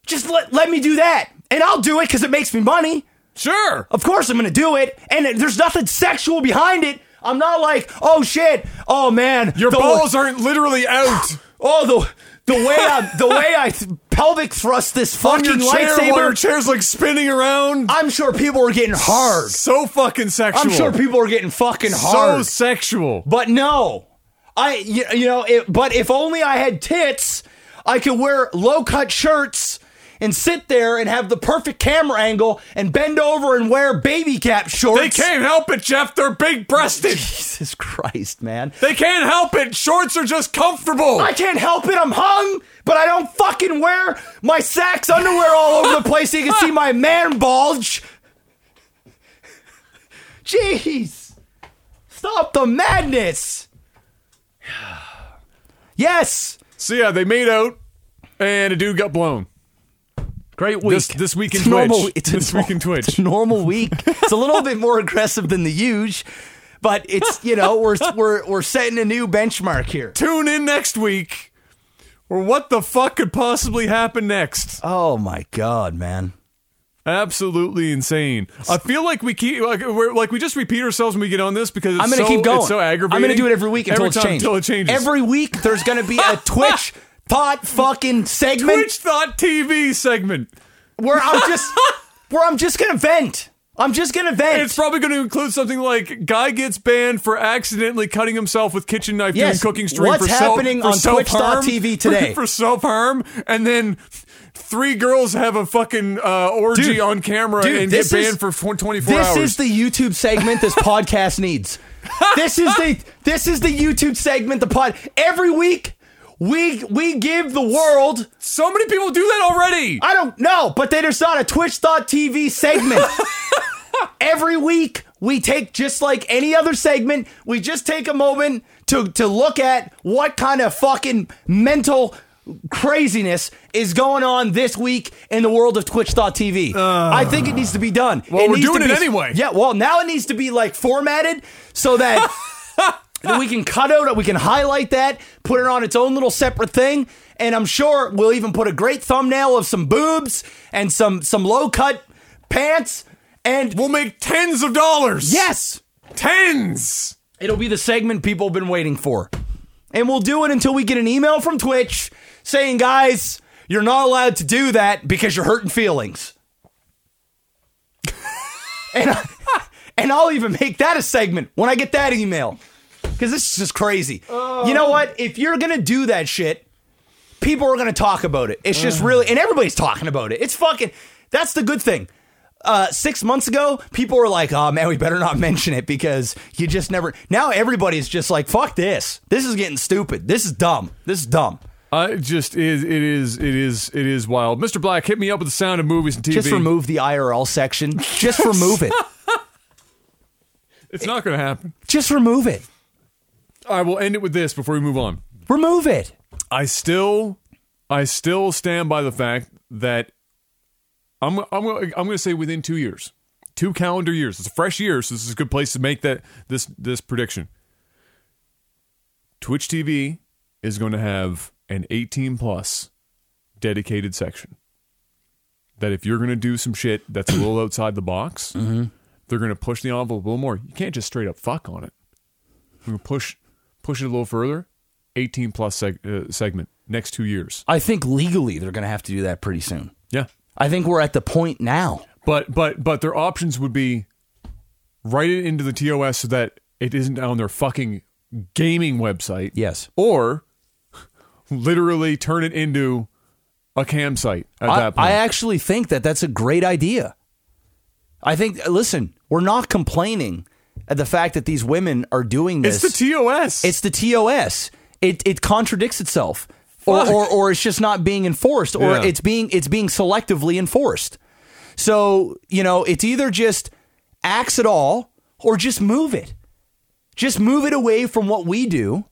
S2: Just let let me do that, and I'll do it because it makes me money.
S1: sure.
S2: Of course I'm gonna do it, and it- there's nothing sexual behind it. I'm not like, oh shit, oh man,
S1: Your
S2: the-
S1: balls aren't literally out.
S2: oh the the way I the way I pelvic thrust this
S1: on
S2: fucking
S1: your chair while your
S2: lightsaber.
S1: chair's like spinning around.
S2: I'm sure people are getting hard.
S1: So fucking sexual.
S2: I'm sure people are getting fucking
S1: so
S2: hard.
S1: sexual.
S2: But no, I you, you know. It, but if only I had tits, I could wear low cut shirts and sit there and have the perfect camera angle and bend over and wear baby cap shorts.
S1: They can't help it, Jeff. They're big breasted.
S2: Jesus Christ, man.
S1: They can't help it. Shorts are just comfortable.
S2: I can't help it. I'm hung, but I don't fucking wear my Saks underwear all over the place so you can see my man bulge. Jeez. Stop the madness. Yes.
S1: So yeah, they made out, and a dude got blown.
S2: Great week.
S1: This- this week in
S2: It's normal-
S1: Twitch.
S2: it's a
S1: This
S2: nor-
S1: week in Twitch.
S2: It's a normal week. It's a little bit more aggressive than the huge, but it's you know we're we're we're setting a new benchmark here.
S1: Tune in next week, or what the fuck could possibly happen next?
S2: Oh my god, man!
S1: Absolutely insane. I feel like we keep like we're like we just repeat ourselves when we get on this because it's
S2: I'm gonna
S1: so-
S2: keep going.
S1: It's so aggravating.
S2: I'm gonna do it every week until
S1: Every
S2: it's
S1: time
S2: changed.
S1: Until it changes.
S2: Every week there's gonna be a Twitch thought fucking segment
S1: Twitch Thought TV segment.
S2: where I'm just where I'm just gonna vent. I'm just gonna vent.
S1: It's probably going to include something like guy gets banned for accidentally cutting himself with kitchen knife
S2: Yes,
S1: during cooking stream
S2: what's
S1: for self-
S2: happening
S1: for
S2: on
S1: self-harm-
S2: Twitch.tv today?
S1: for, self harm, and then three girls have a fucking uh, orgy
S2: Dude,
S1: on camera
S2: dude,
S1: and get
S2: this
S1: banned
S2: is-
S1: for tw- twenty four
S2: This
S1: hours.
S2: is the YouTube segment this podcast needs. This is the this is the YouTube segment the pod every week we we give the world
S1: so many people do that already.
S2: I don't know, but then there's not a twitch.tv segment. every week we take just like any other segment, we just take a moment to to look at what kind of fucking mental craziness is going on this week in the world of twitch.tv. I think it needs to be done.
S1: Well, we're
S2: needs to
S1: doing it
S2: be-
S1: anyway.
S2: Yeah, well, now it needs to be like formatted so that that we can cut out, we can highlight that, put it on its own little separate thing, and I'm sure we'll even put a great thumbnail of some boobs and some some low cut pants. And
S1: we'll make tens of dollars.
S2: yes,
S1: tens.
S2: it'll be the segment people have been waiting for, and we'll do it until we get an email from Twitch saying, guys, you're not allowed to do that because you're hurting feelings. and I, and I'll even make that a segment when I get that email. Because this is just crazy. You know what? If you're going to do that shit, people are going to talk about it. It's just really, and everybody's talking about it. It's fucking, that's the good thing. Uh, six months ago, people were like, oh man, we better not mention it because you just never. Now everybody's just like, fuck this. This is getting stupid. This is dumb. This is dumb.
S1: I just is it is it is it is wild. Mr. Black, hit me up with the sound of movies and TV.
S2: Just remove the IRL section. Just remove it.
S1: it's not going to happen.
S2: Just remove it.
S1: I will end it with this before we move on.
S2: Remove it.
S1: I still, I still stand by the fact that I'm, I'm, I'm going to say within two years, two calendar years. It's a fresh year, so this is a good place to make that this this prediction. Twitch TV is going to have an 18 plus dedicated section. That if you're going to do some shit that's a little outside the box, they're going to push the envelope a little more. You can't just straight up fuck on it. We're going to push push it a little further. 18 plus seg- uh, segment next two years.
S2: I think legally they're going to have to do that pretty soon.
S1: Yeah,
S2: I think we're at the point now.
S1: but but but their options would be write it into the TOS so that it isn't on their fucking gaming website.
S2: Yes.
S1: or literally turn it into a campsite at
S2: I,
S1: that point.
S2: I actually think that that's a great idea. I think, listen, we're not complaining at the fact that these women are doing
S1: it's
S2: this.
S1: the TOS.
S2: It's the TOS. It it contradicts itself, or,
S1: Fuck.
S2: or or it's just not being enforced, or
S1: Yeah.
S2: it's being it's being selectively enforced. So you know, it's either just axe it all, or just move it, just move it away from what we do,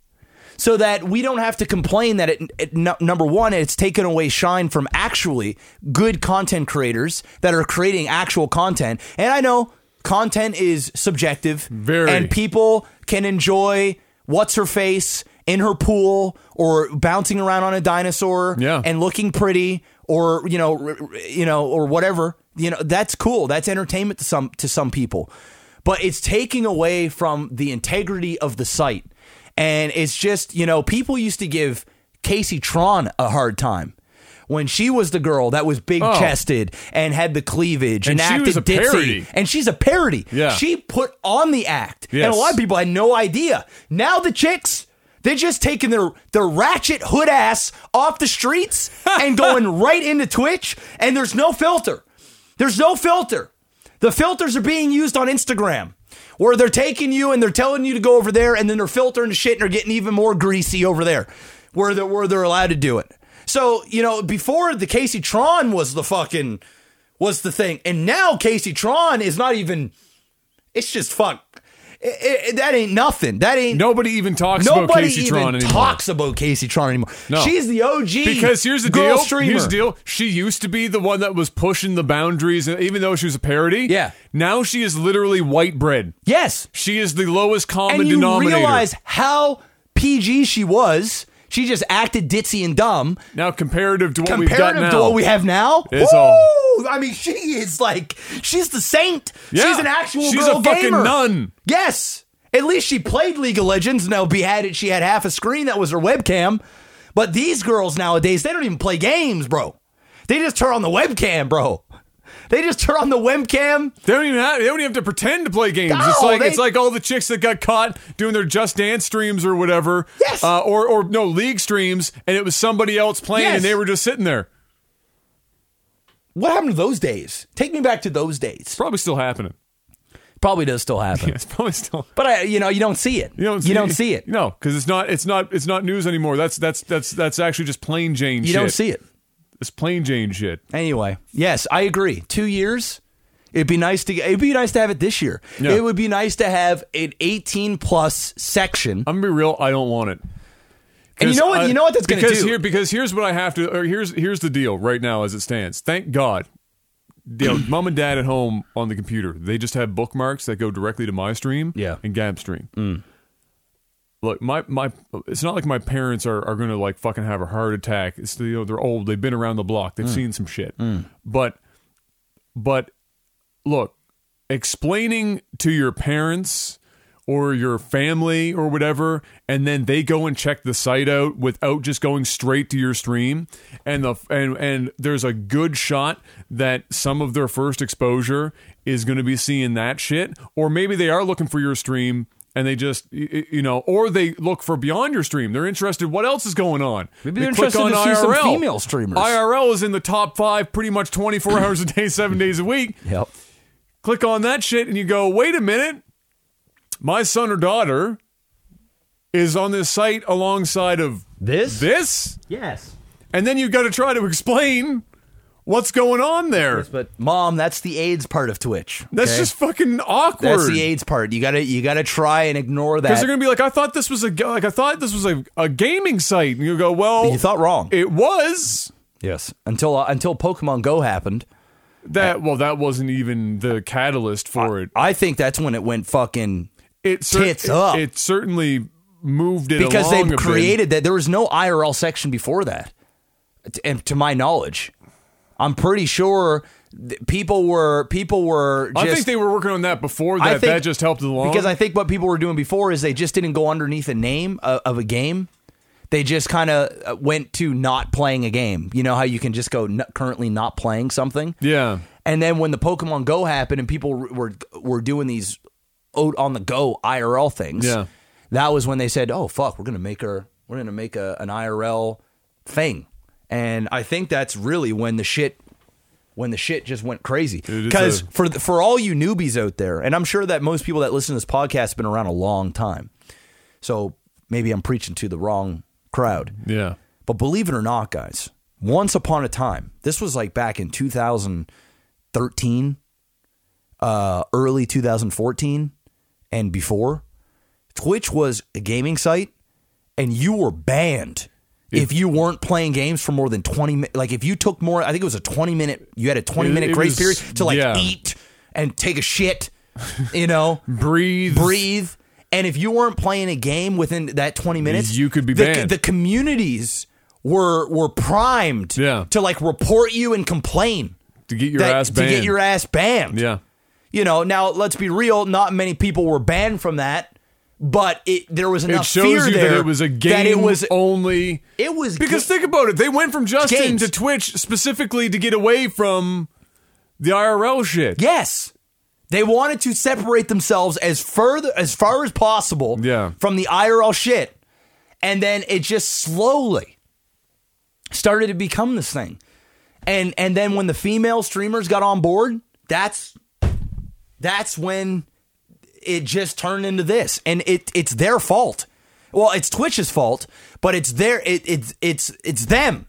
S2: so that we don't have to complain that it, it nu- number one, it's taken away shine from actually good content creators that are creating actual content. And I know content is subjective,
S1: Very.
S2: and people can enjoy what's her face in her pool or bouncing around on a dinosaur
S1: Yeah.
S2: and looking pretty or you know r- r- you know or whatever you know that's cool that's entertainment to some to some people but it's taking away from the integrity of the site and it's just you know people used to give Casey Tron a hard time when she was the girl that was big chested and had the cleavage and,
S1: Oh. And she
S2: acted
S1: was a
S2: ditzy
S1: parody.
S2: and she's a parody
S1: Yeah.
S2: she put on the act and
S1: Yes.
S2: a lot of people had no idea. Now the chicks, they're just taking their their ratchet hood ass off the streets and going right into Twitch, and there's no filter. There's no filter. The filters are being used on Instagram. Where they're taking you and they're telling you to go over there, and then they're filtering the shit and they're getting even more greasy over there, where they're where they're allowed to do it. So you know, before the Casey Tron was the fucking was the thing, and now Casey Tron is not even it's just fuck. It- it- that ain't nothing. That ain't
S1: Nobody even talks about
S2: nobody
S1: Casey
S2: even
S1: Tron anymore.
S2: talks about Casey Tron anymore.
S1: No.
S2: She's the OG.
S1: because here's the
S2: girl
S1: deal.
S2: Streamer.
S1: Here's the deal. She used to be the one that was pushing the boundaries, and even though she was a parody.
S2: Yeah.
S1: Now she is literally white bread.
S2: Yes,
S1: She is the lowest common
S2: and you
S1: denominator.
S2: realize how PG she was. She just acted ditzy and dumb.
S1: now, comparative to what we've got
S2: Comparative
S1: now,
S2: to what we have now,
S1: It's
S2: Woo!
S1: all-
S2: I mean, she is like she's the saint.
S1: Yeah.
S2: She's an actual
S1: She's
S2: girl
S1: a fucking
S2: gamer.
S1: nun.
S2: Yes. At least she played League of Legends. Now beheaded, she had half a screen that was her webcam. But these girls nowadays, they don't even play games, bro. They just turn on the webcam, bro. They just turn on the webcam.
S1: they don't even have, they don't even have to pretend to play games. it's
S2: No,
S1: like
S2: they-
S1: it's like all the chicks that got caught doing their Just Dance streams or whatever,
S2: Yes.
S1: uh, or or no league streams, and it was somebody else playing,
S2: Yes.
S1: and they were just sitting there.
S2: What happened to those days? Take me back to those days.
S1: Probably still happening.
S2: Probably does still happen.
S1: It's probably still.
S2: But I, you know, you don't see it.
S1: You don't.
S2: see it.
S1: No, because it's not. It's not. It's not news anymore. That's that's that's that's actually just plain Jane.
S2: You don't see it.
S1: It's plain Jane shit.
S2: Anyway, yes, I agree. Two years. It'd be nice to get- it'd be nice to have it this year.
S1: Yeah.
S2: It would be nice to have an 18 plus section.
S1: I'm gonna be real. I don't want it.
S2: And you know what-
S1: I-
S2: you know what that's gonna
S1: because
S2: do?
S1: Here, because here's what I have to. Or here's here's the deal right now as it stands. Thank God, you know, mom and dad at home on the computer. They just have bookmarks that go directly to my stream.
S2: Yeah. Mm.
S1: and Gab stream. Look, my my. It's not like my parents are are gonna like fucking have a heart attack. It's you know they're old. They've been around the block. They've
S2: Mm.
S1: seen some shit. But but look, explaining to your parents or your family or whatever, and then they go and check the site out without just going straight to your stream, and the and and there's a good shot that some of their first exposure is going to be seeing that shit, or maybe they are looking for your stream. And they just, y- y- you know, or they look for beyond your stream. They're interested. What else is going on?
S2: Maybe
S1: They
S2: they're
S1: click
S2: interested
S1: on
S2: to see some
S1: IRL.
S2: female streamers.
S1: IRL is in the top five pretty much 24 hours a day, seven days a week
S2: Yep.
S1: click on that shit and you go, wait a minute, my son or daughter is on this site alongside of
S2: This?
S1: this,
S2: Yes.
S1: and then you've got to try to explain what's going on there.
S2: But mom, that's the AIDS part of Twitch.
S1: That's
S2: okay?
S1: just fucking awkward.
S2: that's the AIDS part. You gotta you gotta try and ignore that.
S1: because they're gonna be like, I thought this was a ga- like I thought this was a, a gaming site, and you go, well,
S2: you thought wrong.
S1: it was
S2: yes. Until uh, until Pokemon Go happened,
S1: that. Well, that wasn't even the catalyst for it.
S2: I think that's when it went fucking.
S1: It
S2: Tits up.
S1: It, certainly moved it
S2: because
S1: along
S2: they've
S1: a bit.
S2: created that. There was no IRL section before that, T- and to my knowledge, I'm pretty sure th- people were people were. Just,
S1: I think they were working on that before
S2: I
S1: that.
S2: think-
S1: that just helped along.
S2: because I think what people were doing before is they just didn't go underneath a name of, of a game. They just kind of went to not playing a game. You know how you can just go n- currently not playing something.
S1: yeah.
S2: And then when the Pokemon Go happened and people were were doing these o- on the go IRL things,
S1: Yeah.
S2: that was when they said, "Oh fuck, we're gonna make our we're gonna make a, an IRL thing." And I think that's really when the shit when the shit just went crazy.
S1: Dude, it's
S2: Because
S1: a-
S2: for the, for all you newbies out there, and I'm sure that most people that listen to this podcast have been around a long time, so maybe I'm preaching to the wrong crowd.
S1: Yeah.
S2: But believe it or not, guys, once upon a time, this was like back in 2013, uh, early 2014, and before, Twitch was a gaming site, and you were banned. If you weren't playing games for more than 20 minutes, like if you took more, I think it was a 20 minute, you had a 20
S1: It-
S2: minute
S1: it
S2: grace
S1: was-
S2: period to like
S1: yeah.
S2: eat and take a shit, you know?
S1: Breathe.
S2: breathe. And if you weren't playing a game within that 20 minutes,
S1: You could be
S2: the,
S1: banned.
S2: The communities were were primed
S1: Yeah.
S2: to like report you and complain
S1: To get your
S2: that-
S1: ass
S2: to
S1: banned.
S2: get your ass banned.
S1: yeah.
S2: You know, now let's be real, not many people were banned from that, but it there was enough
S1: It shows
S2: fear
S1: you
S2: there
S1: that it was a game
S2: that it was
S1: only.
S2: it was
S1: Because think about it, they went from Justin
S2: Games.
S1: to Twitch specifically to get away from the IRL shit.
S2: Yes. They wanted to separate themselves as further as far as possible
S1: Yeah.
S2: from the IRL shit. And then it just slowly started to become this thing. And and then when the female streamers got on board, that's that's when it just turned into this. And it it's their fault. Well, it's Twitch's fault, but it's their it, it's it's it's them.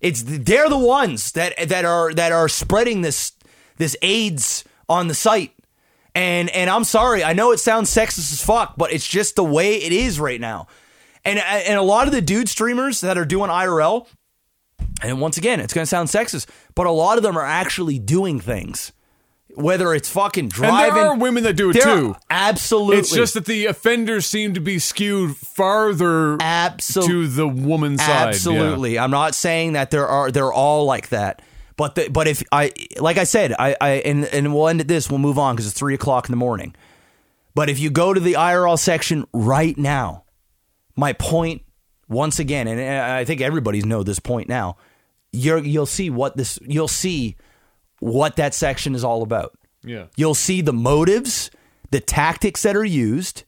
S2: It's they're the ones that that are that are spreading this this AIDS on the site. And and I'm sorry, I know it sounds sexist as fuck, but it's just the way it is right now. And and a lot of the dude streamers that are doing IRL, and once again, it's going to sound sexist, but a lot of them are actually doing things. Whether it's fucking
S1: And
S2: driving,
S1: there are women that do it
S2: There are-
S1: too.
S2: Absolutely,
S1: It's just that the offenders seem to be skewed farther
S2: Absol-
S1: to the woman's side.
S2: Absolutely. I'm not saying that there are they're all like that. But the, but if I like I said I, I and and we'll end at this. We'll move on because it's three o'clock in the morning. But if you go to the IRL section right now, my point once again, and I think everybody's know this point now. You're, you'll see what this you'll see what that section is all about.
S1: Yeah. yeah.
S2: You'll see the motives, the tactics that are used.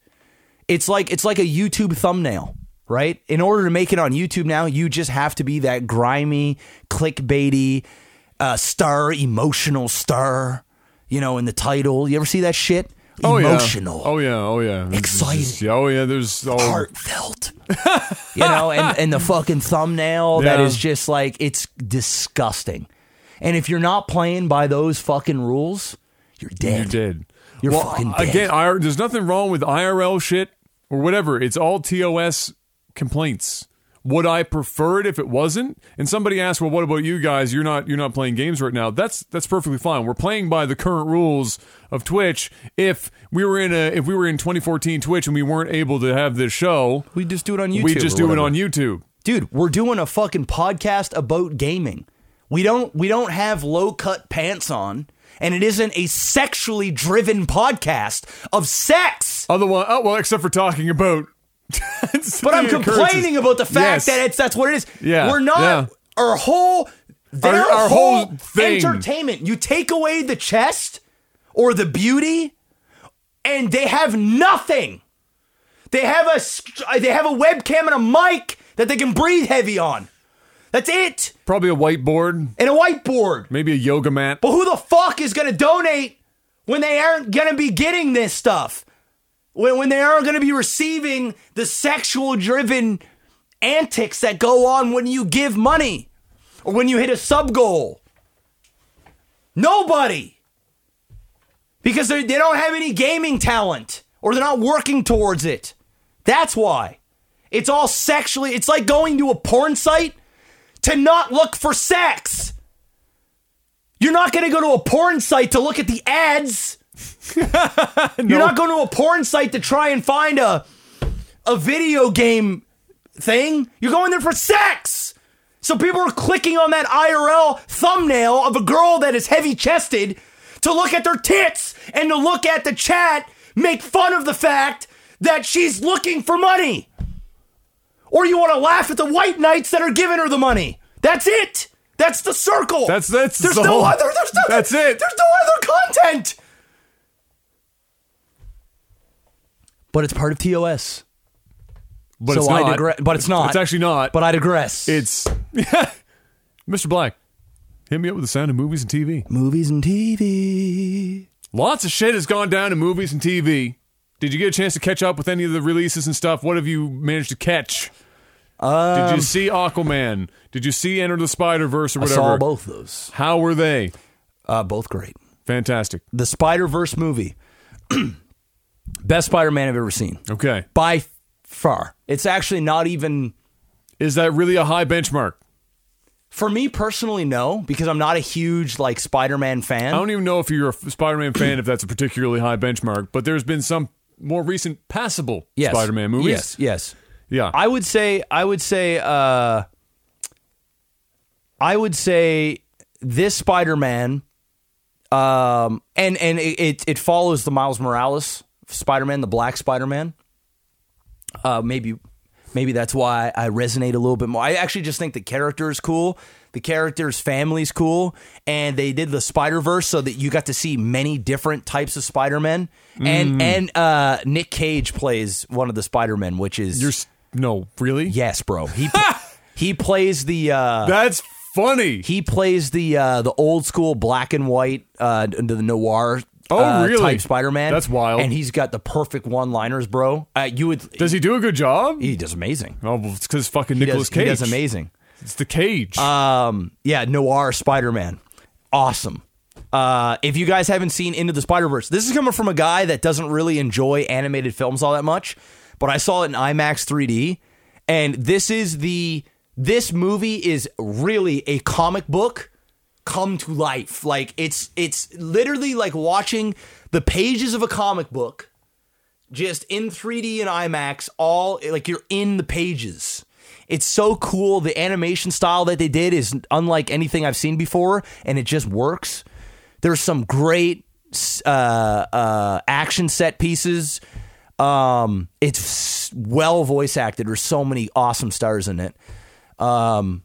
S2: It's like it's like a YouTube thumbnail, right? In order to make it on YouTube now, you just have to be that grimy, clickbaity, uh, star emotional star. You know, in the title, you ever see that shit?
S1: Oh, yeah.
S2: emotional,
S1: Oh yeah. Oh yeah.
S2: Exciting.
S1: It's just- yeah, oh yeah. There's all.
S2: heartfelt. you know, and, and the fucking thumbnail that
S1: Yeah.
S2: is just like it's disgusting. And if you're not playing by those fucking rules, you're
S1: You
S2: dead.
S1: did.
S2: You're
S1: well,
S2: fucking dead.
S1: again. I, there's nothing wrong with IRL shit or whatever. It's all TOS complaints. Would I prefer it if it wasn't? And somebody asked, "Well, what about you guys? You're not you're not playing games right now." That's that's perfectly fine. We're playing by the current rules of Twitch. If we were in a if we were in 2014 Twitch and we weren't able to have this show,
S2: We just do it on YouTube.
S1: we just
S2: or
S1: do it
S2: whatever.
S1: on YouTube.
S2: Dude, we're doing a fucking podcast about gaming. We don't we don't have low cut pants on, and it isn't a sexually driven podcast of sex.
S1: Otherwise, oh well, except for talking about.
S2: But I'm complaining about the fact
S1: Yes.
S2: that it's that's what it is.
S1: Yeah,
S2: We're not
S1: yeah.
S2: our whole their
S1: Our- our
S2: whole,
S1: whole thing.
S2: entertainment. You take away the chest or the beauty, and they have nothing. They have a s- they have a webcam and a mic that they can breathe heavy on. That's it.
S1: probably a whiteboard,
S2: And a whiteboard.
S1: maybe a yoga mat.
S2: But who the fuck is gonna donate when they aren't gonna be getting this stuff? When, when they aren't gonna be receiving the sexual driven antics that go on when you give money or when you hit a sub goal? Nobody! Because they they don't have any gaming talent or they're not working towards it. That's why. It's all sexually, it's like going to a porn site to not look for sex. You're not going to go to a porn site to look at the ads. You're not going to a porn site to try and find a
S4: a video game thing. You're going there for sex. So people are clicking on that IRL thumbnail of a girl that is heavy chested to look at their tits and to look at the chat, make fun of the fact that she's looking for money. Or you want to laugh at the white knights that are giving her the money. That's it. That's the circle.
S1: That's- that's
S4: there's
S1: the
S4: no
S1: whole-
S4: other there's no
S1: that's it.
S4: There's no other content. But it's part of TOS.
S1: But
S4: so
S1: it's
S4: I
S1: not.
S4: digre- but it's not.
S1: It's actually not.
S4: But I digress.
S1: it's Mr. Black. Hit me up with the sound of movies and TV.
S4: movies and TV.
S1: Lots of shit has gone down in movies and TV. Did you get a chance to catch up with any of the releases and stuff? What have you managed to catch? Did
S4: Um,
S1: you see Aquaman? Did you see Enter the Spider Verse or
S2: I
S1: whatever?
S2: saw both those.
S1: How were they?
S2: Uh, both great.
S1: Fantastic.
S2: The Spider Verse movie, best Spider Man I've ever seen
S1: Okay.
S2: by far. It's actually not even
S1: Is that really a high benchmark?
S2: for me personally. No, because I'm not a huge like Spider Man fan.
S1: I don't even know if you're a Spider-Man fan if that's a particularly high benchmark, but there's been some more recent passable
S2: Yes.
S1: Spider-Man movies.
S2: Yes, yes.
S1: Yeah.
S2: I would say I would say uh I would say this Spider-Man um and and it it, it follows the Miles Morales Spider-Man, the Black Spider-Man. Uh maybe maybe that's why I resonate a little bit more. I actually just think the character is cool. The character's family's cool, and they did the Spider Verse so that you got to see many different types of Spider Men. And and uh, Nick Cage plays one of the Spider Men, which is
S1: You're s- no, really?
S2: Yes, bro. He pl- he plays the uh,
S1: That's funny.
S2: he plays the uh, the old school black and white uh, d- the noir.
S1: Oh,
S2: uh,
S1: really?
S2: Type Spider Man.
S1: That's wild.
S2: And he's got the perfect one liners, bro. Uh, you would.
S1: Does he do a good job?
S2: he does amazing.
S1: Oh, well, it's because fucking
S2: He does,
S1: Nicholas
S2: he
S1: Cage.
S2: does amazing.
S1: It's the Cage.
S2: Um, yeah, noir Spider Man. Awesome. Uh, if you guys haven't seen Into the Spider Verse, this is coming from a guy that doesn't really enjoy animated films all that much, but I saw it in IMAX 3D, and this is the this movie is really a comic book come to life. Like it's it's literally like watching the pages of a comic book just in 3D and IMAX, all like you're in the pages. It's so cool. The animation style that they did is unlike anything I've seen before, and it just works. There's some great s- uh, uh, action set pieces. Um, it's s- well voice acted. There's so many awesome stars in it. Um,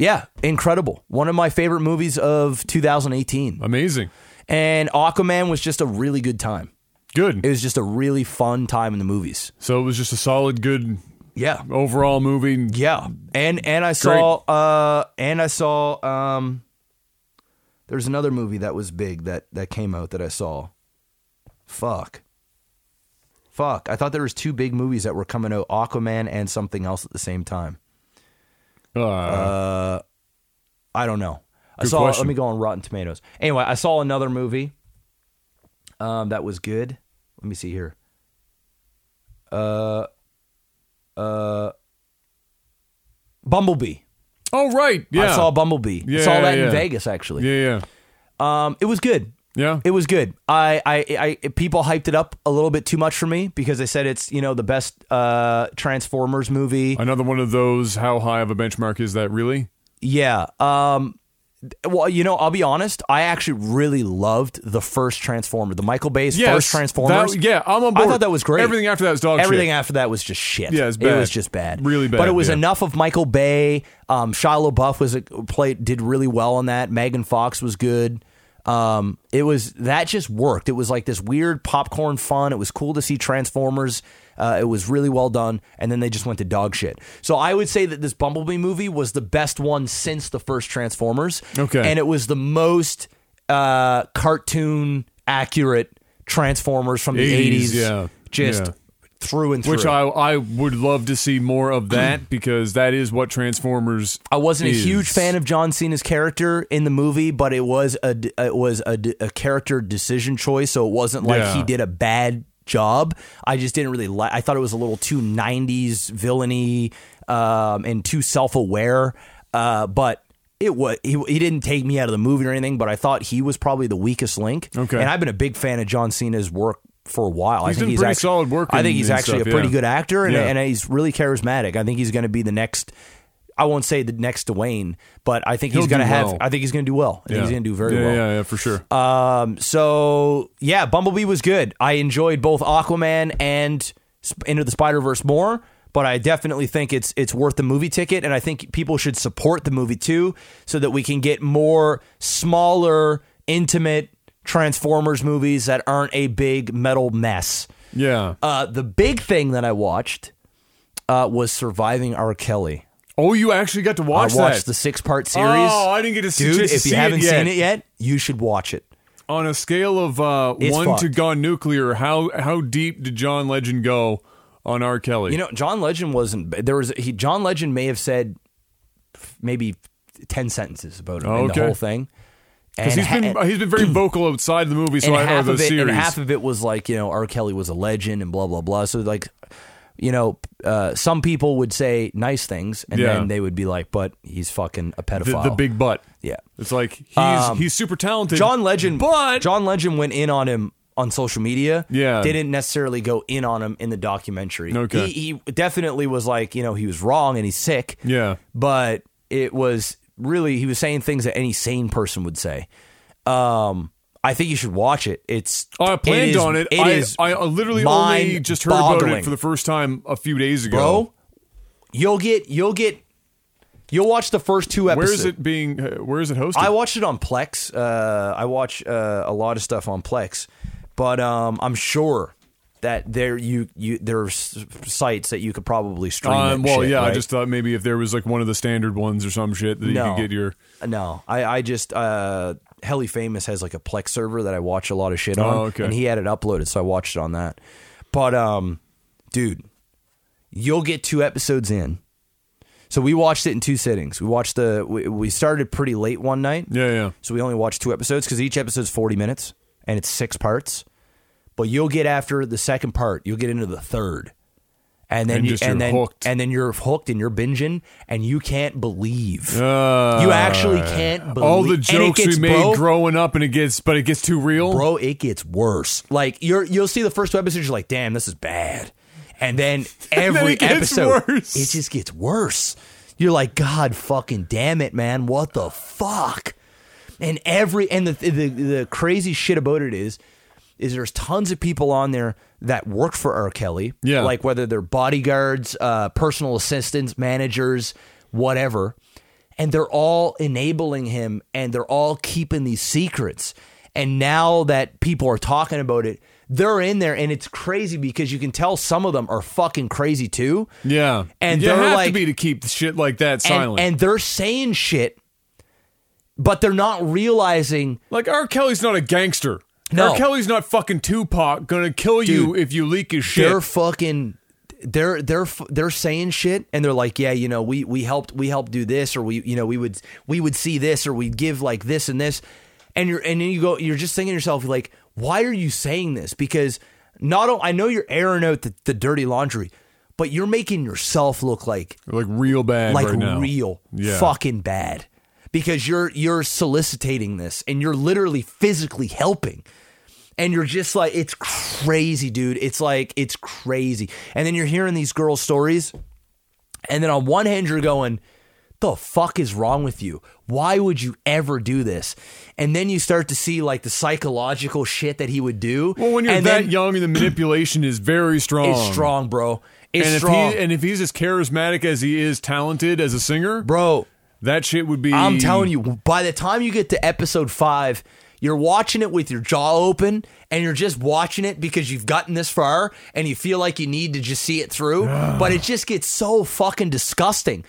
S2: yeah, incredible. One of my favorite movies of 2018.
S1: amazing.
S2: And Aquaman was just a really good time
S1: Good.
S2: it was just a really fun time in the movies.
S1: so it was just a solid, good
S2: Yeah.
S1: overall movie.
S2: Yeah. And and I saw uh and I saw um there's another movie that was big that that came out that I saw. Fuck. Fuck. I thought there was two big movies that were coming out, Aquaman and something else at the same time.
S1: Uh,
S2: I don't know. I
S1: Good
S2: saw
S1: question.
S2: let me go on Rotten Tomatoes. Anyway, I saw another movie um that was good. Let me see here. Uh uh Bumblebee.
S1: oh, right. Yeah.
S2: I saw Bumblebee.
S1: Yeah,
S2: saw
S1: yeah,
S2: that in
S1: yeah.
S2: Vegas actually.
S1: yeah, yeah.
S2: Um it was good.
S1: Yeah.
S2: It was good. I, I, I, people hyped it up a little bit too much for me because they said it's you know the best uh, Transformers movie.
S1: Another one of those. How high of a benchmark is that really?
S2: Yeah. Um well, you know, I'll be honest. I actually really loved the first Transformer, the Michael Bay's
S1: Yes,
S2: first Transformers.
S1: that- yeah, I'm on
S2: I
S1: board.
S2: thought that was great.
S1: Everything after that was dog
S2: Everything
S1: shit.
S2: after that was just shit.
S1: Yeah, it's
S2: It
S1: bad.
S2: was just bad.
S1: Really
S2: But
S1: bad,
S2: it was
S1: yeah.
S2: enough of Michael Bay. Um, Shia LaBeouf was a, played did really well on that. Megan Fox was good. Um, it was that just worked. It was like this weird popcorn fun. It was cool to see Transformers. Uh, it was really well done, and then they just went to dog shit. So I would say that this Bumblebee movie was the best one since the first Transformers.
S1: Okay.
S2: and it was the most uh, cartoon accurate Transformers from the
S1: 80s,
S2: eighties.
S1: yeah.
S2: just
S1: Yeah.
S2: through and through.
S1: Which I I would love to see more of that because that is what Transformers.
S2: I wasn't a huge
S1: is.
S2: fan of John Cena's character in the movie, but it was a it was a, d- a character decision choice, so it wasn't like
S1: Yeah.
S2: he did a bad job. I just didn't really like. I thought it was a little too '90s villainy um, and too self aware. Uh, but it was he, he didn't take me out of the movie or anything. But I thought he was probably the weakest link.
S1: Okay.
S2: and I've been a big fan of John Cena's work for a
S1: He's
S2: while. I think
S1: done
S2: he's
S1: pretty
S2: actually,
S1: solid work
S2: I think
S1: in-
S2: he's
S1: in
S2: actually
S1: stuff,
S2: a pretty
S1: yeah.
S2: good actor, and,
S1: Yeah.
S2: and he's really charismatic. I think he's going to be the next. I won't say the next Dwayne, but I think
S1: He'll
S2: he's going to
S1: do
S2: have.
S1: well.
S2: I think he's going to do well. I think he's going to do very
S1: yeah,
S2: well.
S1: Yeah, yeah, for sure.
S2: Um, so yeah, Bumblebee was good. I enjoyed both Aquaman and Sp- Into the Spider Verse more, but I definitely think it's it's worth the movie ticket, and I think people should support the movie too, so that we can get more smaller, intimate Transformers movies that aren't a big metal mess.
S1: yeah.
S2: Uh, the big thing that I watched uh, was Surviving R. Kelly.
S1: oh, you actually got to watch
S2: I watched the
S1: that.
S2: six part series.
S1: Oh, I didn't get to see-
S2: Dude,
S1: just
S2: if you
S1: see it
S2: haven't
S1: yet.
S2: seen it yet, you should watch it.
S1: On a scale of uh,
S2: It's
S1: one to
S2: fucked.
S1: gone nuclear, how how deep did John Legend go on R. Kelly?
S2: You know, John Legend wasn't there was he John Legend may have said f- maybe ten sentences about him in
S1: Okay.
S2: the whole thing. And
S1: because he's
S2: ha-
S1: been he's been very vocal outside the movie, so
S2: and
S1: I
S2: half
S1: or the
S2: of it,
S1: series.
S2: And half of it was like, you know, R. Kelly was a legend and blah, blah, blah. So, like, you know, uh, some people would say nice things and
S1: Yeah.
S2: then they would be like, but he's fucking
S1: the,
S2: a pedophile.
S1: the big butt.
S2: Yeah.
S1: It's like he's
S2: Um,
S1: he's super talented.
S2: John Legend,
S1: but
S2: John Legend went in on him on social media.
S1: Yeah.
S2: didn't necessarily go in on him in the documentary.
S1: Okay.
S2: he, he definitely was like, you know, he was wrong and he's sick.
S1: Yeah.
S2: but it was really he was saying things that any sane person would say. Um, I think you should watch it. It's
S1: I planned
S2: is-
S1: on it.
S2: It
S1: I,
S2: is
S1: I literally only just heard about
S2: mind-boggling.
S1: it for the first time a few days ago.
S2: bro. You'll get you'll get you'll watch the first two
S1: where
S2: episodes.
S1: is it being? uh, Where is it hosted?
S2: I watched it on Plex. Uh, I watch uh, a lot of stuff on Plex, but um, I'm sure that there you you there's sites that you could probably stream.
S1: Um,
S2: that
S1: well,
S2: shit,
S1: yeah, I
S2: right?
S1: just thought maybe if there was like one of the standard ones or some shit that you
S2: No.
S1: could get your.
S2: no, I I just uh, Helly Famous has like a Plex server that I watch a lot of shit on,
S1: Oh, okay.
S2: and he had it uploaded, so I watched it on that. But um, dude, you'll get two episodes in. So we watched it in two sittings. We watched the we, we started pretty late one night.
S1: Yeah, yeah.
S2: So we only watch two episodes because each episode's 40 minutes and it's six parts. But you'll get after the second part, you'll get into the third. And then
S1: And
S2: you,
S1: just
S2: and
S1: you're
S2: then
S1: hooked.
S2: and then you're hooked and you're binging and you can't believe.
S1: Uh,
S2: you actually can't believe
S1: all the
S2: and it
S1: jokes
S2: gets,
S1: we made
S2: bro,
S1: growing up, and it gets, but it gets too real.
S2: bro, it gets worse. Like you're you'll see the first two episodes, you're like, damn, this is bad. And then every
S1: it gets
S2: episode
S1: worse.
S2: it just gets worse. You're like, God fucking damn it, man. What the fuck? And every and the the, the crazy shit about it is is there's tons of people on there that work for R. Kelly.
S1: Yeah.
S2: Like whether they're bodyguards, uh, personal assistants, managers, whatever. And they're all enabling him and they're all keeping these secrets. And now that people are talking about it, they're in there and it's crazy because you can tell some of them are fucking crazy too.
S1: Yeah,
S2: And
S1: you
S2: they're
S1: have to
S2: like-
S1: be to keep shit like that
S2: And-
S1: silent.
S2: and they're saying shit, but they're not realizing
S1: like R. Kelly's not a gangster.
S2: No.
S1: R. Kelly's not fucking Tupac. Gonna kill you
S2: Dude,
S1: if you leak his shit.
S2: They're fucking. They're they're f- they're saying shit, and they're like, yeah, you know, we we helped we helped do this, or we you know we would we would see this, or we'd give like this and this, and you're and then you go, you're just thinking to yourself like, why are you saying this? Because not o- I know you're airing out the, the dirty laundry, but you're making yourself look like
S1: like real bad
S2: like
S1: right now.
S2: real
S1: Yeah.
S2: fucking bad because you're you're soliciting this and you're literally physically helping and you're just like it's crazy dude it's like it's crazy and then you're hearing these girl stories and then on one hand you're going the fuck is wrong with you why would you ever do this and then you start to see like the psychological shit that he would do
S1: Well, when you're
S2: and
S1: that
S2: then
S1: young, the manipulation is very strong.
S2: it's strong bro it's
S1: And if, he,
S2: strong
S1: and if he's as charismatic as he is talented as a singer,
S2: bro
S1: that shit would be.
S2: I'm telling you, by the time you get to episode five, you're watching it with your jaw open and you're just watching it because you've gotten this far and you feel like you need to just see it through. but it just gets so fucking disgusting.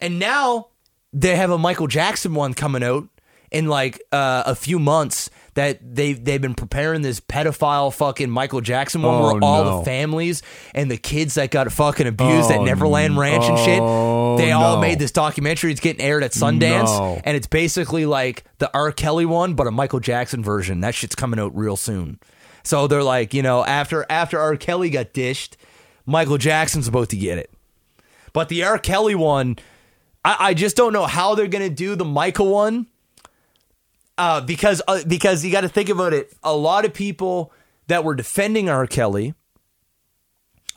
S2: And now they have a Michael Jackson one coming out in like uh, a few months that they they've been preparing this pedophile fucking Michael Jackson one
S1: Oh,
S2: where all
S1: no.
S2: the families and the kids that got fucking abused at
S1: Oh,
S2: Neverland Ranch and
S1: oh,
S2: shit they all
S1: no.
S2: made this documentary it's getting aired at Sundance
S1: No.
S2: and it's basically like the R. Kelly one, but a Michael Jackson version. That shit's coming out real soon. So they're like, you know, after after R. Kelly got dished, Michael Jackson's about to get it. But the R. Kelly one, I, I just don't know how they're gonna do the Michael one. Uh, because uh, because you got to think about it. A lot of people that were defending R. Kelly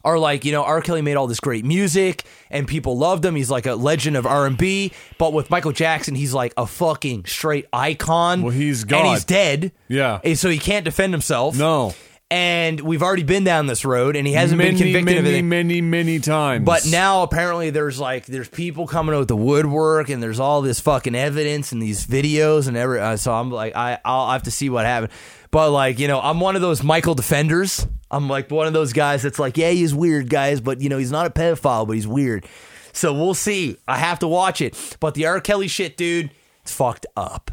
S2: are like, you know, R. Kelly made all this great music and people loved him. He's like a legend of R and B. But with Michael Jackson, he's like a fucking straight icon.
S1: Well, he's
S2: And
S1: God.
S2: he's dead.
S1: Yeah.
S2: And so he can't defend himself.
S1: No.
S2: And we've already been down this road, and he hasn't
S1: many,
S2: been convicted
S1: many,
S2: of anything.
S1: many, many times.
S2: But now apparently there's like there's people coming out with the woodwork and there's all this fucking evidence and these videos and every uh, so I'm like I I'll have to see what happened. But like you know I'm one of those Michael defenders. I'm like one of those guys that's like yeah he's weird guys but you know he's not a pedophile but he's weird. So we'll see. I have to watch it. But the R Kelly shit, dude, it's fucked up.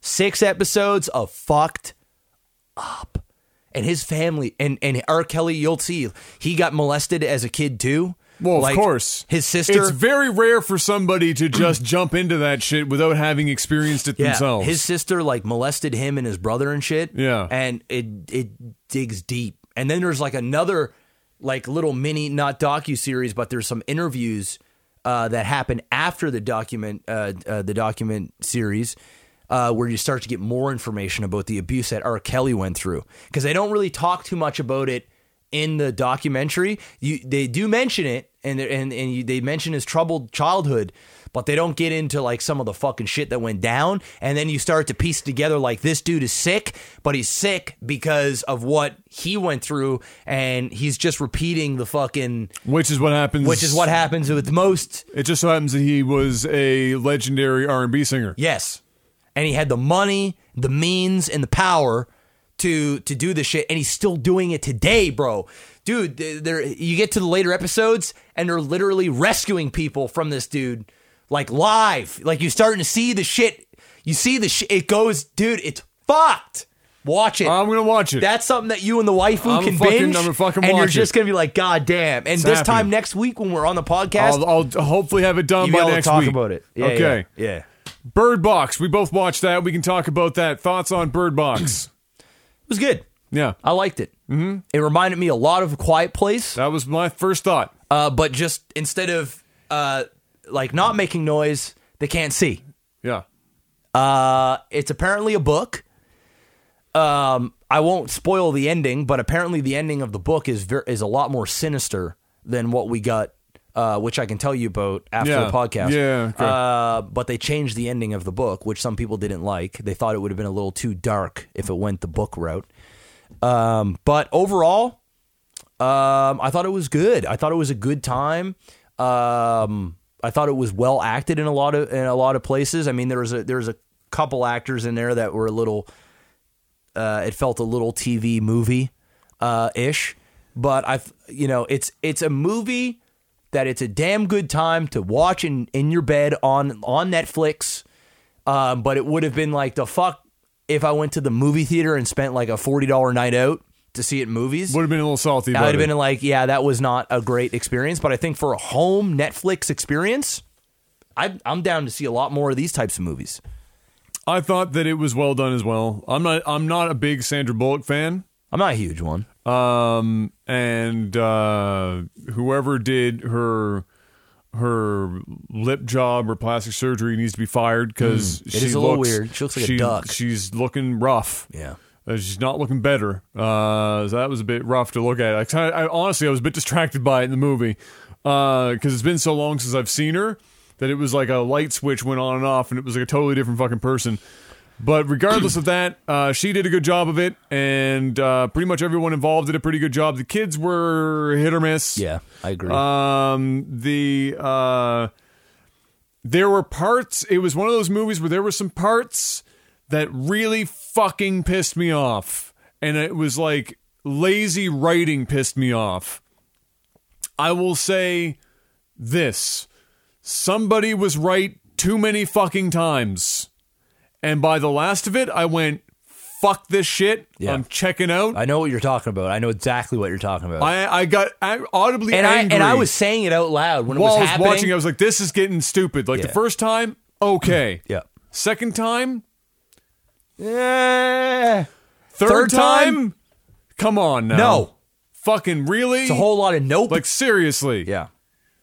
S2: Six episodes of fucked and his family and and R. Kelly, you'll see he got molested as a kid too.
S1: Well,
S2: Like,
S1: of course.
S2: his sister.
S1: It's very rare for somebody to just jump into that shit without having experienced it
S2: yeah,
S1: themselves.
S2: his sister like molested him and his brother and shit.
S1: Yeah.
S2: and it it digs deep. And then there's like another like little mini not docu series, but there's some interviews uh, that happen after the document uh, uh, the document series. Uh, where you start to get more information about the abuse that R. Kelly went through, because they don't really talk too much about it in the documentary. You they do mention it, and and and you, they mention his troubled childhood, but they don't get into like some of the fucking shit that went down. And then you start to piece together like this dude is sick, but he's sick because of what he went through, and he's just repeating the fucking,
S1: which is what happens.
S2: which is what happens with most.
S1: It just so happens that he was a legendary R and B singer.
S2: Yes, and he had the money, the means, and the power to to do this shit, and he's still doing it today, bro. Dude, th- there you get to the later episodes, and they're literally rescuing people from this dude, like live. Like you're starting to see the shit. You see the shit. It goes, dude. It's fucked. Watch it.
S1: I'm gonna watch it.
S2: That's something that you and the waifu
S1: I'm
S2: can
S1: fucking-
S2: binge,
S1: I'm gonna fucking
S2: and you're
S1: watch it.
S2: just gonna be like, God damn! And this time
S1: happening.
S2: next week when we're on the podcast,
S1: I'll, I'll hopefully have it done by
S2: you'll be able to
S1: next
S2: talk
S1: week.
S2: about it. Yeah,
S1: okay.
S2: yeah, yeah.
S1: Bird Box. We both watched that. We can talk about that. Thoughts on Bird Box?
S2: It was good.
S1: yeah,
S2: I liked it. Mm-hmm. It reminded me a lot of A Quiet Place,
S1: that was my first thought.
S2: uh, but just instead of uh, like not making noise, they can't see.
S1: Yeah.
S2: Uh, it's apparently a book. Um, I won't spoil the ending, but apparently the ending of the book is ver- is a lot more sinister than what we got, uh, which I can tell you about after
S1: Yeah.
S2: the podcast.
S1: Yeah, okay.
S2: Uh, but they changed the ending of the book, which some people didn't like. They thought it would have been a little too dark if it went the book route. Um, but overall, um, I thought it was good. I thought it was a good time. Um, I thought it was well acted in a lot of in a lot of places. I mean, there was a there was a couple actors in there that were a little. Uh, it felt a little TV movie uh, ish, but I, you know, it's it's a movie that it's a damn good time to watch in in your bed on on Netflix. Um, but it would have been like the fuck if I went to the movie theater and spent like a forty dollar night out to see it in movies.
S1: Would have been a little salty.
S2: I
S1: about
S2: would have
S1: it.
S2: been like, yeah, that was not a great experience. But I think for a home Netflix experience, I, I'm down to see a lot more of these types of movies.
S1: I thought that it was well done as well. I'm not. I'm not a big Sandra Bullock fan.
S2: I'm not a huge one.
S1: um, and uh, whoever did her her lip job or plastic surgery needs to be fired because
S2: Hmm. it
S1: she
S2: is a little
S1: looks
S2: weird. She looks like a
S1: she-
S2: duck.
S1: She's looking rough.
S2: Yeah.
S1: Uh, she's not looking better. Uh, so that was a bit rough to look at. I, kinda, I honestly I was a bit distracted by it in the movie because it's been so long since I've seen her that it was like a light switch went on and off, and it was like a totally different fucking person. But regardless of that, uh, she did a good job of it, and uh, pretty much everyone involved did a pretty good job. The kids were hit or miss.
S2: Yeah, I agree.
S1: Um, the uh, there were parts. It was one of those movies where there were some parts that really fucking pissed me off, and it was like lazy writing pissed me off. I will say this: somebody was right too many fucking times, and by the last of it, I went. Fuck this shit.
S2: Yeah.
S1: I'm checking out.
S2: I know what you're talking about. I know exactly what you're talking about.
S1: I, I got I audibly
S2: and
S1: angry
S2: I and I was saying it out loud when it
S1: while
S2: was
S1: I was
S2: happening.
S1: watching, I was like, "This is getting stupid." Like
S2: Yeah.
S1: the first time, okay.
S2: yeah.
S1: Second time,
S2: Yeah.
S1: third,
S2: Third
S1: time,
S2: time?
S1: come on now.
S2: No.
S1: fucking really.
S2: It's a whole lot of nope.
S1: like seriously.
S2: yeah.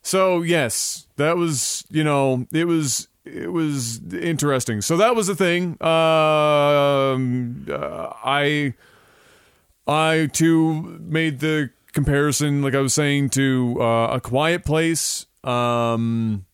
S1: So yes, that was you know it was it was interesting. So that was the thing. Um, uh, I I too made the comparison, like I was saying, to uh, a quiet place. Um,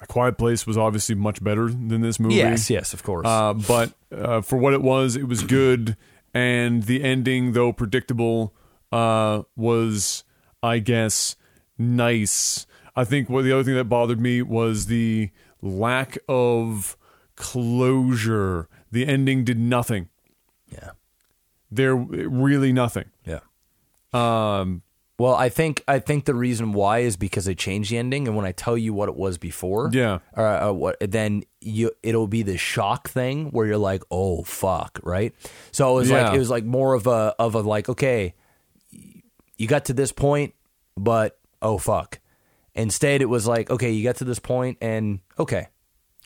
S1: a quiet place was obviously much better than this movie.
S2: Yes, yes, of course.
S1: Uh, but uh, for what it was, it was good, and the ending, though predictable, uh, was, I guess, nice. I think what the other thing that bothered me was the lack of closure. The ending did nothing.
S2: Yeah.
S1: There really nothing.
S2: yeah.
S1: Um,
S2: Well, I think I think the reason why is because they changed the ending, and when I tell you what it was before,
S1: Yeah.
S2: uh, uh, what then you it'll be the shock thing where you're like, oh fuck, right? So it was
S1: Yeah.
S2: like it was like more of a of a like, okay, you got to this point, but oh fuck. Instead, it was like, okay, you got to this point, and okay,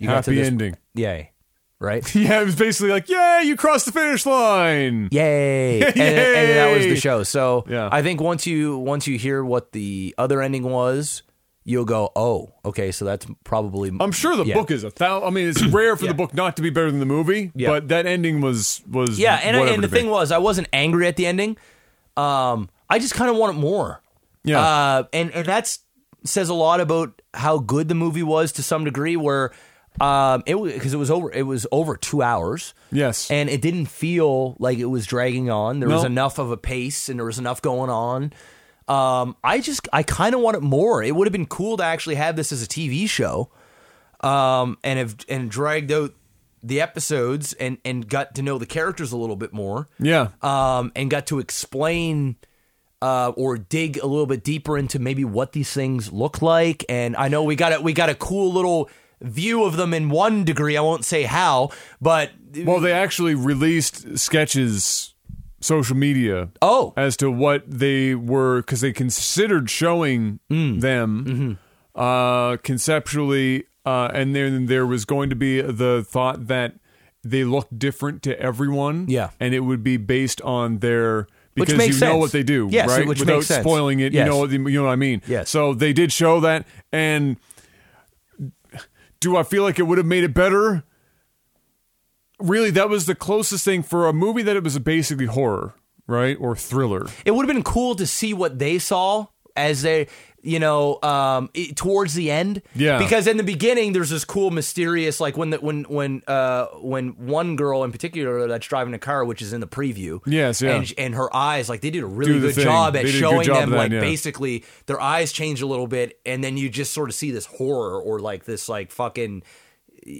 S2: you got to
S1: Happy
S2: this-
S1: ending.
S2: yay, right?
S1: yeah, it was basically like, yeah, you crossed the finish line.
S2: Yay! and, and that was the show. So
S1: Yeah.
S2: I think once you once you hear what the other ending was, you'll go, oh, okay, so that's probably.
S1: I'm sure the
S2: Yeah.
S1: book is a thousand. I mean, it's rare for the book not to be better than the movie,
S2: Yeah.
S1: but that ending was was
S2: yeah, and,
S1: whatever
S2: and the
S1: to be.
S2: thing was, I wasn't angry at the ending. Um, I just kind of wanted more.
S1: Yeah.
S2: uh, and and that's says a lot about how good the movie was to some degree. Where um, it because it was over it was over two hours.
S1: yes,
S2: and it didn't feel like it was dragging on. There was
S1: No.
S2: enough of a pace, and there was enough going on. Um, I just, I kind of want it more. It would have been cool to actually have this as a TV show, um, and have and dragged out the episodes and and got to know the characters a little bit more.
S1: yeah,
S2: Um, and got to explain. Uh, or dig a little bit deeper into maybe what these things look like, and I know we got a, we got a cool little view of them in one degree. I won't say how, but
S1: Well, they actually released sketches, social media.
S2: Oh.
S1: as to what they were because they considered showing
S2: Mm.
S1: them
S2: Mm-hmm.
S1: uh, conceptually, uh, and then there was going to be the thought that they look different to everyone.
S2: Yeah.
S1: and it would be based on their.
S2: Which
S1: Because
S2: makes
S1: you know
S2: sense.
S1: what they do,
S2: Yes,
S1: right?
S2: which
S1: Without
S2: makes sense.
S1: spoiling it,
S2: Yes.
S1: you know what you know what I mean.
S2: Yes.
S1: So they did show that, and do I feel like it would have made it better? Really, that was the closest thing for a movie that it was basically horror, right, or thriller.
S2: it would have been cool to see what they saw as they you know um it, towards the end
S1: Yeah.
S2: because in the beginning there's this cool mysterious like when the when when uh when one girl in particular that's driving a car which is in the preview
S1: Yes, yeah.
S2: and, and her eyes like they did a really
S1: Do the
S2: good
S1: thing.
S2: job at
S1: They did a good
S2: showing
S1: job
S2: them
S1: of that,
S2: like
S1: yeah.
S2: basically their eyes change a little bit and then you just sort of see this horror or like this like fucking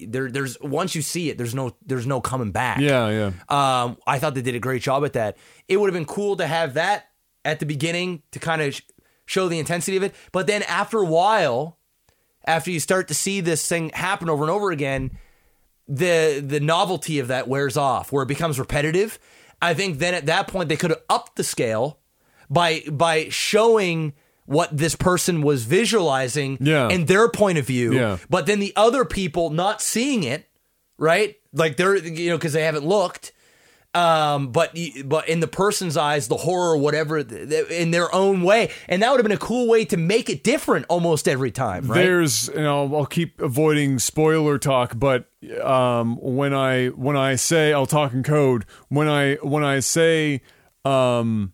S2: there there's once you see it there's no there's no coming back
S1: Yeah, yeah.
S2: um, I thought they did a great job at that. It would have been cool to have that at the beginning to kind of sh- show the intensity of it. But then after a while, after you start to see this thing happen over and over again, the the novelty of that wears off, where it becomes repetitive. I think then at that point they could have upped the scale by by showing what this person was visualizing
S1: Yeah.
S2: and their point of view
S1: Yeah.
S2: but then the other people not seeing it, right? Like they're you know because they haven't looked. Um, but y- but in the person's eyes, the horror, whatever, th- th- in their own way, and that would have been a cool way to make it different almost every time, right?
S1: There's, and I'll, I'll keep avoiding spoiler talk, but um, when I when I say I'll talk in code when I when I say um,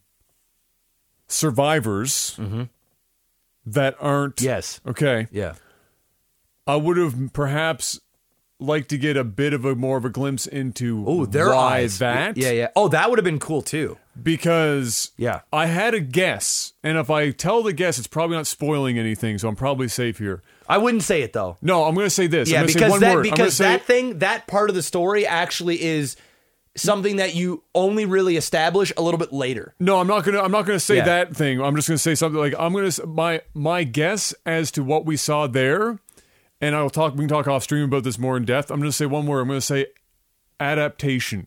S1: survivors that aren't
S2: yes,
S1: okay
S2: yeah,
S1: I would have perhaps liked to get a bit of a more of a glimpse into
S2: oh, their
S1: why
S2: eyes,
S1: that
S2: yeah, yeah. Oh, that would have been cool too.
S1: because
S2: Yeah.
S1: I had a guess and if I tell the guess it's probably not spoiling anything so I'm probably safe here.
S2: I wouldn't say it though.
S1: No, I'm going to say this.
S2: Yeah,
S1: I'm going to say
S2: because
S1: one
S2: that
S1: word. I'm gonna
S2: because
S1: say,
S2: that thing that part of the story actually is something that you only really establish a little bit later.
S1: No, I'm not going to I'm not going to say
S2: Yeah.
S1: that thing. I'm just going to say something like I'm going to my my guess as to what we saw there and I'll talk we can talk off stream about this more in depth. I'm going to say one word. I'm going to say adaptation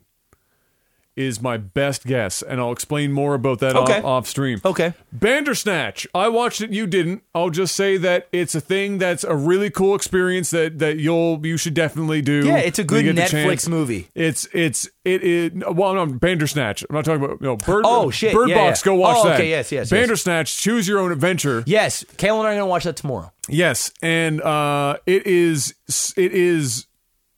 S1: is my best guess and I'll explain more about that
S2: Okay. Oh.
S1: off, off stream.
S2: Okay.
S1: Bandersnatch. I watched it. You didn't. I'll just say that it's a thing that's a really cool experience that that you'll you should definitely do.
S2: Yeah, it's a
S1: when you
S2: good
S1: get the
S2: Netflix
S1: chance.
S2: movie.
S1: It's it's it is. Well, no, Bandersnatch. I'm not talking about no Bird.
S2: Oh, shit.
S1: Bird
S2: Yeah,
S1: Box.
S2: yeah.
S1: Go watch
S2: Oh,
S1: that.
S2: okay, yes, yes, yes.
S1: Bandersnatch. Choose your own adventure.
S2: Yes, Kale and I are gonna watch that tomorrow.
S1: Yes, and uh, it is it is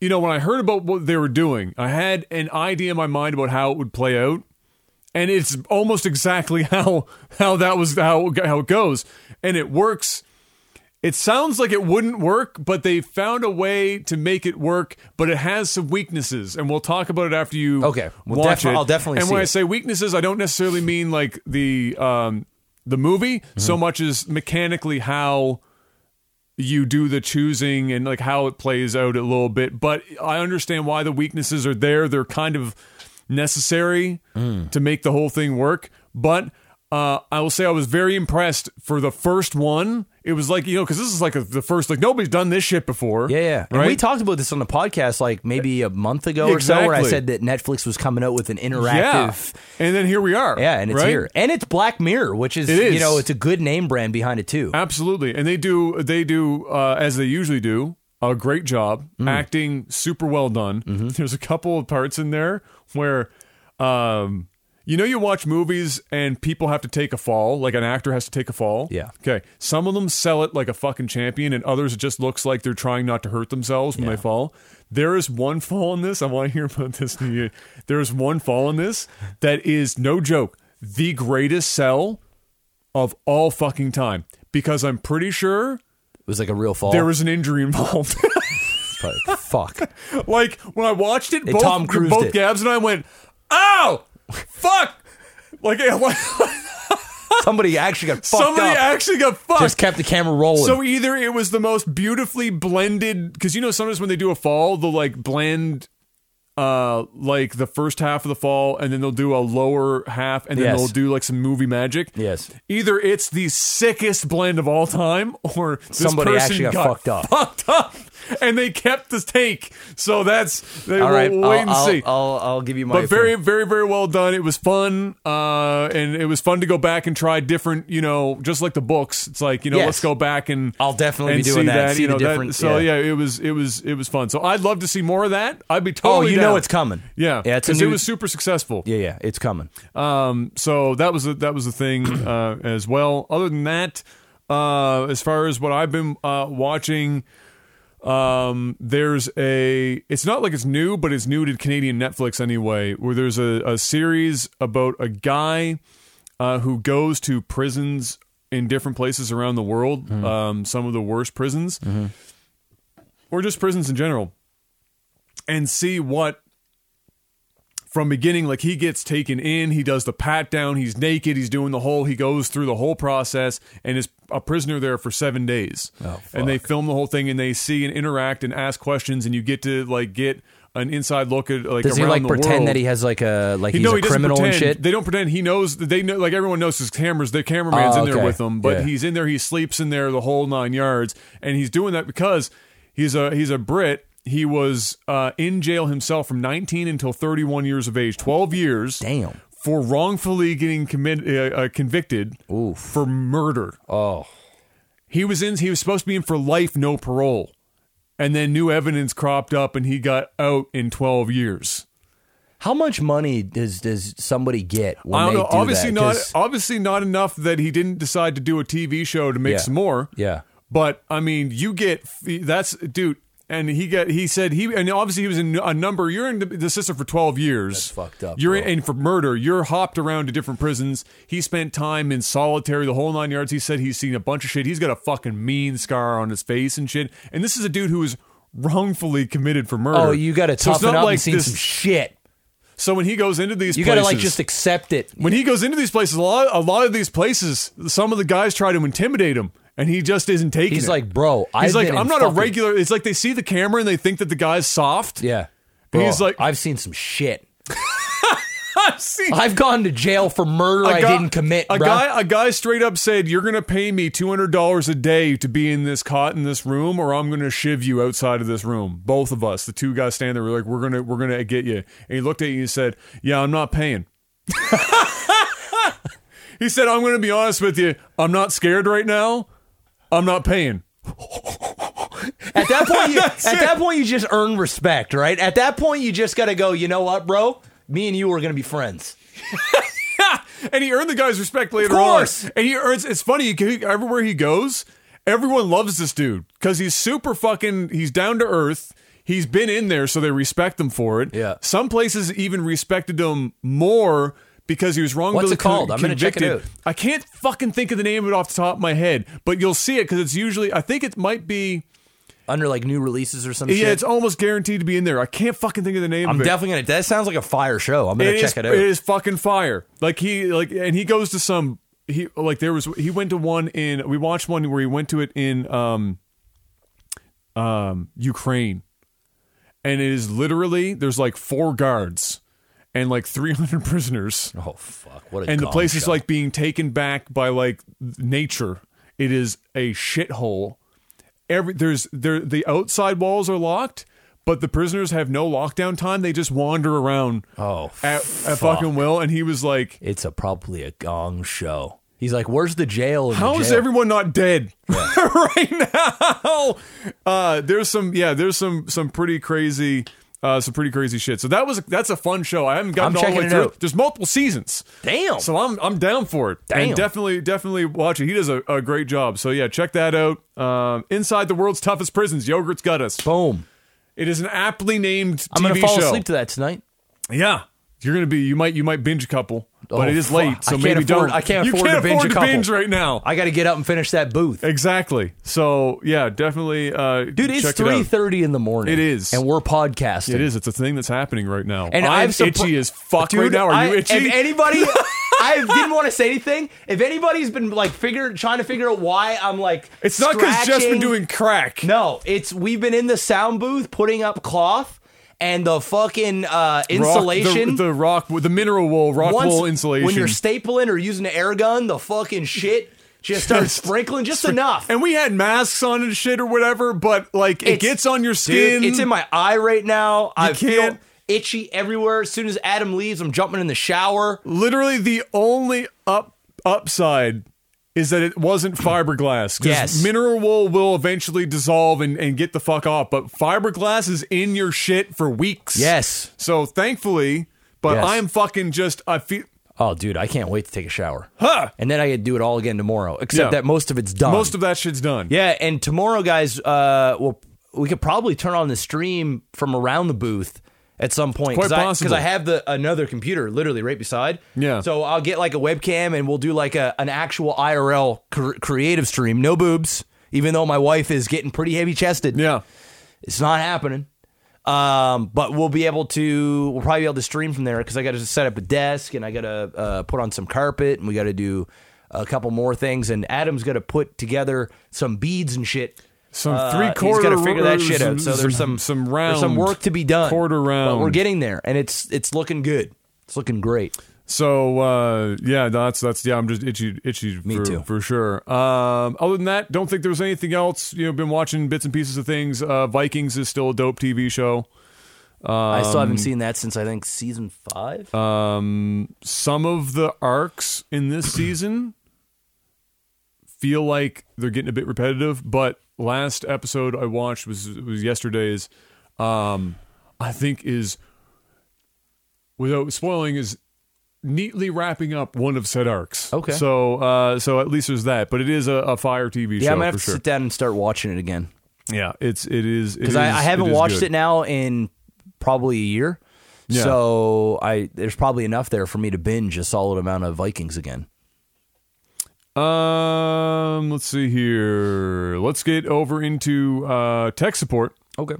S1: you know when I heard about what they were doing, I had an idea in my mind about how it would play out. and it's almost exactly how how that was how how it goes, and it works. It sounds like it wouldn't work, but they found a way to make it work. But it has some weaknesses, and we'll talk about it after you
S2: Okay. Well,
S1: watch
S2: defi-
S1: it.
S2: I'll definitely
S1: And
S2: see
S1: when I
S2: it.
S1: say weaknesses, I don't necessarily mean like the um, the movie
S2: Mm-hmm.
S1: so much as mechanically how you do the choosing and like how it plays out a little bit. But I understand why the weaknesses are there. They're kind of necessary
S2: Mm.
S1: to make the whole thing work. But uh, I will say I was very impressed for the first one. It was like you know because this is like a, the first like nobody's done this shit before.
S2: Yeah, yeah. And
S1: right.
S2: we talked about this on the podcast like maybe a month ago or so, where I
S1: Exactly.
S2: said that Netflix was coming out with an
S1: yeah,
S2: interactive.
S1: and then here we are.
S2: Yeah, and it's
S1: right?
S2: here. And it's Black Mirror, which is,
S1: It is.
S2: you know, it's a good name brand behind it too.
S1: Absolutely, and they do they do uh, as they usually do a great job acting, super well done. There's a couple of parts in there where, um, you know, you watch movies and people have to take a fall, like an actor has to take a fall.
S2: Yeah.
S1: Okay. Some of them sell it like a fucking champion, and others it just looks like they're trying not to hurt themselves when they fall. There is one fall in this. I want to hear about this. in you. There is one fall in this that is no joke. The greatest sell of all fucking time because I'm pretty sure
S2: It was like a real fall.
S1: there was an injury involved.
S2: But fuck.
S1: like when I watched it, both,
S2: Tom Cruised
S1: both
S2: it.
S1: Gabs and I went, "Ow, fuck!" Like, I- like
S2: Somebody actually got fucked
S1: somebody
S2: up.
S1: actually got fucked.
S2: Just kept the camera rolling.
S1: so either it was the most beautifully blended because you know sometimes when they do a fall they'll like blend uh like the first half of the fall and then they'll do a lower half and then
S2: Yes.
S1: they'll do like some movie magic
S2: Yes.
S1: either it's the sickest blend of all time or this
S2: Somebody
S1: person
S2: actually got fucked up.
S1: fucked up and they kept the take so that's they
S2: All
S1: will
S2: right,
S1: wait
S2: I'll,
S1: and
S2: I'll-
S1: see
S2: I'll, I'll give you my.
S1: but very
S2: opinion.
S1: very very well done it was fun uh and it was fun to go back and try different you know just like the books it's like you know
S2: Yes.
S1: let's go back and
S2: I'll definitely
S1: and
S2: be doing
S1: see
S2: that, see
S1: you
S2: the
S1: know that,
S2: different-
S1: so
S2: yeah.
S1: yeah. it was it was it was fun so i'd love to see more of that i'd be
S2: Oh,
S1: totally
S2: you
S1: down.
S2: know it's coming.
S1: yeah
S2: yeah, it's a
S1: 'cause
S2: new,
S1: it was super successful
S2: Yeah, yeah, it's coming.
S1: um, so that was a, that was the thing uh, as well. Other than that, uh, as far as what I've been uh, watching, um, there's a. It's not like it's new, but it's new to Canadian Netflix anyway. Where there's a, a series about a guy uh, who goes to prisons in different places around the world.
S2: Mm-hmm.
S1: Um, some of the worst prisons, or just prisons in general, and see what from beginning like he gets taken in he does the pat down he's naked he's doing the whole he goes through the whole process and is a prisoner there for seven days
S2: Oh,
S1: and they film the whole thing and they see and interact and ask questions and you get to like get an inside look at like
S2: Does he
S1: around
S2: like
S1: the
S2: pretend
S1: world.
S2: that he has like a like he's
S1: no,
S2: a
S1: he doesn't
S2: criminal and
S1: pretend.
S2: shit?
S1: They don't pretend. He knows. They know. Like everyone knows his cameras. The cameraman's
S2: Oh,
S1: in there
S2: okay.
S1: with him, but
S2: Yeah.
S1: he's in there. He sleeps in there the whole nine yards, and he's doing that because he's a he's a Brit. He was uh, in jail himself from 19 until 31 years of age, 12 years.
S2: Damn.
S1: For wrongfully getting commit, uh, uh, convicted for murder.
S2: Oh,
S1: He was in. He was supposed to be in for life, no parole, and then new evidence cropped up, and he got out in 12 years.
S2: how much money does does somebody get when
S1: I don't
S2: they
S1: know.
S2: do
S1: obviously
S2: that?
S1: not.
S2: 'Cause-
S1: Obviously not enough that he didn't decide to do a TV show to make
S2: Yeah.
S1: some more.
S2: Yeah.
S1: But I mean, you get that's dude, and he got he said he and obviously he was in a number. You're in the, the system for twelve years. That's
S2: fucked up,
S1: You're
S2: bro.
S1: in, and for murder. You're hopped around to different prisons. He spent time in solitary the whole nine yards. He said he's seen a bunch of shit. He's got a fucking mean scar on his face and shit. And this is a dude who was wrongfully committed for murder.
S2: Oh, you got to
S1: So it's
S2: toughen
S1: not
S2: up
S1: like
S2: and see
S1: this-
S2: some shit.
S1: so when he goes into these,
S2: You got
S1: places,
S2: to like just accept it.
S1: when he goes into these places, a lot, a lot of these places, some of the guys try to intimidate him, and he just isn't taking.
S2: He's
S1: it.
S2: like, "Bro, I've
S1: he's like,
S2: been in
S1: I'm not a
S2: fucking-
S1: regular. It's like they see the camera and they think that the guy's soft.
S2: Yeah.
S1: And he's like-
S2: I've seen some shit.
S1: I've seen
S2: I've gone to jail for murder I
S1: a guy-
S2: didn't commit,
S1: A
S2: bruh.
S1: guy, a guy, straight up said, "You're gonna pay me two hundred dollars a day to be in this cot in this room, or I'm gonna shiv you outside of this room." Both of us, the two guys standing there, were like, "We're gonna, we're gonna get you." And he looked at you and said, "Yeah, I'm not paying." he said, "I'm gonna be honest with you. I'm not scared right now. I'm not paying."
S2: At that point, you, at
S1: That's it.
S2: that point, you just earn respect, right? At that point, you just got to go. You know what, bro? Me and you are gonna be friends.
S1: and he earned the guy's respect later
S2: course.
S1: on. And he earns. It's funny. He, everywhere he goes, everyone loves this dude because he's super fucking. He's down to earth. He's been in there, so they respect him for it.
S2: Yeah.
S1: Some places even respected him more because he was wrongfully
S2: What's it called?
S1: con-
S2: I'm gonna check it
S1: convicted.
S2: out.
S1: I can't fucking think of the name of it off the top of my head, but you'll see it because it's usually. I think it might be.
S2: under like new releases or some
S1: Yeah,
S2: shit.
S1: it's almost guaranteed to be in there. I can't fucking think of the name
S2: I'm
S1: of it.
S2: definitely gonna. That sounds like a fire show. I'm gonna
S1: It
S2: check
S1: is-
S2: it out.
S1: It is fucking fire. Like he like and he goes to some he like there was he went to one in we watched one where he went to it in um um Ukraine. And it is literally there's like four guards and like 300 prisoners
S2: oh fuck! What a
S1: and the
S2: gong
S1: place is
S2: show.
S1: like being taken back by like nature. It is a shithole. Every there's there the outside walls are locked, but the prisoners have no lockdown time. They just wander around
S2: Oh,
S1: at, at
S2: fuck.
S1: fucking will. And he was like,
S2: it's a probably a gong show. He's like, where's the jail? in the
S1: "How is
S2: jail?"
S1: everyone not dead right now?" Uh, there's some yeah, there's some some pretty crazy. Uh, some pretty crazy shit. So that was that's a fun show. I haven't gotten
S2: I'm
S1: all the
S2: checking
S1: way
S2: it
S1: through.
S2: out.
S1: There's multiple seasons.
S2: Damn.
S1: So I'm I'm down for it.
S2: Damn.
S1: And definitely definitely watch it. He does a, a great job. So yeah, check that out. Um, Inside the world's toughest prisons, Yogurt's Got Us.
S2: Boom.
S1: It is an aptly named
S2: I'm
S1: TV
S2: gonna fall
S1: show.
S2: asleep to that tonight.
S1: yeah. You're gonna be you might you might binge a couple, but
S2: Oh,
S1: it is
S2: fuck.
S1: late, so
S2: I can't
S1: maybe
S2: afford-
S1: don't.
S2: I can't
S1: you
S2: afford
S1: can't
S2: to binge
S1: afford
S2: a
S1: to
S2: couple.
S1: binge right now.
S2: I got to get up and finish that booth.
S1: exactly. So yeah, definitely. Uh,
S2: Dude, it's
S1: check it out.
S2: three thirty in the morning.
S1: It is.
S2: and we're podcasting.
S1: It is. It's a thing that's happening right now.
S2: And
S1: I'm
S2: I've suppo-
S1: itchy as fuck
S2: Dude,
S1: right now. Are you
S2: I-
S1: itchy?
S2: If anybody, I didn't want to say anything. If anybody's been like figure trying to figure out why I'm like,
S1: it's not because Jeff's been
S2: scratching-
S1: doing crack.
S2: No, it's we've been in the sound booth putting up cloth and the fucking uh,
S1: Rock-
S2: insulation.
S1: the, the rock, the mineral wool, rock
S2: Once-
S1: wool insulation.
S2: When you're stapling or using an air gun, the fucking shit just starts
S1: Just-
S2: sprinkling just enough.
S1: and we had masks on and shit or whatever, but like it
S2: It's-
S1: gets on your
S2: Dude,
S1: skin.
S2: it's in my eye right now. I feel
S1: can't-
S2: itchy everywhere. As soon as Adam leaves, I'm jumping in the shower.
S1: literally the only up upside is that it wasn't fiberglass. 'cause
S2: Yes.
S1: mineral wool will eventually dissolve and, and get the fuck off, but fiberglass is in your shit for weeks.
S2: Yes.
S1: So thankfully, but
S2: Yes.
S1: I'm fucking just I feel
S2: Oh, dude, I can't wait to take a shower.
S1: Huh.
S2: And then I get to do it all again tomorrow, except
S1: Yeah.
S2: that most of it's done.
S1: most of that shit's done.
S2: Yeah, and tomorrow, guys, uh, well, we could probably turn on the stream from around the booth at some point.
S1: Quite
S2: Because
S1: possible.
S2: I, have the another computer literally right beside.
S1: Yeah.
S2: So I'll get like a webcam and we'll do like a, an actual IRL cr- creative stream. No boobs, even though my wife is getting pretty heavy chested.
S1: Yeah.
S2: It's not happening. Um, but we'll be able to. We'll probably be able to stream from there because I got to set up a desk and I got to uh, put on some carpet and we got to do a couple more things. And Adam's got to put together some beads and shit.
S1: Some
S2: Uh,
S1: three quarter.
S2: He's got to figure that shit out. So there's some
S1: some
S2: there's
S1: round
S2: some work to be done.
S1: Quarter round.
S2: But we're getting there, and it's it's looking good. It's looking great.
S1: So uh, yeah, that's that's yeah. I'm just itchy, itchy for,
S2: too.
S1: for sure. Um, other than that, don't think there was anything else. You know, been watching bits and pieces of things. Uh, Vikings is still a dope TV show.
S2: I still haven't seen that since I think season five.
S1: Um, some of the arcs in this season feel like they're getting a bit repetitive, but last episode I watched was was yesterday's. Um, I think is without spoiling is neatly wrapping up one of said arcs.
S2: Okay.
S1: So uh, so at least there's that, but it is a, a fire TV
S2: yeah,
S1: show
S2: I'm gonna have
S1: for
S2: to
S1: sure.
S2: sit down and start watching it again.
S1: Yeah, it's it is
S2: because I, I haven't watched it now in probably a year.
S1: Yeah.
S2: So I there's probably enough there for me to binge a solid amount of Vikings again.
S1: now. Um, let's see here. Let's get over into uh, tech support.
S2: Okay.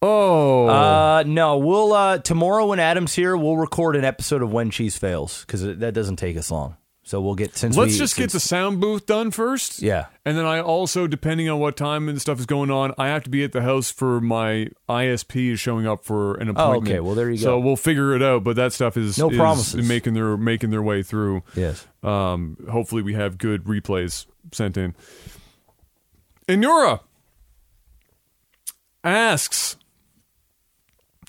S1: Oh,
S2: Uh, no, we'll uh, tomorrow when Adam's here, we'll record an episode of When Cheese Fails because that doesn't take us long. So we'll get since
S1: let's
S2: we-
S1: just get
S2: since-
S1: the sound booth done first.
S2: yeah.
S1: And then I also, depending on what time and stuff is going on, I have to be at the house for my ISP is showing up for an appointment.
S2: Oh, okay. Well, there you
S1: So
S2: go.
S1: we'll figure it out. But that stuff is
S2: No
S1: is
S2: promises.
S1: making their making their way through.
S2: Yes.
S1: Um, hopefully, we have good replays sent in. Inura asks,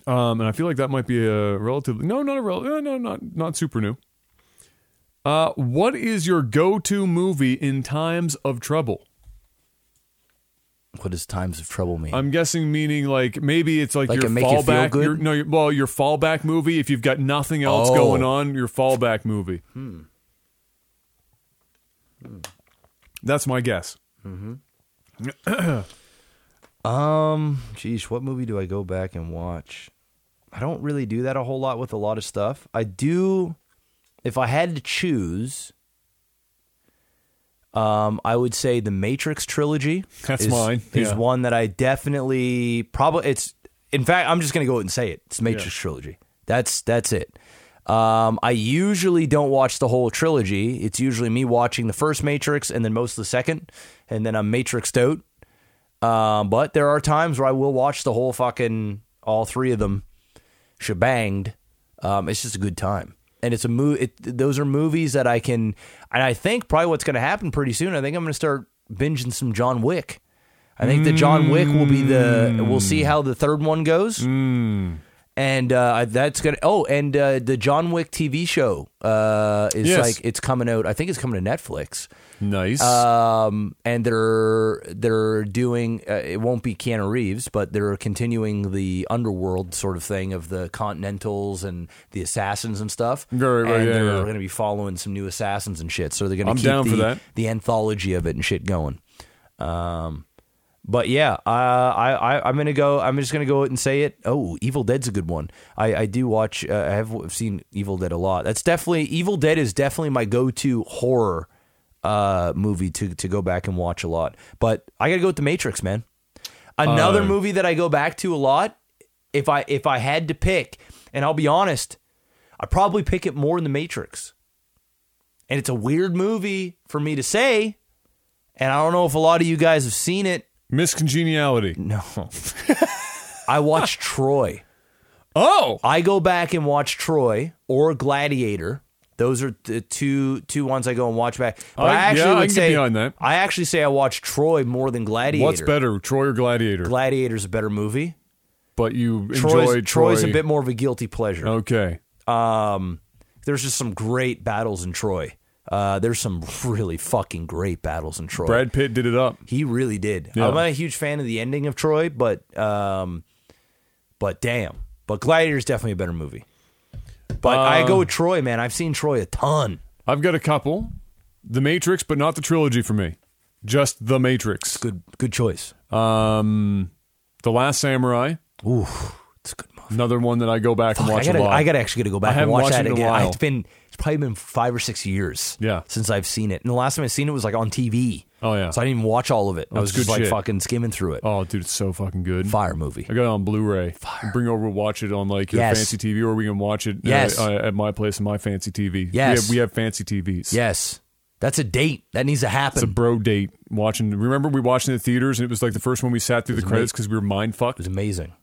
S1: um, and I feel like that might be a relatively no, not a rel- no, no, not not super new. Uh, what is your go-to movie in times of trouble?
S2: What does times of trouble mean?
S1: I'm guessing meaning like maybe it's like,
S2: Like
S1: your
S2: a make you feel
S1: fallback.
S2: good?
S1: Your, no, your, well, your fallback movie. If you've got nothing else
S2: Oh.
S1: going on, your fallback movie. Hmm. That's my guess.
S2: um, geez, what movie do I go back and watch? I don't really do that a whole lot with a lot of stuff. I do, if I had to choose, um, I would say the Matrix trilogy.
S1: That's
S2: is,
S1: mine,
S2: Is
S1: yeah.
S2: one that I definitely probably it's. In fact, I'm just gonna go ahead and say it. It's Matrix trilogy. That's that's it. Um, I usually don't watch the whole trilogy. It's usually me watching the first Matrix and then most of the second, and then I'm Matrixed out. Um, but there are times where I will watch the whole fucking all three of them shebanged. Um, it's just a good time, and it's a movie. It, those are movies that I can, and I think probably what's going to happen pretty soon. I think I'm going to start binging some John Wick. I think the John Wick will be the. We'll see how the third one goes. And uh, that's gonna. Oh, and uh, the John Wick TV show uh, is
S1: Yes.
S2: like it's coming out. I think it's coming to Netflix
S1: Nice.
S2: um, and they're they're doing uh, it won't be Keanu Reeves, but they're continuing the underworld sort of thing of the Continentals and the assassins and stuff.
S1: Right, right,
S2: and
S1: yeah,
S2: they're
S1: yeah.
S2: going to be following some new assassins and shit. So they're going to
S1: I'm
S2: keep
S1: down
S2: the,
S1: for that.
S2: the anthology of it and shit going. Um, but yeah, uh, I, I I'm gonna go. I'm just gonna go out and say it. Oh, Evil Dead's a good one. I I do watch. Uh, I have I've seen Evil Dead a lot. That's definitely Evil Dead is definitely my go-to horror uh movie to to go back and watch a lot. But I gotta go with The Matrix, man. Another movie that I go back to a lot. If I if I had to pick, and I'll be honest, I probably pick it more in The Matrix. And it's a weird movie for me to say, and I don't know if a lot of you guys have seen it.
S1: Miscongeniality.
S2: No. I watch Troy.
S1: Oh,
S2: I go back and watch Troy or Gladiator. Those are the two two ones I go and watch back. But
S1: I-
S2: I, actually
S1: yeah, I
S2: would
S1: can get
S2: say
S1: behind that.
S2: I actually say I watch Troy more than Gladiator.
S1: what's better, Troy or Gladiator?
S2: Gladiator's a better movie.
S1: but you
S2: Troy's,
S1: enjoy
S2: Troy's
S1: Troy.
S2: a bit more of a guilty pleasure.
S1: Okay.
S2: Um, there's just some great battles in Troy. Uh, there's some really fucking great battles in Troy.
S1: Brad Pitt did it up.
S2: He really did.
S1: Yeah.
S2: I'm not a huge fan of the ending of Troy, but um, but damn, but Gladiator is definitely a better movie. But I
S1: Um,
S2: go with Troy, man. I've seen Troy a ton.
S1: I've got a couple. The Matrix, but not the trilogy for me. Just The Matrix.
S2: Good, good choice.
S1: Um, The Last Samurai,
S2: Ooh, it's a good movie.
S1: another one that I go back and
S2: I
S1: watch
S2: gotta,
S1: a lot.
S2: I gotta actually gotta go back and
S1: haven't
S2: watch
S1: watched
S2: that
S1: it in a
S2: again.
S1: while.
S2: It's been it's probably been five or six years.
S1: Yeah.
S2: since I've seen it, and the last time I seen it was like on TV.
S1: Oh, yeah.
S2: so I didn't even watch all of it. I was
S1: good
S2: just like
S1: shit.
S2: fucking skimming through it.
S1: oh, dude, it's so fucking good.
S2: Fire movie.
S1: I got it on Blu-ray. Bring over, watch it on like your
S2: Yes.
S1: fancy TV, or we can watch it uh,
S2: Yes.
S1: uh, at my place on my fancy TV.
S2: Yes.
S1: we have, we have fancy TVs.
S2: Yes, that's a date that needs to happen.
S1: It's a bro date watching. Remember, we watched in the theaters, and it was like the first one we sat through the credits because we were mind fucked.
S2: was amazing.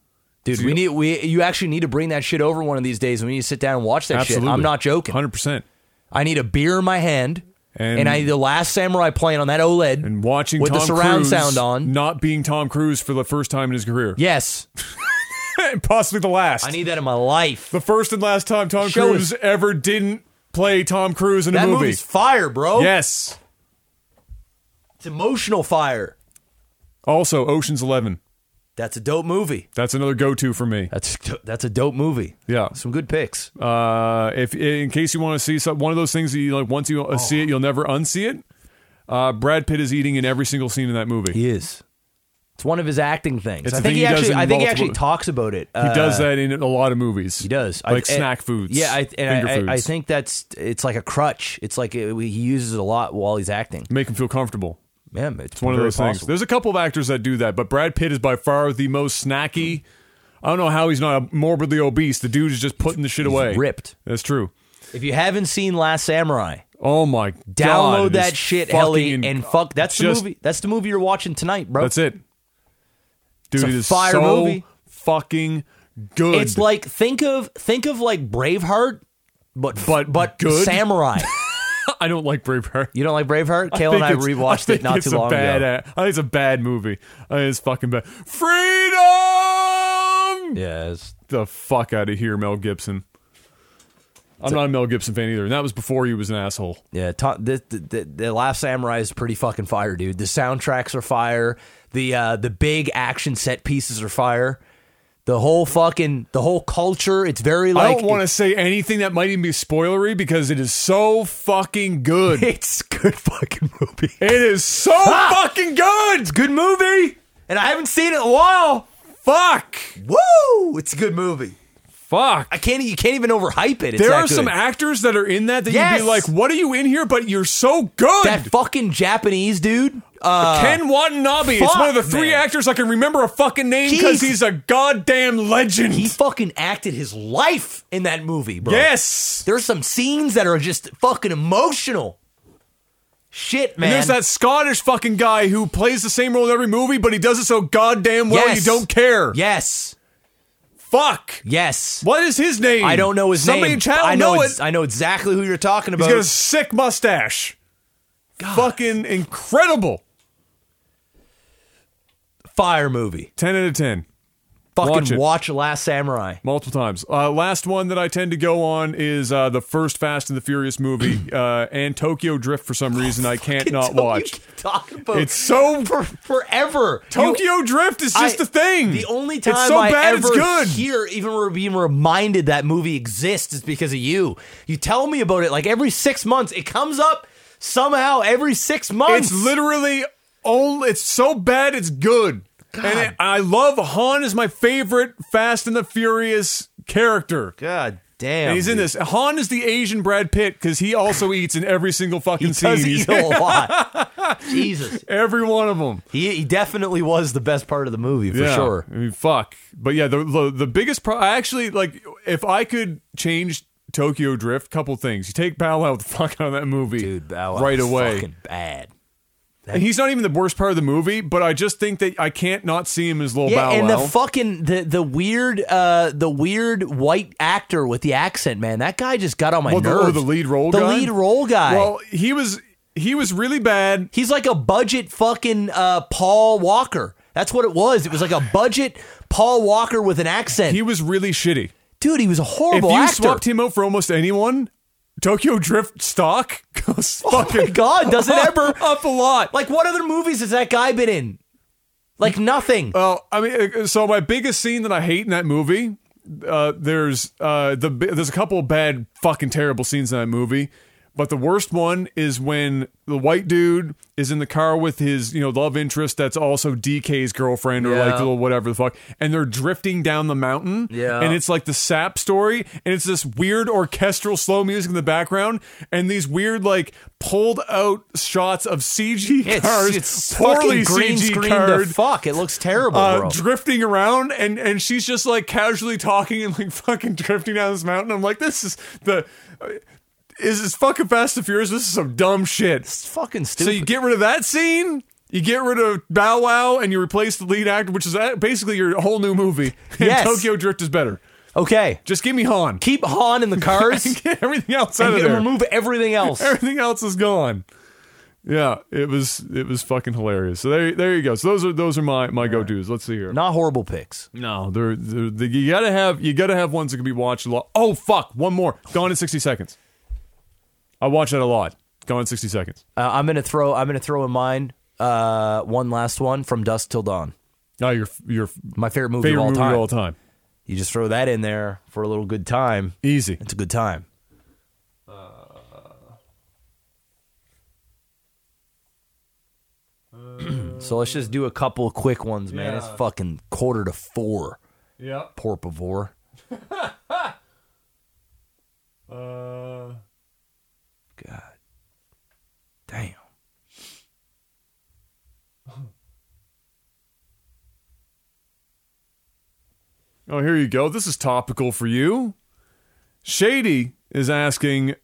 S2: Dude, we need we you actually need to bring that shit over one of these days. and We need to sit down and watch that
S1: Absolutely,
S2: shit. I'm not joking.
S1: hundred percent.
S2: I need a beer in my hand, and,
S1: And-
S2: I need the last samurai playing on that E OLED
S1: And watching
S2: with
S1: Tom
S2: the surround
S1: Cruise
S2: sound on.
S1: not being Tom Cruise for the first time in his career,
S2: Yes,
S1: and possibly the last.
S2: I need that in my life.
S1: the first and last time Tom
S2: Show
S1: Cruise ever didn't play Tom Cruise in a
S2: That
S1: movie.
S2: movie's fire, bro.
S1: yes.
S2: It's emotional fire.
S1: Also, Ocean's Eleven.
S2: That's a dope movie.
S1: That's another go-to for me.
S2: That's that's a dope movie.
S1: Yeah.
S2: Some good picks.
S1: Uh, if in case you want to see some, one of those things that you like, once
S2: Oh.
S1: you uh, see it, you'll never unsee it. Uh, Brad Pitt is eating in every single scene in that movie. He,
S2: He is. It's one of his acting things.
S1: It's
S2: I
S1: a
S2: think
S1: thing
S2: he,
S1: he does
S2: actually
S1: in
S2: I think he
S1: multiple-
S2: actually talks about it. He
S1: does that in a lot of movies. He
S2: does I-
S1: like
S2: I-
S1: snack foods.
S2: Yeah, I, and
S1: finger
S2: I, I-
S1: foods.
S2: I think that's it's like a crutch. It's like it, he uses it a lot while he's acting.
S1: make him feel comfortable.
S2: Yeah, it's,
S1: It's one of
S2: very
S1: those things.
S2: possible.
S1: There's a couple of actors that do that, but Brad Pitt is by far the most snacky. I don't know how he's not morbidly obese. The dude is just putting the shit away.
S2: ripped.
S1: That's true.
S2: If you haven't seen Last Samurai,
S1: Oh my
S2: download
S1: god! it
S2: that
S1: is
S2: shit,
S1: fucking
S2: Helly,
S1: in-
S2: and fuck. That's
S1: just-
S2: the movie. That's the movie you're watching tonight, bro.
S1: That's it, dude.
S2: a
S1: it is
S2: fire
S1: so
S2: movie.
S1: fucking good.
S2: It's like think of think of like Braveheart, but
S1: But
S2: but
S1: good?
S2: samurai.
S1: I don't like Braveheart.
S2: you don't like Braveheart? Kale and I
S1: think it's-
S2: rewatched
S1: I
S2: it not
S1: think
S2: too
S1: it's a
S2: long
S1: bad,
S2: ago.
S1: I think it's a bad movie. I think it's fucking bad. Freedom!
S2: Yeah, it's-
S1: The fuck out of here, Mel Gibson. I'm not a Mel Gibson fan either, and that was before he was an asshole.
S2: Yeah, ta the, the, the, the Last Samurai is pretty fucking fire, dude. The soundtracks are fire. The uh, the big action set pieces are fire. The whole fucking the whole culture. It's very
S1: I
S2: like
S1: don't want to say anything that might even be spoilery because it is so fucking good. it
S2: It's a good fucking movie. Ah!
S1: is so fucking good.
S2: Good movie, and I haven't seen it in a while.
S1: Fuck.
S2: Woo! It's a good movie.
S1: Fuck.
S2: I can't. You can't even overhype it. It's
S1: there
S2: that
S1: are some
S2: good.
S1: actors that are in that that you'd
S2: Yes.
S1: be like, what are you in here? But you're so good.
S2: that fucking Japanese dude. Uh,
S1: Ken Watanabe. it's one of the
S2: fuck,
S1: three
S2: man.
S1: actors I can remember a fucking name because
S2: Jeez.
S1: he's a goddamn legend.
S2: he fucking acted his life in that movie, bro.
S1: yes.
S2: There's some scenes that are just fucking emotional. Shit, man.
S1: And there's that Scottish fucking guy who plays the same role in every movie, but he does it so goddamn well
S2: Yes.
S1: you don't care.
S2: Yes.
S1: Fuck.
S2: Yes.
S1: What is his name?
S2: I don't know his
S1: Somebody
S2: name.
S1: Somebody
S2: I
S1: in chat will
S2: know,
S1: know it.
S2: ex- I know exactly who you're talking about.
S1: He's got a sick mustache. Fucking incredible.
S2: Fire movie.
S1: 10 out of 10.
S2: Fucking
S1: Watch
S2: watch,
S1: it.
S2: Last Samurai.
S1: Multiple times. Uh, last one that I tend to go on is uh, the first Fast and the Furious movie uh, and Tokyo Drift for some reason I can't not
S2: Don't you
S1: watch.
S2: keep talking about
S1: It's so
S2: for, forever. You-
S1: Tokyo Drift is just
S2: I-
S1: a thing.
S2: The only time
S1: it's so
S2: I
S1: bad,
S2: ever
S1: it's good.
S2: hear even re- being reminded that movie exists is because of you. You tell me about it like every six months. It comes up somehow every six months.
S1: It's literally only. It's so bad. It's good. And it- I love Han is my favorite Fast and the Furious character.
S2: God damn.
S1: And he's in this. Han is the Asian Brad Pitt because he also eats in every single fucking
S2: He
S1: scene.
S2: does
S1: He's
S2: eat a lot. Jesus,
S1: every one of them.
S2: he, he definitely was the best part of the movie for
S1: Yeah.
S2: sure.
S1: I mean, fuck. But yeah, the the, the biggest pro. I actually like if I could change Tokyo Drift. Couple things. You take Bow Wow the fuck out of that movie,
S2: Dude, Bow Wow
S1: right
S2: is
S1: away.
S2: fucking bad.
S1: And he's not even the worst part of the movie, but I just think that I can't not see him as Lil
S2: Yeah,
S1: Bow
S2: and
S1: Wow.
S2: the fucking the the weird uh the weird white actor with the accent, man. That guy just got on my
S1: Well, the,
S2: nerves.
S1: or the lead role
S2: the
S1: guy.
S2: lead role guy.
S1: Well, he was he was really bad.
S2: He's like a budget fucking uh, Paul Walker. That's what it was. It was like a budget Paul Walker with an accent.
S1: He was really shitty.
S2: Dude, he was a
S1: If
S2: horrible
S1: you
S2: actor.
S1: swapped him out for almost anyone, Tokyo Drift stock goes fucking
S2: Oh my God, does it ever-
S1: up a lot.
S2: like, what other movies has that guy been in? Like nothing.
S1: Well, I mean, uh, so my biggest scene that I hate in that movie, uh, there's uh, the bi- there's a couple of bad, fucking terrible scenes in that movie, but the worst one is when the white dude is in the car with his you know love interest that's also DK's girlfriend or like
S2: Yeah.
S1: little whatever the fuck, and they're drifting down the mountain,
S2: Yeah.
S1: and it's like the sap story, and it's this weird orchestral slow music in the background, and these weird like pulled out shots of CG
S2: it's
S1: cars,
S2: it's
S1: poorly
S2: fucking green
S1: CG
S2: screen
S1: card
S2: to fuck. It looks terrible,
S1: uh,
S2: bro.
S1: drifting around and and she's just like casually talking and like fucking drifting down this mountain. I'm like, this is the uh, is this fucking Fast and Furious? This is some dumb shit.
S2: it's fucking
S1: So
S2: stupid.
S1: you get rid of that scene. You get rid of Bow Wow and you replace the lead actor, which is uh, basically your whole new movie. And
S2: Yes.
S1: Tokyo Drift is better.
S2: okay,
S1: Just give me Han.
S2: keep Han in the cars and,
S1: Get everything else out of
S2: get-
S1: there.
S2: remove everything else.
S1: Everything else is gone. Yeah, it was it was fucking hilarious. So there there you go. So those are those are my my go tos. Let's see here.
S2: Not horrible picks.
S1: No, they're, they're, they you gotta have you gotta have ones that can be watched a lot. Oh fuck, one more. Gone in sixty seconds. I watch that a lot. Gone in sixty seconds.
S2: Uh, I'm gonna throw. I'm gonna throw in mine. Uh, one last one from Dusk Till Dawn.
S1: Oh, your your
S2: My favorite movie
S1: favorite
S2: of all
S1: movie
S2: time.
S1: of all time.
S2: You just throw that in there for a little good time.
S1: Easy.
S2: It's a good time.
S1: Uh, uh,
S2: so let's just do a couple of quick ones, man. It's fucking quarter to four,
S1: Yeah.
S2: porpivore.
S1: Uh,
S2: God. Damn.
S1: oh, here you go. This is topical for you. Shady is asking.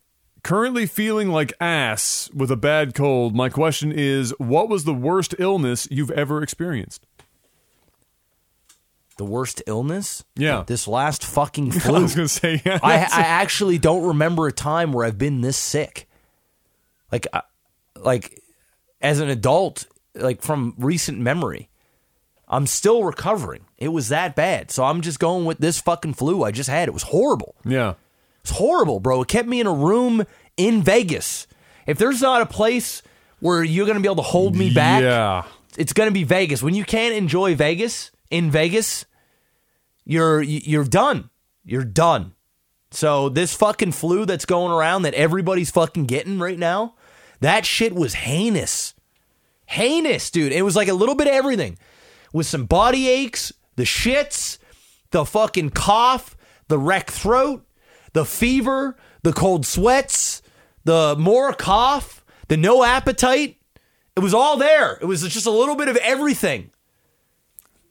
S1: Currently feeling like ass with a bad cold. My question is, what was the worst illness you've ever experienced?
S2: The worst illness?
S1: Yeah.
S2: This last fucking
S1: I
S2: flu.
S1: was gonna say, yeah.
S2: I, I actually don't remember a time where I've been this sick. Like, I, like as an adult, like from recent memory, I'm still recovering. It was that bad, so I'm just going with this fucking flu I just had. It was horrible.
S1: yeah.
S2: It's horrible, bro. It kept me in a room in Vegas. If there's not a place where you're gonna be able to hold me back,
S1: Yeah.
S2: it's gonna be Vegas. When you can't enjoy Vegas in Vegas, you're you're done. You're done. So this fucking flu that's going around that everybody's fucking getting right now, that shit was heinous. Heinous, dude. It was like a little bit of everything. With some body aches, the shits, the fucking cough,
S4: the wreck throat, the fever, the cold sweats, the more cough, the no appetite. It was all there. It was just a little bit of everything.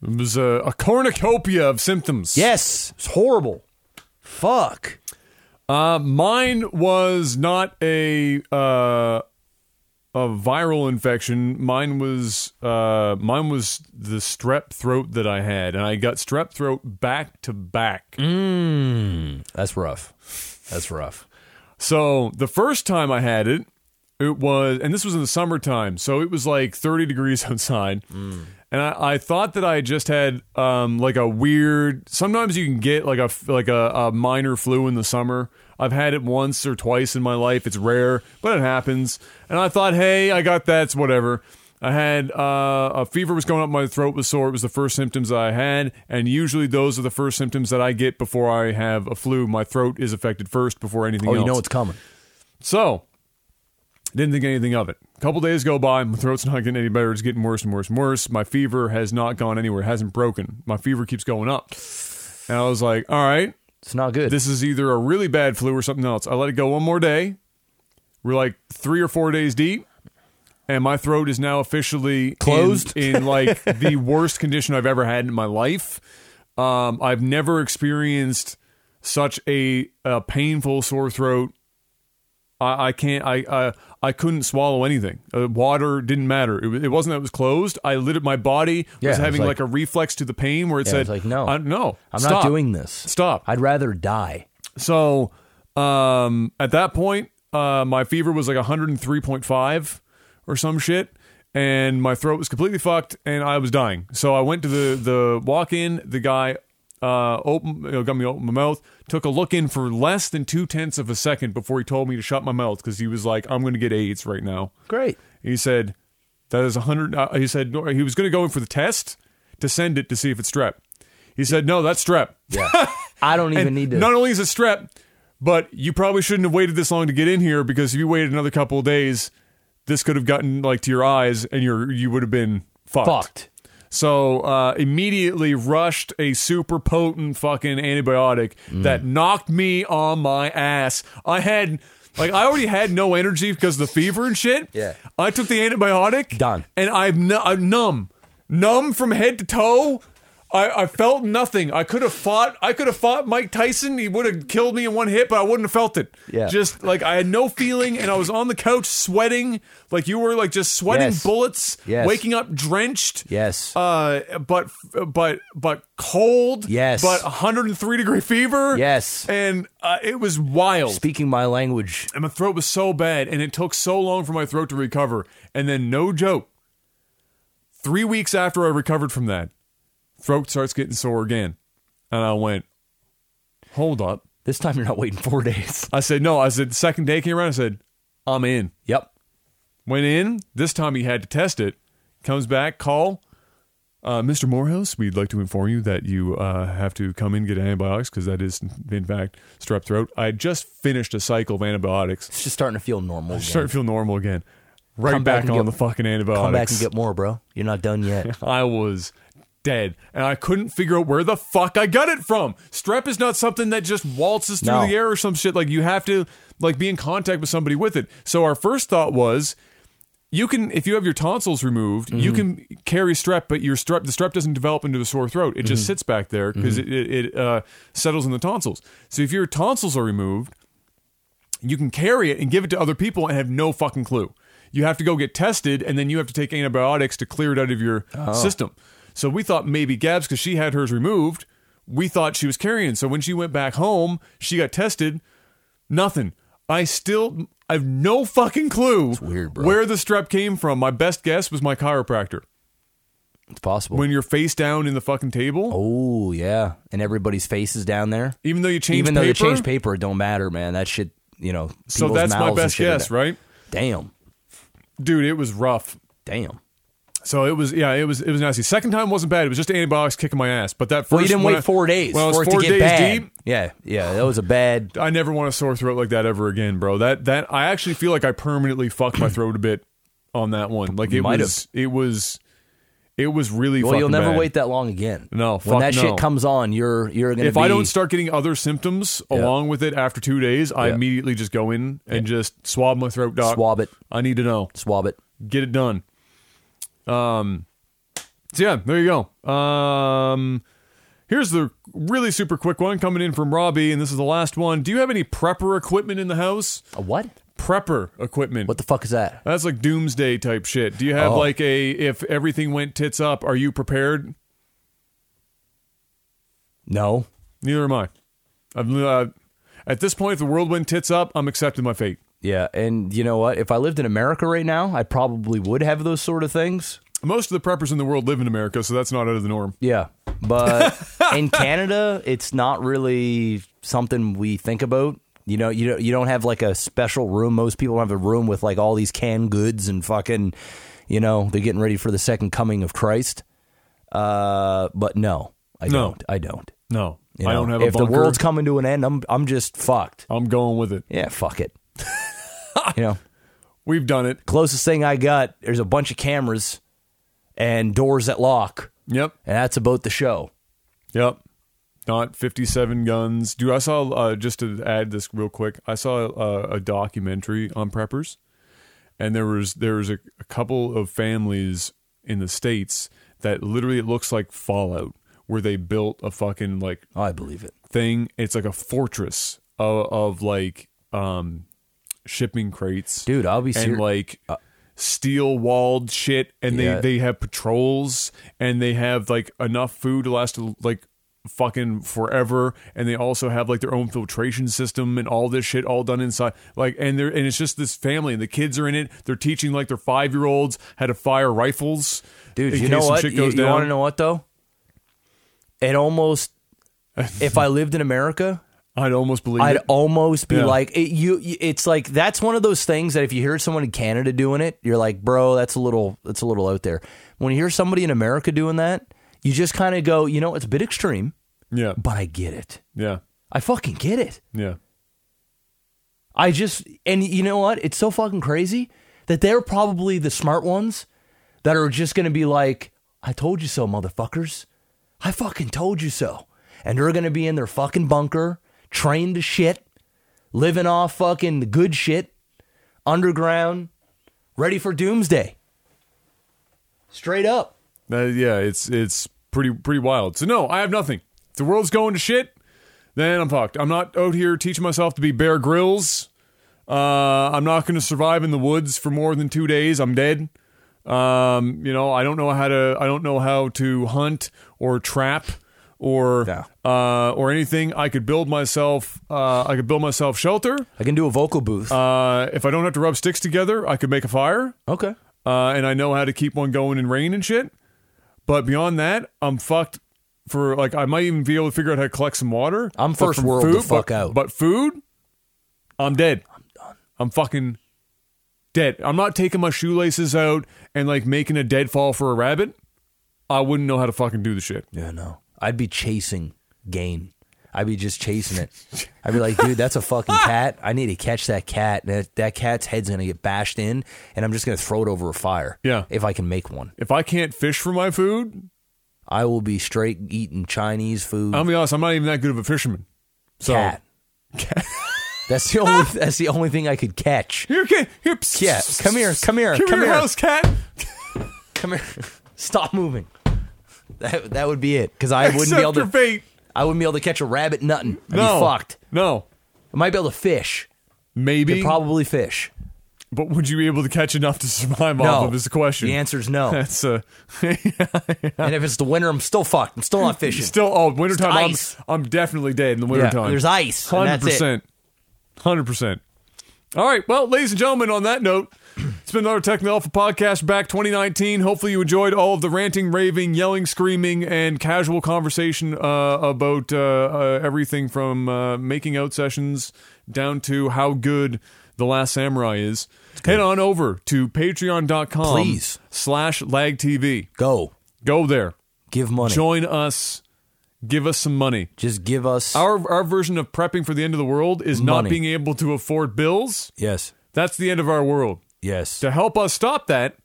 S1: It was a, a cornucopia of symptoms.
S4: Yes, it's horrible. Fuck.
S1: Uh, mine was not a uh, a viral infection. Mine was uh, mine was the strep throat that I had, and I got strep throat back to back.
S2: That's rough. That's rough.
S1: So the first time I had it, it was, and this was in the summertime, so it was like 30 degrees outside.
S2: Mm.
S1: And I, I thought that I just had um, like a weird. Sometimes you can get like a f- like a, a minor flu in the summer. I've had it once or twice in my life. It's rare, but it happens. And I thought, hey, I got that. It's whatever. I had uh, a fever was going up. My throat was sore. It was the first symptoms I had, and usually those are the first symptoms that I get before I have a flu. My throat is affected first before anything
S2: Oh,
S1: else.
S2: you know it's coming.
S1: So, didn't think anything of it. A couple days go by, my throat's not getting any better. It's getting worse and worse and worse. My fever has not gone anywhere. It hasn't broken. My fever keeps going up. And I was like, all right,
S2: It's not good.
S1: this is either a really bad flu or something else. I let it go one more day. We're like three or four days deep. And my throat is now officially in-
S2: Closed?
S1: in, like the worst condition I've ever had in my life. Um, I've never experienced such a, a painful sore throat I, I can't. I, I I couldn't swallow anything. Uh, water didn't matter. It, wa- it wasn't that it was closed. I lit My body
S2: Yeah,
S1: was
S2: it was
S1: having
S2: like-
S1: like, a reflex to the pain where it
S2: Yeah,
S1: said,
S2: it's like, no.
S1: I, no,
S2: I'm
S1: stop.
S2: not doing this.
S1: Stop.
S2: I'd rather die.
S1: So um, at that point, uh, my fever was like 103.5 or some shit, and my throat was completely fucked, and I was dying. So I went to the the walk in. The guy uh, open you know, got me open my mouth. Took a look in for less than two tenths of a second before he told me to shut my mouth because he was like, "I'm going to get AIDS right now."
S2: Great.
S1: He said, "That is a hundred. Uh, he said no, he was going to go in for the test to send it to see if it's strep. He said, "No, that's strep."
S2: I don't even
S1: And
S2: need to.
S1: Not only is it strep, but you probably shouldn't have waited this long to get in here because if you waited another couple of days, this could have gotten like to your eyes and your you would have been fucked.
S2: Fucked.
S1: So uh, immediately rushed a super potent fucking antibiotic
S2: Mm.
S1: that knocked me on my ass. I had like I already had no energy because of the fever and shit.
S2: Yeah.
S1: I took the antibiotic.
S2: Done.
S1: And I'm, nu- I'm numb, numb from head to toe. I, I felt nothing. I could have fought. I could have fought Mike Tyson. He would have killed me in one hit, but I wouldn't have felt it.
S2: Yeah.
S1: Just like I had no feeling, and I was on the couch sweating, like you were, like just sweating
S2: Yes.
S1: bullets,
S2: Yes.
S1: waking up drenched.
S2: Yes.
S1: Uh, but but but cold.
S2: Yes.
S1: But 103 degree fever.
S2: Yes.
S1: And uh, it was wild.
S2: Speaking my language.
S1: And my throat was so bad, and it took so long for my throat to recover. And then, no joke, three weeks after I recovered from that, throat starts getting sore again. And I went, hold up.
S2: This time you're not waiting four days.
S1: I said, no. I said, the second day came around. I said, I'm in.
S2: Yep.
S1: Went in. This time he had to test it. Comes back, call. Uh, Mr. Morehouse, we'd like to inform you that you uh, have to come in and get antibiotics because that is, in fact, strep throat. I had just finished a cycle of antibiotics.
S2: It's just starting to feel normal. Again.
S1: Start to feel normal again. Right
S2: Come back
S1: back,
S2: and
S1: on
S2: get-
S1: the fucking antibiotics.
S2: Come back and get more, bro. You're not done yet.
S1: I was dead, and I couldn't figure out where the fuck I got it from. Strep is not something that just waltzes through
S2: No.
S1: the air or some shit. Like you have to like be in contact with somebody with it. So our first thought was. You can, if you have your tonsils removed, you can carry strep, but your strep, the strep doesn't develop into a sore throat. It just sits back there because it, it, it uh, settles in the tonsils. So if your tonsils are removed, you can carry it and give it to other people and have no fucking clue. You have to go get tested and then you have to take antibiotics to clear it out of your
S2: Oh.
S1: system. So we thought maybe Gabs, because she had hers removed, we thought she was carrying. So when she went back home, she got tested. Nothing. I still, I have no fucking clue
S2: weird, bro.
S1: where the strep came from. My best guess was my chiropractor.
S2: It's possible.
S1: When you're face down in the fucking table,
S2: oh yeah, and everybody's face is down there.
S1: even though you change
S2: Even though
S1: paper,
S2: they changed paper, it don't matter, man. That shit, you know.
S1: so
S2: people's
S1: that's my
S2: mouths and
S1: best
S2: shit are
S1: guess,
S2: down-
S1: right?
S2: Damn,
S1: Dude, it was rough.
S2: damn.
S1: So it was, yeah, it was, it was nasty. Second time wasn't bad. It was just antibiotics kicking my ass. But that first,
S2: Well, you didn't
S1: when
S2: wait
S1: I-
S2: four days
S1: When I was
S2: for it
S1: four
S2: to get
S1: days
S2: bad.
S1: deep,
S2: Yeah, yeah, that was a bad.
S1: I never want a sore throat like that ever again, bro. That that I actually feel like I permanently fucked my throat a bit on that one. Like it
S2: Might
S1: was, it was, It was really
S2: Well, you'll
S1: fucking
S2: never
S1: bad.
S2: wait that long again.
S1: No,
S2: when
S1: fuck
S2: that
S1: no.
S2: shit comes on, you're you're gonna.
S1: If
S2: be,
S1: I don't start getting other symptoms along with it after two days, I
S2: Yeah.
S1: immediately just go in and just swab my throat, doc.
S2: swab it,
S1: I need to know.
S2: swab it.
S1: Get it done. Um. So yeah, there you go. Um. Here's the really super quick one coming in from Robbie, and this is the last one. Do you have any prepper equipment in the house?
S2: A what?
S1: Prepper equipment.
S2: What the fuck is that?
S1: That's like doomsday type shit. Do you have
S2: Oh.
S1: like a if everything went tits up, are you prepared?
S2: No.
S1: Neither am I. I've, uh, at this point, if the world went tits up, I'm accepting my fate.
S2: Yeah, and you know what? If I lived in America right now, I probably would have those sort of things.
S1: Most of the preppers in the world live in America, so that's not out of the norm.
S2: Yeah, but in Canada, it's not really something we think about. You know, you don't, you don't have like a special room. Most people don't have a room with like all these canned goods and fucking, you know, they're getting ready for the second coming of Christ. Uh, but no, I
S1: No.
S2: don't. I don't.
S1: No,
S2: You
S1: I
S2: know,
S1: don't have
S2: If
S1: a bunker.
S2: the world's coming to an end, I'm I'm just fucked.
S1: I'm going with it.
S2: Yeah, fuck it. you know,
S1: We've done it.
S2: closest thing I got, there's a bunch of cameras and doors that lock,
S1: Yep,
S2: and that's about the show.
S1: yep. Not 57 guns. Dude, I saw, uh, just to add this real quick, I saw uh, a documentary on preppers, and there was, there was a, a couple of families in the States that literally it looks like Fallout, where they built a fucking like
S2: Oh, I believe it.
S1: thing. It's like a fortress of, of like um shipping crates,
S2: Dude, I'll be
S1: and
S2: serious.
S1: like uh, steel walled shit. And
S2: Yeah.
S1: they they have patrols, and they have like enough food to last like fucking forever. And they also have like their own filtration system and all this shit all done inside. Like, and they're and it's just this family, and the kids are in it. They're teaching like their five year olds how to fire rifles.
S2: Dude,
S1: in
S2: you
S1: case
S2: know
S1: some
S2: what?
S1: shit
S2: You,
S1: goes
S2: you
S1: down.
S2: want to know what though? It almost, if I lived in America,
S1: I'd almost believe
S2: I'd
S1: it.
S2: almost be
S1: Yeah.
S2: like, it, you. It's like that's one of those things that if you hear someone in Canada doing it, you're like, bro, that's a little, that's a little out there. When you hear somebody in America doing that, you just kind of go, you know, it's a bit extreme,
S1: Yeah,
S2: but I get it.
S1: yeah,
S2: I fucking get it.
S1: yeah.
S2: I just and you know what? It's so fucking crazy that they're probably the smart ones that are just going to be like, "I told you so, motherfuckers. I fucking told you so." And they're going to be in their fucking bunker, trained to shit, living off fucking the good shit, underground, ready for doomsday. Straight up.
S1: Uh, yeah, it's it's pretty pretty wild. So no, I have nothing. If the world's going to shit, then I'm fucked. I'm not out here teaching myself to be Bear Grylls. Uh, I'm not going to survive in the woods for more than two days. I'm dead. Um, you know, I don't know how to I don't know how to hunt or trap or
S2: No.
S1: uh, or anything. I could build myself uh, I could build myself shelter.
S2: I can do a vocal booth.
S1: Uh, if I don't have to rub sticks together, I could make a fire
S2: okay.
S1: uh, and I know how to keep one going in rain and shit. But beyond that, I'm fucked for like I might even be able to figure out how to collect some water.
S2: I'm
S1: But
S2: first
S1: from
S2: world the fuck
S1: but,
S2: out.
S1: But food, I'm dead. I'm done. I'm fucking dead. I'm not taking my shoelaces out and like making a deadfall for a rabbit. I wouldn't know how to fucking do the shit.
S2: Yeah, no. I'd be chasing gain. I'd be just chasing it. I'd be like, dude, that's a fucking cat. I need to catch that cat. That, that cat's head's gonna get bashed in, and I'm just gonna throw it over a fire.
S1: Yeah.
S2: If I can make one.
S1: If I can't fish for my food,
S2: I will be straight eating Chinese food.
S1: I'm gonna be honest. I'm not even that good of a fisherman. Um, So
S2: cat. That's the only that's the only thing I could catch.
S1: here, kid, here, psst,
S2: Yeah.
S1: psst,
S2: Come here, come here, come here.
S1: house cat.
S2: Come here. Stop moving. That, that would be it. Because I wouldn't
S1: Accept
S2: be able
S1: your
S2: to
S1: fate.
S2: I wouldn't be able to catch a rabbit nothing. I'd
S1: No,
S2: be fucked.
S1: No,
S2: I might be able to fish.
S1: maybe.
S2: Could probably fish.
S1: But would you be able to catch enough to survive off of is the question.
S2: The answer's no.
S1: That's uh,
S2: and if it's the winter, I'm still fucked. I'm still not fishing.
S1: still oh wintertime. I'm,
S2: ice.
S1: I'm definitely dead in the
S2: Yeah,
S1: wintertime.
S2: There's ice. and
S1: Hundred
S2: that's it.
S1: percent. Hundred percent. All right. Well, ladies and gentlemen, on that note, it's been another Techno Alpha podcast back 2019. Hopefully, you enjoyed all of the ranting, raving, yelling, screaming, and casual conversation uh, about uh, uh, everything from uh, making out sessions down to how good The Last Samurai is. Head on over to patreon.com
S2: Please.
S1: slash lagtv.
S2: Go.
S1: Go there.
S2: Give money.
S1: Join us. Give us some money.
S2: Just give us.
S1: Our our version of prepping for the end of the world is
S2: Money.
S1: not being able to afford bills.
S2: yes.
S1: That's the end of our world.
S2: Yes.
S1: To help us stop that,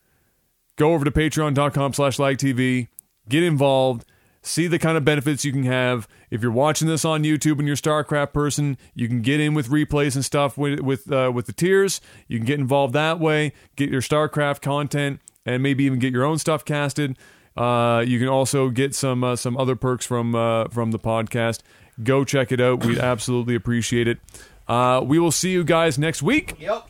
S1: go over to patreon.com slash TV, get involved, see the kind of benefits you can have. If you're watching this on YouTube and you're a StarCraft person, you can get in with replays and stuff with with, uh, with the tiers. You can get involved that way, get your StarCraft content, and maybe even get your own stuff casted. Uh, you can also get some uh, some other perks from uh, from the podcast. Go check it out. We'd absolutely appreciate it. Uh, we will see you guys next week
S4: Yep.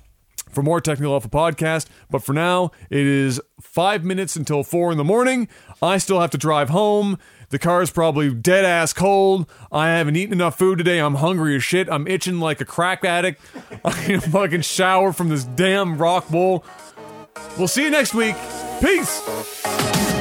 S1: for more Technical Alpha podcast. But for now, it is five minutes until four in the morning. I still have to drive home. The car is probably dead ass cold. I haven't eaten enough food today. I'm hungry as shit. I'm itching like a crack addict. I need a fucking shower from this damn rock bowl. We'll see you next week. Peace.